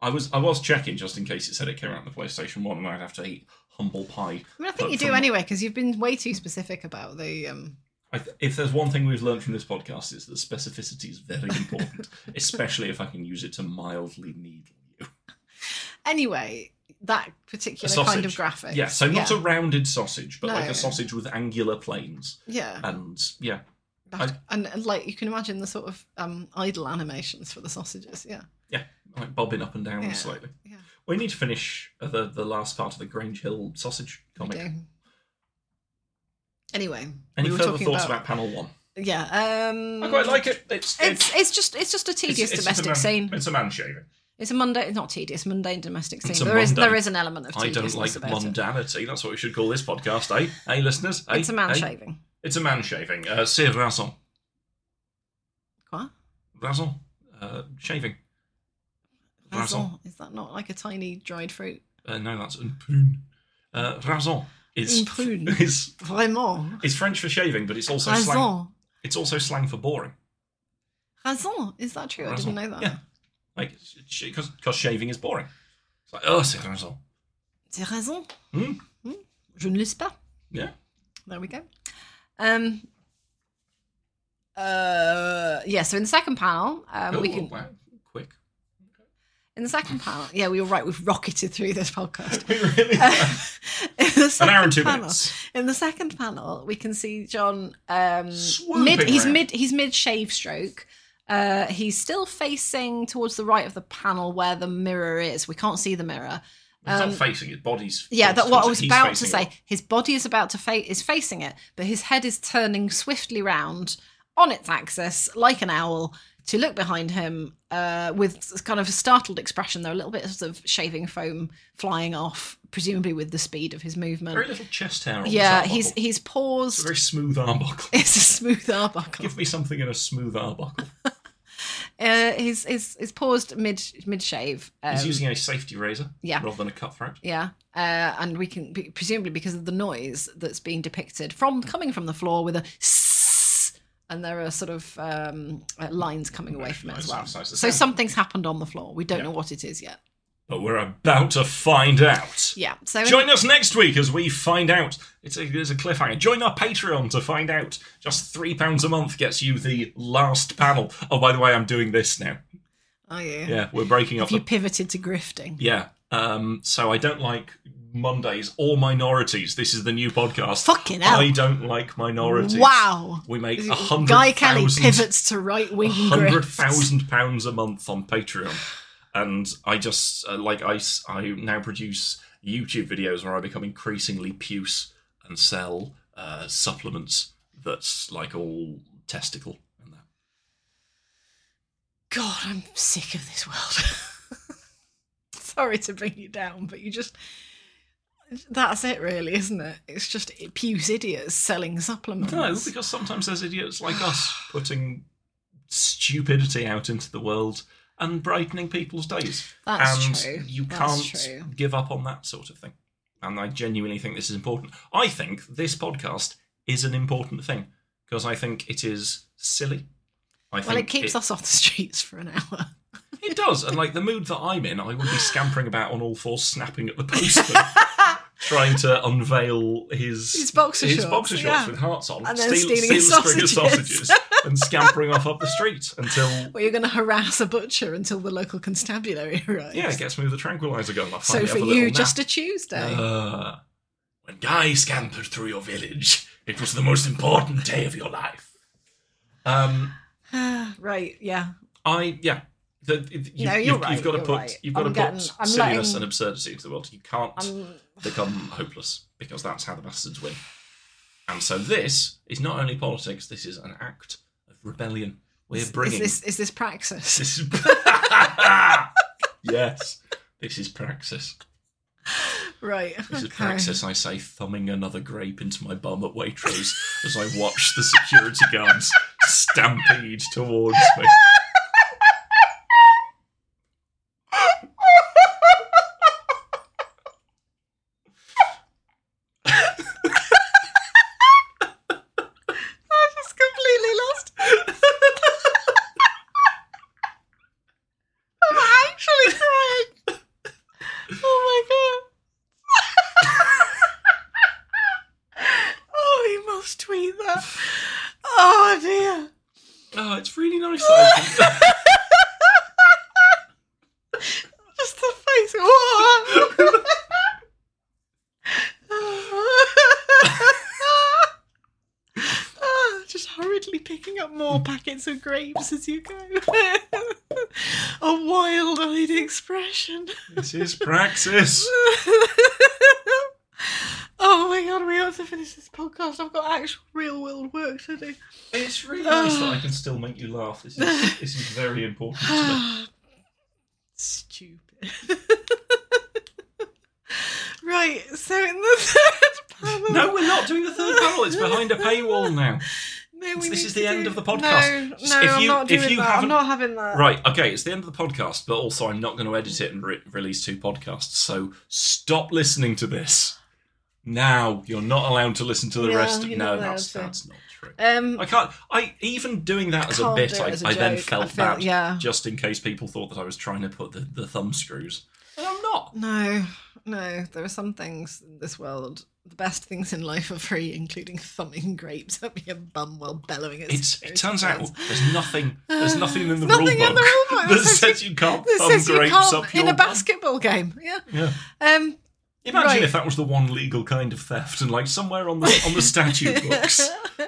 Speaker 1: I was I was checking just in case it said it came out on the PlayStation One, and I'd have to eat humble pie.
Speaker 2: I mean, I think
Speaker 1: But
Speaker 2: you do
Speaker 1: from-
Speaker 2: anyway because you've been way too specific about the um,
Speaker 1: I th- if there's one thing we've learned from this podcast, it's that specificity is very important, especially if I can use it to mildly needle you.
Speaker 2: anyway, that particular
Speaker 1: A
Speaker 2: kind of
Speaker 1: sausage.
Speaker 2: graphic.
Speaker 1: Yeah, so not
Speaker 2: yeah.
Speaker 1: a rounded sausage, but like
Speaker 2: No.
Speaker 1: a sausage with angular planes,
Speaker 2: yeah.
Speaker 1: and yeah,
Speaker 2: That- and, and, like you can imagine the sort of um, idle animations for the sausages. Yeah,
Speaker 1: yeah, like bobbing up and down
Speaker 2: Yeah.
Speaker 1: slightly.
Speaker 2: yeah.
Speaker 1: We need to finish uh, the the last part of the Grange Hill sausage
Speaker 2: we
Speaker 1: comic.
Speaker 2: do. Anyway,
Speaker 1: Any
Speaker 2: we were
Speaker 1: further
Speaker 2: talking
Speaker 1: thoughts about...
Speaker 2: about,
Speaker 1: panel one?
Speaker 2: yeah. Um,
Speaker 1: I quite like it. It's
Speaker 2: It's it's just it's just a
Speaker 1: it's-
Speaker 2: tedious
Speaker 1: it's just a
Speaker 2: domestic
Speaker 1: man-
Speaker 2: scene.
Speaker 1: It's a man shaving.
Speaker 2: It's a Monday. It's not tedious. Mundane domestic scene.
Speaker 1: It's a
Speaker 2: There is
Speaker 1: mundane.
Speaker 2: there is an element of
Speaker 1: I
Speaker 2: tediousness
Speaker 1: don't like
Speaker 2: about it.
Speaker 1: mundanity. That's what we should call this podcast, eh? Hey, listeners. Eh?
Speaker 2: It's a man
Speaker 1: Eh?
Speaker 2: shaving.
Speaker 1: It's a man shaving. Uh, Sir Razon.
Speaker 2: What?
Speaker 1: Razon. Uh, shaving. Razon.
Speaker 2: Basil? Is that not like a tiny dried fruit?
Speaker 1: Uh, no, that's un prune. Uh, razon is
Speaker 2: Un prune.
Speaker 1: is
Speaker 2: Vraiment.
Speaker 1: is French for shaving, but it's also slang.
Speaker 2: Razon.
Speaker 1: It's also slang for boring.
Speaker 2: Razon. Is that true? I
Speaker 1: Razzle.
Speaker 2: didn't know that.
Speaker 1: Yeah, like because because shaving is boring. It's like oh, c'est razon.
Speaker 2: C'est raison.
Speaker 1: Hmm?
Speaker 2: Je ne laisse pas.
Speaker 1: Yeah.
Speaker 2: There we go. Um. Uh. Yeah. So in the second panel, um,
Speaker 1: Oh,
Speaker 2: we can.
Speaker 1: wow, quick.
Speaker 2: In the second panel, yeah, we were right. We've rocketed through this podcast.
Speaker 1: We really
Speaker 2: in the
Speaker 1: an hour
Speaker 2: second
Speaker 1: and two
Speaker 2: panel,
Speaker 1: minutes.
Speaker 2: In the second panel, we can see John. Um,
Speaker 1: Swooping
Speaker 2: mid. He's
Speaker 1: round.
Speaker 2: mid. He's mid shave stroke. Uh, he's still facing towards the right of the panel where the mirror is. We can't see the mirror.
Speaker 1: He's
Speaker 2: Um,
Speaker 1: not facing his body's.
Speaker 2: Yeah,
Speaker 1: faced
Speaker 2: that what I
Speaker 1: towards
Speaker 2: was
Speaker 1: it. He's
Speaker 2: about to
Speaker 1: facing
Speaker 2: say.
Speaker 1: it.
Speaker 2: His body is about to fa- is facing it, but his head is turning swiftly round on its axis like an owl to look behind him uh, with s- kind of a startled expression. There are little bits of shaving foam flying off, presumably with the speed of his movement.
Speaker 1: Very little chest hair. On
Speaker 2: yeah,
Speaker 1: this
Speaker 2: he's
Speaker 1: arbuckle.
Speaker 2: he's
Speaker 1: It's a
Speaker 2: paused.
Speaker 1: very smooth arbuckle.
Speaker 2: It's a smooth arbuckle.
Speaker 1: Give me something in a smooth arbuckle.
Speaker 2: Uh, he's, he's, he's paused mid um, mid shave.
Speaker 1: He's using a safety razor
Speaker 2: yeah.
Speaker 1: rather than a cutthroat.
Speaker 2: Yeah. Uh, and we can be- presumably because of the noise that's being depicted from coming from the floor with a sss, and there are sort of um, uh, lines coming away from it as well.
Speaker 1: Nice, nice, nice.
Speaker 2: So something's happened on the floor. We don't
Speaker 1: Yeah.
Speaker 2: know what it is yet.
Speaker 1: But we're about to find out.
Speaker 2: Yeah. So
Speaker 1: Join us next week as we find out. It's a, it's a cliffhanger. Join our Patreon to find out. Just three pounds a month gets you the last panel. Oh, by the way, I'm doing this now.
Speaker 2: are you?
Speaker 1: Yeah, we're breaking off
Speaker 2: Have
Speaker 1: the
Speaker 2: you pivoted to grifting?
Speaker 1: Yeah. Um, so I don't like Mondays or minorities. This is the new podcast.
Speaker 2: Fucking hell.
Speaker 1: I don't like minorities.
Speaker 2: Wow.
Speaker 1: We make a hundred
Speaker 2: Guy Kelly
Speaker 1: thousand-
Speaker 2: pivots to right wing
Speaker 1: hundred
Speaker 2: grifts.
Speaker 1: thousand pounds a month on Patreon, and I just uh, like I s- I now produce YouTube videos where I become increasingly puce and sell uh, supplements that's like all testicle and that.
Speaker 2: God, I'm sick of this world. Sorry to bring you down, but you just. That's it, really, isn't it? It's just puce idiots selling supplements.
Speaker 1: No, because sometimes there's idiots like us putting stupidity out into the world and brightening people's days.
Speaker 2: That's
Speaker 1: and
Speaker 2: true.
Speaker 1: you
Speaker 2: That's
Speaker 1: can't
Speaker 2: true.
Speaker 1: give up on that sort of thing. And I genuinely think this is important. I think this podcast is an important thing because I think it is silly. I
Speaker 2: Well,
Speaker 1: think
Speaker 2: it keeps us off the streets for an hour.
Speaker 1: It It does. And like the mood that I'm in, I would be scampering about on all fours, snapping at the postman, trying to unveil his
Speaker 2: His boxer shorts,
Speaker 1: boxer shorts
Speaker 2: yeah.
Speaker 1: with hearts on,
Speaker 2: And then stealing his
Speaker 1: a string of
Speaker 2: sausages.
Speaker 1: sausages, and scampering off up the street until
Speaker 2: Where you're going to harass a butcher until the local constabulary arrives.
Speaker 1: yeah, gets me with the tranquilizer gun. I
Speaker 2: so
Speaker 1: finally
Speaker 2: for
Speaker 1: have a little
Speaker 2: you,
Speaker 1: nap.
Speaker 2: just a Tuesday.
Speaker 1: Uh, when Guy scampered through your village, it was the most important day of your life. Um,
Speaker 2: right, yeah.
Speaker 1: I yeah. The, it- you,
Speaker 2: No, you're
Speaker 1: you've,
Speaker 2: right,
Speaker 1: you've got to
Speaker 2: you're
Speaker 1: put
Speaker 2: right.
Speaker 1: you've got
Speaker 2: I'm
Speaker 1: to put
Speaker 2: getting- I'm
Speaker 1: silliness
Speaker 2: letting-
Speaker 1: and absurdity into the world. You can't
Speaker 2: I'm,
Speaker 1: become hopeless because that's how the bastards win. And so this is not only politics. This is an act of rebellion. We're
Speaker 2: is
Speaker 1: bringing
Speaker 2: this is this praxis?
Speaker 1: this is yes. This is praxis.
Speaker 2: right.
Speaker 1: This is
Speaker 2: okay.
Speaker 1: praxis. I say, thumbing another grape into my bum at Waitrose as I watch the security guards stampede towards me.
Speaker 2: I just completely lost. I'm actually crying. Oh my god. oh, he must tweet that. Oh dear.
Speaker 1: Oh, it's really nice. That I can-
Speaker 2: Just the face. Ah, Just hurriedly picking up more packets of grapes as you go. A wild eyed expression.
Speaker 1: This is praxis.
Speaker 2: oh my god, we have to finish this podcast. I've got actual real world work to do.
Speaker 1: It's really nice that I can still make you laugh. This is this is very important to me.
Speaker 2: Stupid. right, so in the third panel.
Speaker 1: No, we're not doing the third panel. It's behind a paywall now.
Speaker 2: No, we
Speaker 1: This
Speaker 2: need
Speaker 1: is
Speaker 2: to
Speaker 1: the end
Speaker 2: do-
Speaker 1: of the podcast.
Speaker 2: No,
Speaker 1: If
Speaker 2: no, I'm
Speaker 1: you-
Speaker 2: not
Speaker 1: if
Speaker 2: doing
Speaker 1: you
Speaker 2: that. I'm
Speaker 1: haven't-
Speaker 2: not having that.
Speaker 1: Right, okay, it's the end of the podcast, but also I'm not going to edit it and re- release two podcasts. So stop listening to this. Now you're not allowed to listen to the
Speaker 2: No,
Speaker 1: rest. Of,
Speaker 2: you're
Speaker 1: no,
Speaker 2: not
Speaker 1: that's
Speaker 2: allowed
Speaker 1: that's
Speaker 2: to.
Speaker 1: not true.
Speaker 2: Um,
Speaker 1: I can't. I even doing that as a
Speaker 2: can't
Speaker 1: bit,
Speaker 2: do it
Speaker 1: I,
Speaker 2: as a
Speaker 1: I then
Speaker 2: joke.
Speaker 1: felt
Speaker 2: I feel-
Speaker 1: bad,
Speaker 2: yeah.
Speaker 1: just in case people thought that I was trying to put the, the thumb screws. And I'm not.
Speaker 2: no, no, there are some things in this world. The best things in life are free, including thumbing grapes up your bum while bellowing at
Speaker 1: It's, it
Speaker 2: security
Speaker 1: turns
Speaker 2: guards.
Speaker 1: out there's nothing. There's nothing in the
Speaker 2: Nothing
Speaker 1: rule
Speaker 2: in the
Speaker 1: book
Speaker 2: rule book
Speaker 1: that
Speaker 2: that says
Speaker 1: says you can't
Speaker 2: This
Speaker 1: thumb
Speaker 2: says you
Speaker 1: grapes
Speaker 2: can't
Speaker 1: up your
Speaker 2: in a
Speaker 1: bum.
Speaker 2: basketball game. Yeah.
Speaker 1: Yeah.
Speaker 2: Um,
Speaker 1: Imagine
Speaker 2: Right.
Speaker 1: if that was the one legal kind of theft, and like somewhere on the on the statute books,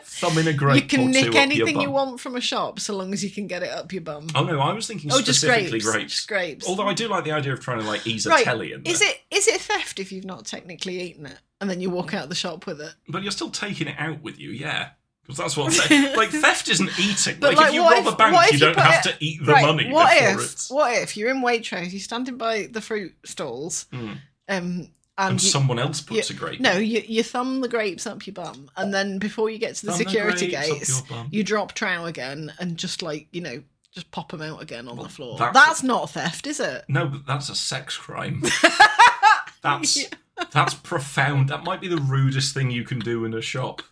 Speaker 1: thumbing a grape.
Speaker 2: you can
Speaker 1: or two
Speaker 2: nick
Speaker 1: up your
Speaker 2: anything you
Speaker 1: bum.
Speaker 2: want from a shop so long as you can get it up your bum.
Speaker 1: Oh no, I was thinking
Speaker 2: oh, just grapes.
Speaker 1: specifically grapes.
Speaker 2: Just grapes.
Speaker 1: Although I do like the idea of trying to like ease a
Speaker 2: Right.
Speaker 1: telly in there,
Speaker 2: Is it is it theft if you've not technically eaten it and then you walk out the shop with it?
Speaker 1: but you're still taking it out with you, yeah. Because that's what theft, like theft isn't eating.
Speaker 2: But,
Speaker 1: like,
Speaker 2: like,
Speaker 1: if you
Speaker 2: what
Speaker 1: rob
Speaker 2: if-
Speaker 1: a bank,
Speaker 2: what
Speaker 1: you
Speaker 2: if you
Speaker 1: don't
Speaker 2: put
Speaker 1: have
Speaker 2: it-
Speaker 1: to eat the money
Speaker 2: What
Speaker 1: before
Speaker 2: if
Speaker 1: it's
Speaker 2: what if you're in Waitrose, you're standing by the fruit stalls,
Speaker 1: Hmm.
Speaker 2: um,
Speaker 1: and,
Speaker 2: and, you,
Speaker 1: someone else puts a grape.
Speaker 2: no, you, you thumb the grapes up your bum, and then before you get to the
Speaker 1: Thumb
Speaker 2: security
Speaker 1: grapes up
Speaker 2: gates,
Speaker 1: your bum.
Speaker 2: you drop trow again and just like you know just pop them out again on
Speaker 1: Well,
Speaker 2: the floor.
Speaker 1: that's-
Speaker 2: That's, not theft, is it?
Speaker 1: No, but that's a sex crime. that's that's profound. That might be the rudest thing you can do in a shop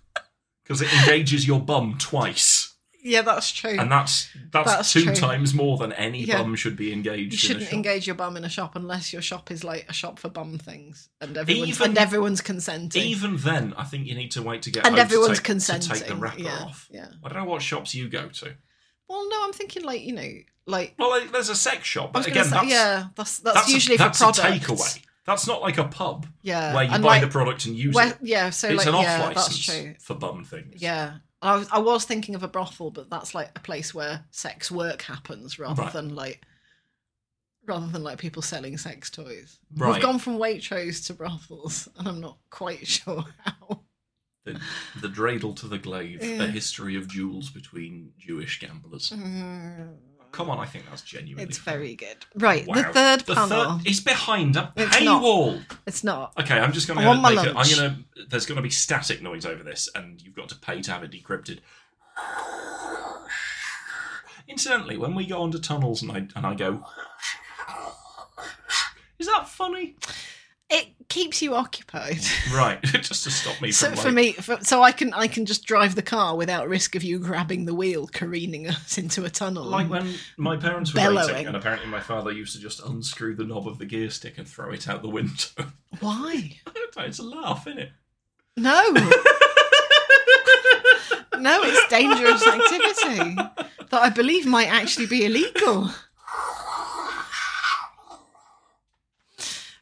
Speaker 1: because it engages your bum twice,
Speaker 2: Yeah, that's true.
Speaker 1: and that's that's,
Speaker 2: That's
Speaker 1: two
Speaker 2: true.
Speaker 1: times more than any
Speaker 2: Yeah.
Speaker 1: bum should be engaged.
Speaker 2: you
Speaker 1: in a
Speaker 2: shouldn't
Speaker 1: shop.
Speaker 2: engage your bum in a shop unless your shop is like a shop for bum things, and everyone's
Speaker 1: Even-
Speaker 2: and everyone's consenting,
Speaker 1: Even then, I think you need to wait to get home
Speaker 2: and
Speaker 1: to
Speaker 2: everyone's
Speaker 1: take- to take,
Speaker 2: consenting.
Speaker 1: the wrapper
Speaker 2: yeah,
Speaker 1: off.
Speaker 2: yeah.
Speaker 1: I don't know what shops you go to.
Speaker 2: Well, no, I'm thinking like you know, like
Speaker 1: Well, like, there's a sex shop,
Speaker 2: I
Speaker 1: but
Speaker 2: was
Speaker 1: again,
Speaker 2: gonna say,
Speaker 1: that's,
Speaker 2: yeah, that's that's,
Speaker 1: that's a-
Speaker 2: usually
Speaker 1: that's
Speaker 2: for
Speaker 1: a
Speaker 2: products.
Speaker 1: takeaway. That's not like a pub
Speaker 2: Yeah,
Speaker 1: where you
Speaker 2: and
Speaker 1: buy
Speaker 2: like,
Speaker 1: the product and use
Speaker 2: where-
Speaker 1: it.
Speaker 2: yeah, so
Speaker 1: it's
Speaker 2: like
Speaker 1: an off
Speaker 2: yeah, that's
Speaker 1: license
Speaker 2: true.
Speaker 1: for bum things.
Speaker 2: Yeah. And I was, I was thinking of a brothel, but that's like a place where sex work happens rather
Speaker 1: Right.
Speaker 2: than like rather than like people selling sex toys.
Speaker 1: Right.
Speaker 2: We've gone from Waitrose to brothels, and I'm not quite sure how.
Speaker 1: The, the dreidel to the glaive, a
Speaker 2: Yeah.
Speaker 1: history of duels between Jewish gamblers. Come on, I think that's genuinely.
Speaker 2: It's
Speaker 1: funny.
Speaker 2: very good. Right, the
Speaker 1: Wow.
Speaker 2: third
Speaker 1: The
Speaker 2: panel.
Speaker 1: third- it's behind a
Speaker 2: It's not.
Speaker 1: paywall.
Speaker 2: It's not.
Speaker 1: Okay, I'm just going
Speaker 2: I
Speaker 1: to
Speaker 2: want my
Speaker 1: make it. I'm
Speaker 2: lunch.
Speaker 1: going to. There's going to be static noise over this, and you've got to pay to have it decrypted. Incidentally, when we go onto tunnels and I and I go, is that funny?
Speaker 2: it keeps you occupied.
Speaker 1: Right, just to stop me
Speaker 2: So
Speaker 1: from
Speaker 2: for
Speaker 1: like,
Speaker 2: me, for, so I can I can just drive the car without risk of you grabbing the wheel, careening us into a tunnel.
Speaker 1: like when Um, my parents were
Speaker 2: Bellowing.
Speaker 1: dating, and apparently my father used to just unscrew the knob of the gear stick and throw it out the window.
Speaker 2: Why?
Speaker 1: it's a laugh, isn't it?
Speaker 2: No. no, it's dangerous activity that I believe might actually be illegal.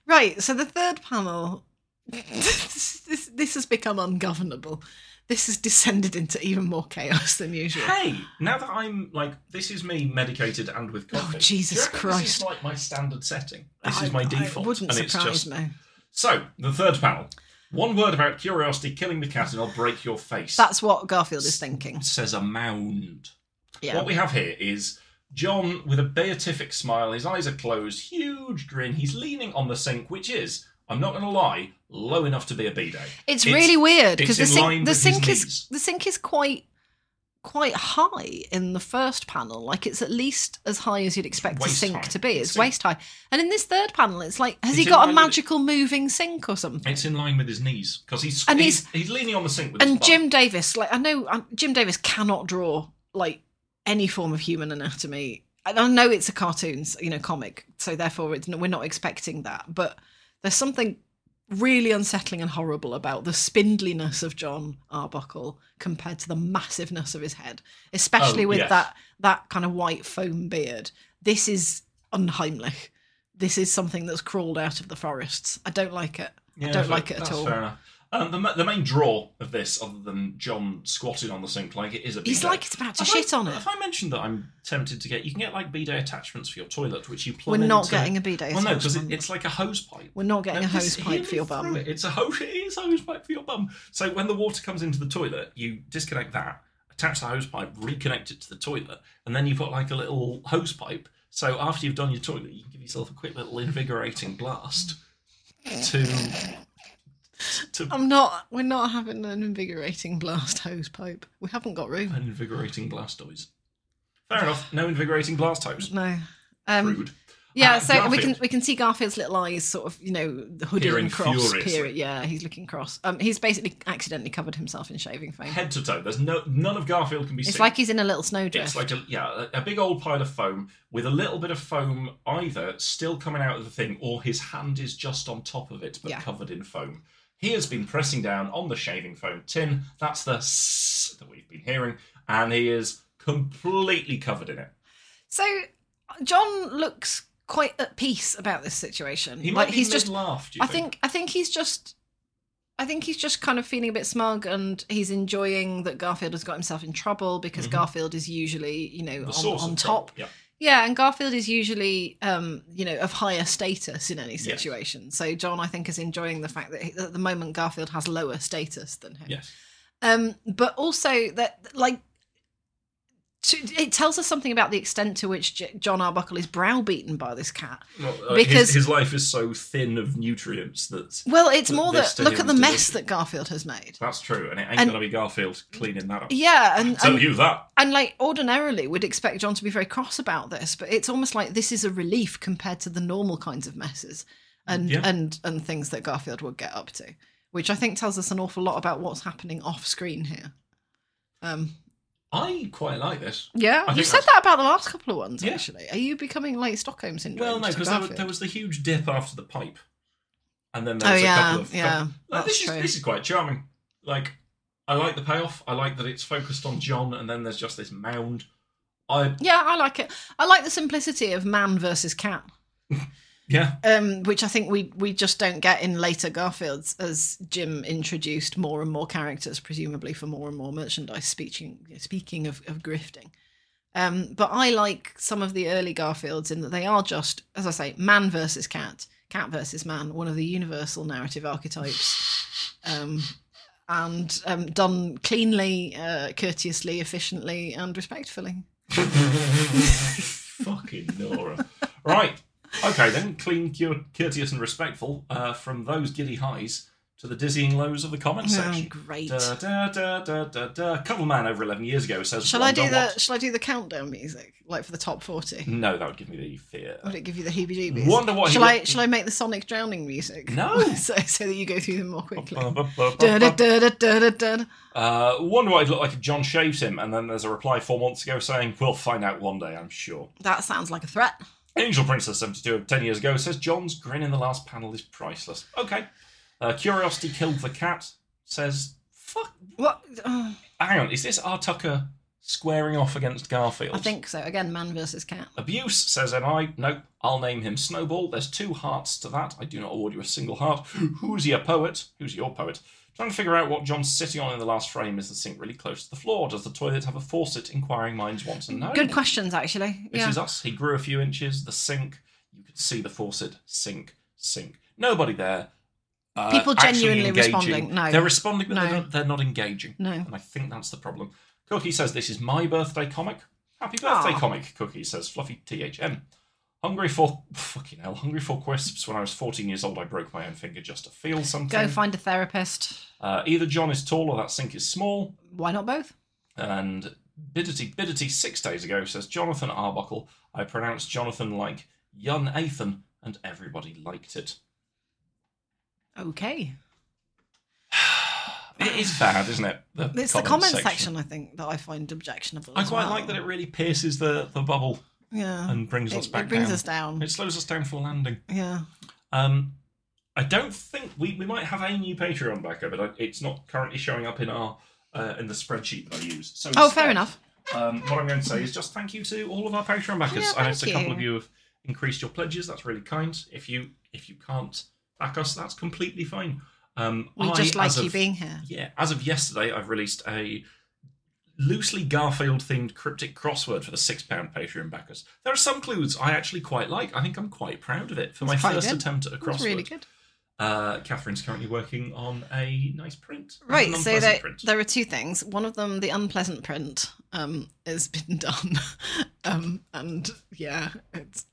Speaker 2: Right, so the third panel. this, this, this has become ungovernable. This has descended into even more chaos than usual.
Speaker 1: Hey, now that I'm like, this is me medicated and with coffee.
Speaker 2: Oh, Jesus
Speaker 1: Do you reckon This
Speaker 2: Christ.
Speaker 1: is like my standard setting. This is
Speaker 2: I-
Speaker 1: my
Speaker 2: I-
Speaker 1: default,
Speaker 2: It wouldn't
Speaker 1: and it's
Speaker 2: surprise
Speaker 1: just
Speaker 2: me.
Speaker 1: so. The third panel. One word about curiosity killing the cat, and I'll break your face.
Speaker 2: That's what Garfield is thinking.
Speaker 1: says a mound.
Speaker 2: Yeah.
Speaker 1: What we have here is John with a beatific smile, his eyes are closed, huge grin, he's leaning on the sink, which is, I'm not going to lie, low enough to be a bidet.
Speaker 2: It's, really weird
Speaker 1: it's
Speaker 2: because the
Speaker 1: in line
Speaker 2: sink,
Speaker 1: with
Speaker 2: the
Speaker 1: his
Speaker 2: sink
Speaker 1: knees.
Speaker 2: is the sink is quite quite high in the first panel. Like it's at least as high as you'd expect
Speaker 1: Waist
Speaker 2: a sink
Speaker 1: high.
Speaker 2: to be. It's
Speaker 1: Sink.
Speaker 2: waist high. And in this third panel, it's like has
Speaker 1: It's
Speaker 2: he
Speaker 1: in
Speaker 2: got
Speaker 1: line
Speaker 2: a
Speaker 1: with it.
Speaker 2: magical moving sink or something?
Speaker 1: It's in line with his knees because he's,
Speaker 2: And
Speaker 1: he's, he's leaning on the sink with his
Speaker 2: And
Speaker 1: bum.
Speaker 2: Jim Davis, like I know um, Jim Davis cannot draw like any form of human anatomy. And I know it's a cartoons, you know, comic, so therefore it's, we're not expecting that. But there's something really unsettling and horrible about the spindliness of John Arbuckle compared to the massiveness of his head, especially
Speaker 1: Oh,
Speaker 2: with
Speaker 1: yes.
Speaker 2: that that kind of white foam beard. This is unheimlich. This is something that's crawled out of the forests. I don't like it.
Speaker 1: Yeah,
Speaker 2: I don't
Speaker 1: fair-
Speaker 2: like it at
Speaker 1: that's
Speaker 2: all.
Speaker 1: Fair enough. Um, the, ma- the main draw of this, other than John squatting on the sink like it is a bidet,
Speaker 2: He's like it's about to
Speaker 1: Have
Speaker 2: shit
Speaker 1: I,
Speaker 2: on it.
Speaker 1: Have I mentioned that I'm tempted to get? You can get like bidet attachments for your toilet, which you plug
Speaker 2: We're not
Speaker 1: into-
Speaker 2: getting a bidet.
Speaker 1: Well, no, because
Speaker 2: attachment.
Speaker 1: it, it's like a hose pipe.
Speaker 2: We're not getting
Speaker 1: No,
Speaker 2: a
Speaker 1: this-
Speaker 2: hose pipe
Speaker 1: hear
Speaker 2: for
Speaker 1: me
Speaker 2: your
Speaker 1: through
Speaker 2: bum.
Speaker 1: it. It's a hose. It is a hose pipe for your bum. So when the water comes into the toilet, you disconnect that, attach the hose pipe, reconnect it to the toilet, and then you put like a little hose pipe. So after you've done your toilet, you can give yourself a quick little invigorating blast to to
Speaker 2: I'm not. We're not having an invigorating blast hose pipe. We haven't got room.
Speaker 1: an invigorating blastoise. Fair enough. No invigorating blast hose.
Speaker 2: No. Um,
Speaker 1: Rude.
Speaker 2: yeah,
Speaker 1: Uh,
Speaker 2: so we can
Speaker 1: Garfield.
Speaker 2: we can see Garfield's little eyes, sort of, you know, the hooded
Speaker 1: Peering
Speaker 2: and cross.
Speaker 1: furiously.
Speaker 2: peer- yeah, he's looking cross. Um, he's basically accidentally covered himself in shaving foam.
Speaker 1: Head to toe. There's no none of Garfield can be
Speaker 2: It's
Speaker 1: seen.
Speaker 2: like he's in a little snowdrift.
Speaker 1: It's like a yeah, a a big old pile of foam with a little bit of foam either still coming out of the thing or his hand is just on top of it but
Speaker 2: Yeah.
Speaker 1: covered in foam. He has been pressing down on the shaving foam tin. That's the s that we've been hearing, and he is completely covered in it.
Speaker 2: so John looks quite at peace about this situation.
Speaker 1: He might
Speaker 2: like
Speaker 1: be
Speaker 2: he's just
Speaker 1: laughed.
Speaker 2: I think I think he's just I think he's just kind of feeling a bit smug and he's enjoying that Garfield has got himself in trouble because
Speaker 1: Mhm.
Speaker 2: Garfield is usually, you know,
Speaker 1: the
Speaker 2: on,
Speaker 1: source
Speaker 2: on
Speaker 1: of
Speaker 2: top.
Speaker 1: trouble, Yeah.
Speaker 2: Yeah, and Garfield is usually um, you know, of higher status in any
Speaker 1: Yes.
Speaker 2: situation. So John I think is enjoying the fact that he, at the moment Garfield has lower status than him.
Speaker 1: Yes.
Speaker 2: Um but also that like to, it tells us something about the extent to which J- John Arbuckle is browbeaten by this cat.
Speaker 1: Well, uh,
Speaker 2: Because-
Speaker 1: his, his life is so thin of nutrients that
Speaker 2: Well, it's
Speaker 1: Th-
Speaker 2: more
Speaker 1: this
Speaker 2: that
Speaker 1: to
Speaker 2: look
Speaker 1: him
Speaker 2: at the
Speaker 1: is
Speaker 2: mess
Speaker 1: delicious.
Speaker 2: that Garfield has made.
Speaker 1: that's true, and it ain't
Speaker 2: And-
Speaker 1: gonna be Garfield cleaning that up.
Speaker 2: Yeah, and
Speaker 1: Tell
Speaker 2: and,
Speaker 1: you that.
Speaker 2: and like ordinarily we'd expect John to be very cross about this, but it's almost like this is a relief compared to the normal kinds of messes and
Speaker 1: Yeah.
Speaker 2: and and things that Garfield would get up to, which I think tells us an awful lot about what's happening off screen here. Um,
Speaker 1: I quite like this.
Speaker 2: yeah,
Speaker 1: think
Speaker 2: you said
Speaker 1: that's-
Speaker 2: that about the last couple of ones.
Speaker 1: Yeah.
Speaker 2: Actually, are you becoming like Stockholm syndrome?
Speaker 1: Well, no,
Speaker 2: to
Speaker 1: because there, wa-
Speaker 2: Garfield?
Speaker 1: there was the huge dip after the pipe, and then there
Speaker 2: oh
Speaker 1: was a
Speaker 2: yeah,
Speaker 1: couple of.
Speaker 2: yeah,
Speaker 1: Like,
Speaker 2: that's
Speaker 1: this
Speaker 2: true.
Speaker 1: is this is quite charming. Like, I like the payoff. I like that it's focused on John, and then there's just this mound. I
Speaker 2: yeah, I like it. I like the simplicity of man versus cat.
Speaker 1: yeah,
Speaker 2: um, which I think we we just don't get in later Garfields, as Jim introduced more and more characters, presumably for more and more merchandise. Speaking speaking of, of grifting, um, but I like some of the early Garfields in that they are just, as I say, man versus cat, cat versus man, one of the universal narrative archetypes, um, and um, done cleanly, uh, courteously, efficiently, and respectfully.
Speaker 1: fucking Nora. right, okay then, clean, cur- courteous, and respectful. Uh, from those giddy highs to the dizzying lows of the comments
Speaker 2: Oh,
Speaker 1: section.
Speaker 2: great.
Speaker 1: Da, da, da, da, da, da. Cover man over 11 years ago says,
Speaker 2: Shall
Speaker 1: "Well,
Speaker 2: I do
Speaker 1: done
Speaker 2: the
Speaker 1: what?"
Speaker 2: Shall I do the countdown music like for the top forty?
Speaker 1: No, that would give me the fear.
Speaker 2: Would it give you the heebie-jeebies?
Speaker 1: Wonder what he
Speaker 2: shall
Speaker 1: would-
Speaker 2: I Shall I make the Sonic drowning music?
Speaker 1: No.
Speaker 2: so, so that you go through them more quickly. Da, da,
Speaker 1: Uh,
Speaker 2: da, da, da, da, da.
Speaker 1: wonder what I'd look like if John shaved him, and then there's a reply four months ago saying, We'll find out one day, I'm sure.
Speaker 2: That sounds like a threat.
Speaker 1: Angel Princess 72 of 10 years ago says John's grin in the last panel is priceless. Okay. Uh, Curiosity Killed the Cat says, Fuck.
Speaker 2: What? Oh,
Speaker 1: Hang on, is this R. Tucker squaring off against Garfield?
Speaker 2: I think so. Again, man versus cat.
Speaker 1: Abuse, says NI. Nope, I'll name him Snowball. There's two hearts to that. I do not award you a single heart. Who's your poet? Who's your poet? Trying to figure out what John's sitting on in the last frame. Is the sink really close to the floor? Does the toilet have a faucet? Inquiring minds want to know.
Speaker 2: Good questions, actually.
Speaker 1: This
Speaker 2: yeah.
Speaker 1: is us. He grew a few inches. The sink. You could see the faucet. Sink, sink. Nobody there. Uh,
Speaker 2: People
Speaker 1: actually
Speaker 2: genuinely
Speaker 1: engaging.
Speaker 2: responding. No.
Speaker 1: They're responding, but they're,
Speaker 2: No.
Speaker 1: not, they're not engaging.
Speaker 2: No.
Speaker 1: And I think that's the problem. Cookie says, This is my birthday comic. Happy birthday
Speaker 2: Aw.
Speaker 1: comic, Cookie says, Fluffy THM. Hungry for. Fucking hell. Hungry for crisps. When I was 14 years old, I broke my own finger just to feel something.
Speaker 2: Go find a therapist.
Speaker 1: uh, either John is tall or that sink is small.
Speaker 2: Why not both?
Speaker 1: And Biddity Biddity six days ago says Jonathan Arbuckle. I pronounced Jonathan like Yun Athan, and everybody liked it.
Speaker 2: Okay.
Speaker 1: It is bad, isn't it?
Speaker 2: It's the comment section. I think, that I find objectionable.
Speaker 1: I
Speaker 2: as
Speaker 1: quite
Speaker 2: well.
Speaker 1: like that it really pierces the, the bubble
Speaker 2: Yeah.
Speaker 1: and brings
Speaker 2: it,
Speaker 1: us back
Speaker 2: it brings
Speaker 1: down.
Speaker 2: us down.
Speaker 1: It slows us down for landing.
Speaker 2: Yeah.
Speaker 1: Um, I don't think we, we might have a new Patreon backer, but I, it's not currently showing up in our uh, in the spreadsheet that I use. So
Speaker 2: Oh, fair
Speaker 1: instead,
Speaker 2: enough.
Speaker 1: Um, what I'm going to say is just thank you to all of our Patreon backers.
Speaker 2: Yeah,
Speaker 1: I
Speaker 2: thank
Speaker 1: noticed a couple
Speaker 2: you.
Speaker 1: of you have increased your pledges. That's really kind. If you if you can't back us, that's completely fine. Um,
Speaker 2: We
Speaker 1: I,
Speaker 2: just like
Speaker 1: as
Speaker 2: you
Speaker 1: of-
Speaker 2: being here.
Speaker 1: Yeah, as of yesterday, I've released a loosely Garfield themed cryptic crossword for the six pound Patreon backers. There are some clues I actually quite like. I think I'm quite proud of it for
Speaker 2: That's
Speaker 1: my
Speaker 2: quite
Speaker 1: first
Speaker 2: good.
Speaker 1: attempt at a crossword.
Speaker 2: That's really good.
Speaker 1: Uh, Catherine's currently working on a nice print, and
Speaker 2: Right,
Speaker 1: an
Speaker 2: so
Speaker 1: unpleasant
Speaker 2: there,
Speaker 1: print.
Speaker 2: there are two things. One of them, the unpleasant print, um, has been done, um, and yeah, it's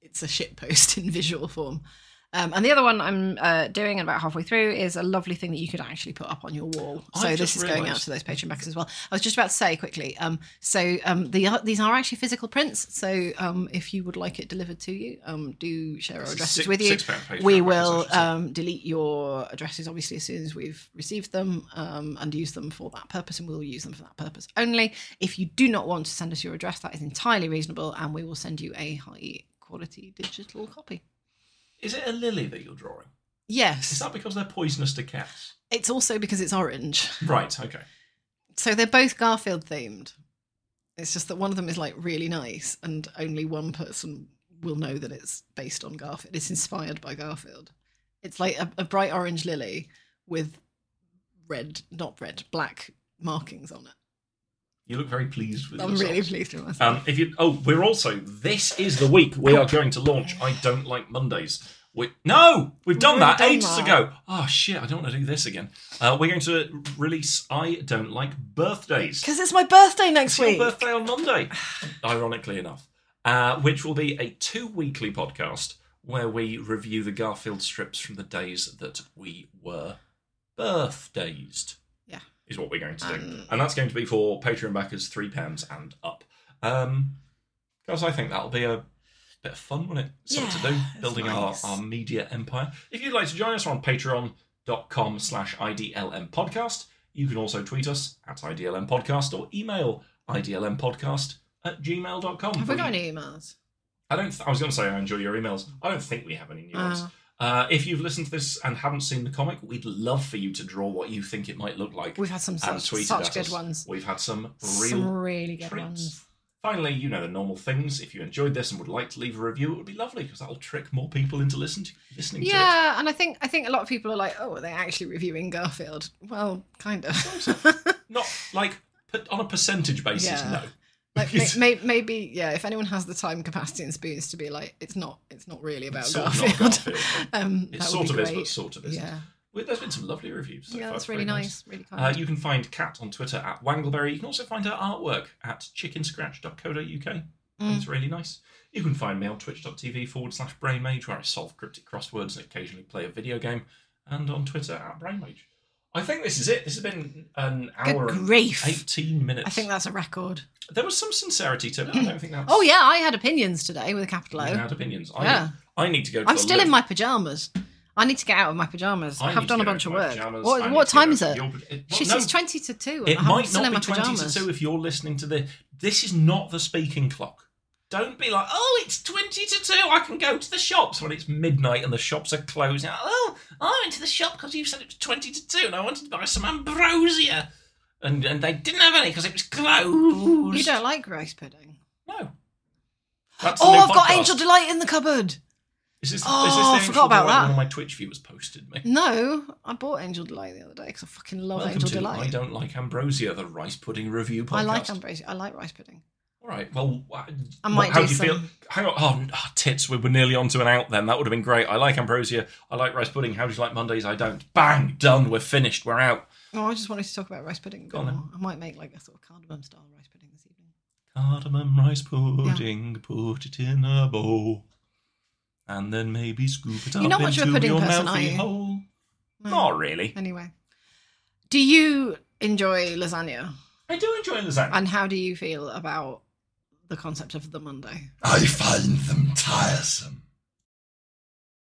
Speaker 2: it's a shit post in visual form. Um, and the other one I'm uh, doing and about halfway through is a lovely thing that you could actually put up on your wall.
Speaker 1: I've
Speaker 2: so
Speaker 1: just
Speaker 2: this is going out
Speaker 1: realised-
Speaker 2: to those Patreon backers as well. I was just about to say quickly. Um, so um, the, these are actually physical prints. So um, if you would like it delivered to you, um, do share our
Speaker 1: This is
Speaker 2: addresses
Speaker 1: six-
Speaker 2: with you
Speaker 1: £6 Patreon
Speaker 2: we
Speaker 1: backers, I
Speaker 2: will
Speaker 1: should say.
Speaker 2: um, delete your addresses obviously as soon as we've received them um, and use them for that purpose and we'll use them for that purpose only if you do not want to send us your address that is entirely reasonable and we will send you a high quality digital copy
Speaker 1: Is it a lily that you're drawing? Is
Speaker 2: yes
Speaker 1: that because they're poisonous to cats?
Speaker 2: it's also because it's orange
Speaker 1: Right. Okay.
Speaker 2: so they're both garfield themed it's just that one of them is like really nice and only one person will know that it's based on garfield it's inspired by garfield it's like a, a bright orange lily with red not red black markings on it
Speaker 1: You look very pleased with
Speaker 2: i'm
Speaker 1: yourself.
Speaker 2: really pleased with myself
Speaker 1: Um, if you, oh, we're also. This is the week we are going to launch. I don't like Mondays. We, no, we've done
Speaker 2: We've
Speaker 1: that
Speaker 2: already
Speaker 1: ages
Speaker 2: done that.
Speaker 1: ago. Oh shit! I don't want to do this again. Uh, we're going to release. I don't like birthdays.
Speaker 2: because it's my birthday next
Speaker 1: It's your
Speaker 2: week
Speaker 1: birthday on Monday, ironically enough, uh, which will be a two weekly podcast where we review the Garfield strips from the days that we were birthdays.
Speaker 2: Yeah.
Speaker 1: Is what we're going to do.
Speaker 2: Um,
Speaker 1: and that's going to be for Patreon backers £3 and up. Um, because I think that'll be a bit of fun, wouldn't it? Something to
Speaker 2: Yeah,
Speaker 1: do,
Speaker 2: it's
Speaker 1: building
Speaker 2: nice.
Speaker 1: our, our media empire. If you'd like to join us, we're on patreon.com slash IDLM podcast. You can also tweet us at IDLM podcast or email idlmpodcast at gmail.com.
Speaker 2: have we got any emails
Speaker 1: I don't. Th- I was going to say I enjoy your emails. I don't think we have any new ones.
Speaker 2: Ah.
Speaker 1: Uh, if you've listened to this and haven't seen the comic, we'd love for you to draw what you think it might look like.
Speaker 2: we've had some
Speaker 1: and
Speaker 2: such,
Speaker 1: tweet it
Speaker 2: such
Speaker 1: at
Speaker 2: good
Speaker 1: us.
Speaker 2: ones
Speaker 1: We've had some real
Speaker 2: some really good
Speaker 1: treats.
Speaker 2: ones
Speaker 1: Finally, you know the normal things. If you enjoyed this and would like to leave a review, it would be lovely because that'll trick more people into listen to, listening to it.
Speaker 2: yeah and i think i think a lot of people are like oh are they actually reviewing garfield well kind of
Speaker 1: Not like put on a percentage basis,
Speaker 2: Yeah.
Speaker 1: no.
Speaker 2: Like may, may, maybe yeah, if anyone has the time, capacity, and spoons to be like, it's not, it's not really about
Speaker 1: It's sort of
Speaker 2: Garfield.
Speaker 1: not Garfield.
Speaker 2: um,
Speaker 1: It
Speaker 2: that
Speaker 1: sort
Speaker 2: would
Speaker 1: of
Speaker 2: be
Speaker 1: is,
Speaker 2: great.
Speaker 1: but sort of isn't.
Speaker 2: yeah,
Speaker 1: Well, there's been some lovely reviews. So
Speaker 2: yeah,
Speaker 1: far.
Speaker 2: that's
Speaker 1: It's
Speaker 2: really
Speaker 1: very
Speaker 2: nice. really
Speaker 1: Uh,
Speaker 2: kind.
Speaker 1: you can find Kat on Twitter at Wangleberry. You can also find her artwork at chickenscratch.co.uk.
Speaker 2: Mm.
Speaker 1: And It's really nice. You can find me on twitch.tv forward slash brainmage where I solve cryptic crosswords and occasionally play a video game. and on Twitter at Brainwage. I think this is it. This has been an
Speaker 2: Good
Speaker 1: hour and
Speaker 2: grief.
Speaker 1: 18 minutes.
Speaker 2: I think that's a record.
Speaker 1: there was some sincerity to it. I don't think that's.
Speaker 2: Oh yeah, I had opinions today with a capital O.
Speaker 1: You had opinions. I,
Speaker 2: Yeah.
Speaker 1: I need to go to
Speaker 2: I'm
Speaker 1: the
Speaker 2: still
Speaker 1: loo.
Speaker 2: in my pajamas. I need to get out of my pajamas.
Speaker 1: I
Speaker 2: I have
Speaker 1: need
Speaker 2: done
Speaker 1: to
Speaker 2: a
Speaker 1: get
Speaker 2: bunch
Speaker 1: out
Speaker 2: of
Speaker 1: my
Speaker 2: work.
Speaker 1: pajamas. I
Speaker 2: What,
Speaker 1: need
Speaker 2: what
Speaker 1: to get
Speaker 2: time
Speaker 1: out-
Speaker 2: is it?
Speaker 1: You're-
Speaker 2: she
Speaker 1: well, no,
Speaker 2: says twenty to two. and
Speaker 1: It
Speaker 2: I'm
Speaker 1: might
Speaker 2: still
Speaker 1: not
Speaker 2: in
Speaker 1: be
Speaker 2: my
Speaker 1: 20
Speaker 2: pajamas.
Speaker 1: to 2 if you're listening to this. This is not the speaking clock. Don't be like, oh, it's 20 to 2, I can go to the shops when it's midnight and the shops are closing. Oh, I went to the shop because you said it was 20 to 2 and I wanted to buy some ambrosia. And, and they didn't have any because it was closed.
Speaker 2: You don't like rice pudding.
Speaker 1: No. That's the
Speaker 2: Oh,
Speaker 1: new
Speaker 2: I've got
Speaker 1: podcast.
Speaker 2: Angel Delight in the cupboard.
Speaker 1: Is this,
Speaker 2: Oh,
Speaker 1: is this the
Speaker 2: I
Speaker 1: Angel
Speaker 2: forgot about
Speaker 1: Delight
Speaker 2: that.
Speaker 1: One of my Twitch viewers posted me.
Speaker 2: No, I bought Angel Delight the other day because I fucking love
Speaker 1: Welcome
Speaker 2: Angel
Speaker 1: to I
Speaker 2: Delight.
Speaker 1: Don't Like Ambrosia, the rice pudding review podcast.
Speaker 2: I, like ambrosia. I like rice pudding.
Speaker 1: All right. Well, wha-
Speaker 2: I
Speaker 1: wha-
Speaker 2: might
Speaker 1: how
Speaker 2: do
Speaker 1: do you feel?
Speaker 2: some-
Speaker 1: Hang on. Oh, n- ah, tits. We were nearly onto an out then. That would have been great. I like ambrosia. I like rice pudding. How do you like Mondays? I don't. Bang. Done. We're finished. We're out.
Speaker 2: Oh, I just wanted to talk about rice pudding. a bit
Speaker 1: Go on then.
Speaker 2: more. I might make like a sort of cardamom style rice pudding this evening.
Speaker 1: Cardamom rice pudding. Put it in a bowl, and then maybe scoop it up
Speaker 2: You're not much
Speaker 1: into
Speaker 2: of a pudding
Speaker 1: your
Speaker 2: person,
Speaker 1: mouthy
Speaker 2: are you?
Speaker 1: hole.
Speaker 2: No.
Speaker 1: Not really.
Speaker 2: Anyway, do you enjoy lasagna?
Speaker 1: I do enjoy lasagna.
Speaker 2: And how do you feel about the concept of the Monday?
Speaker 1: I find them tiresome.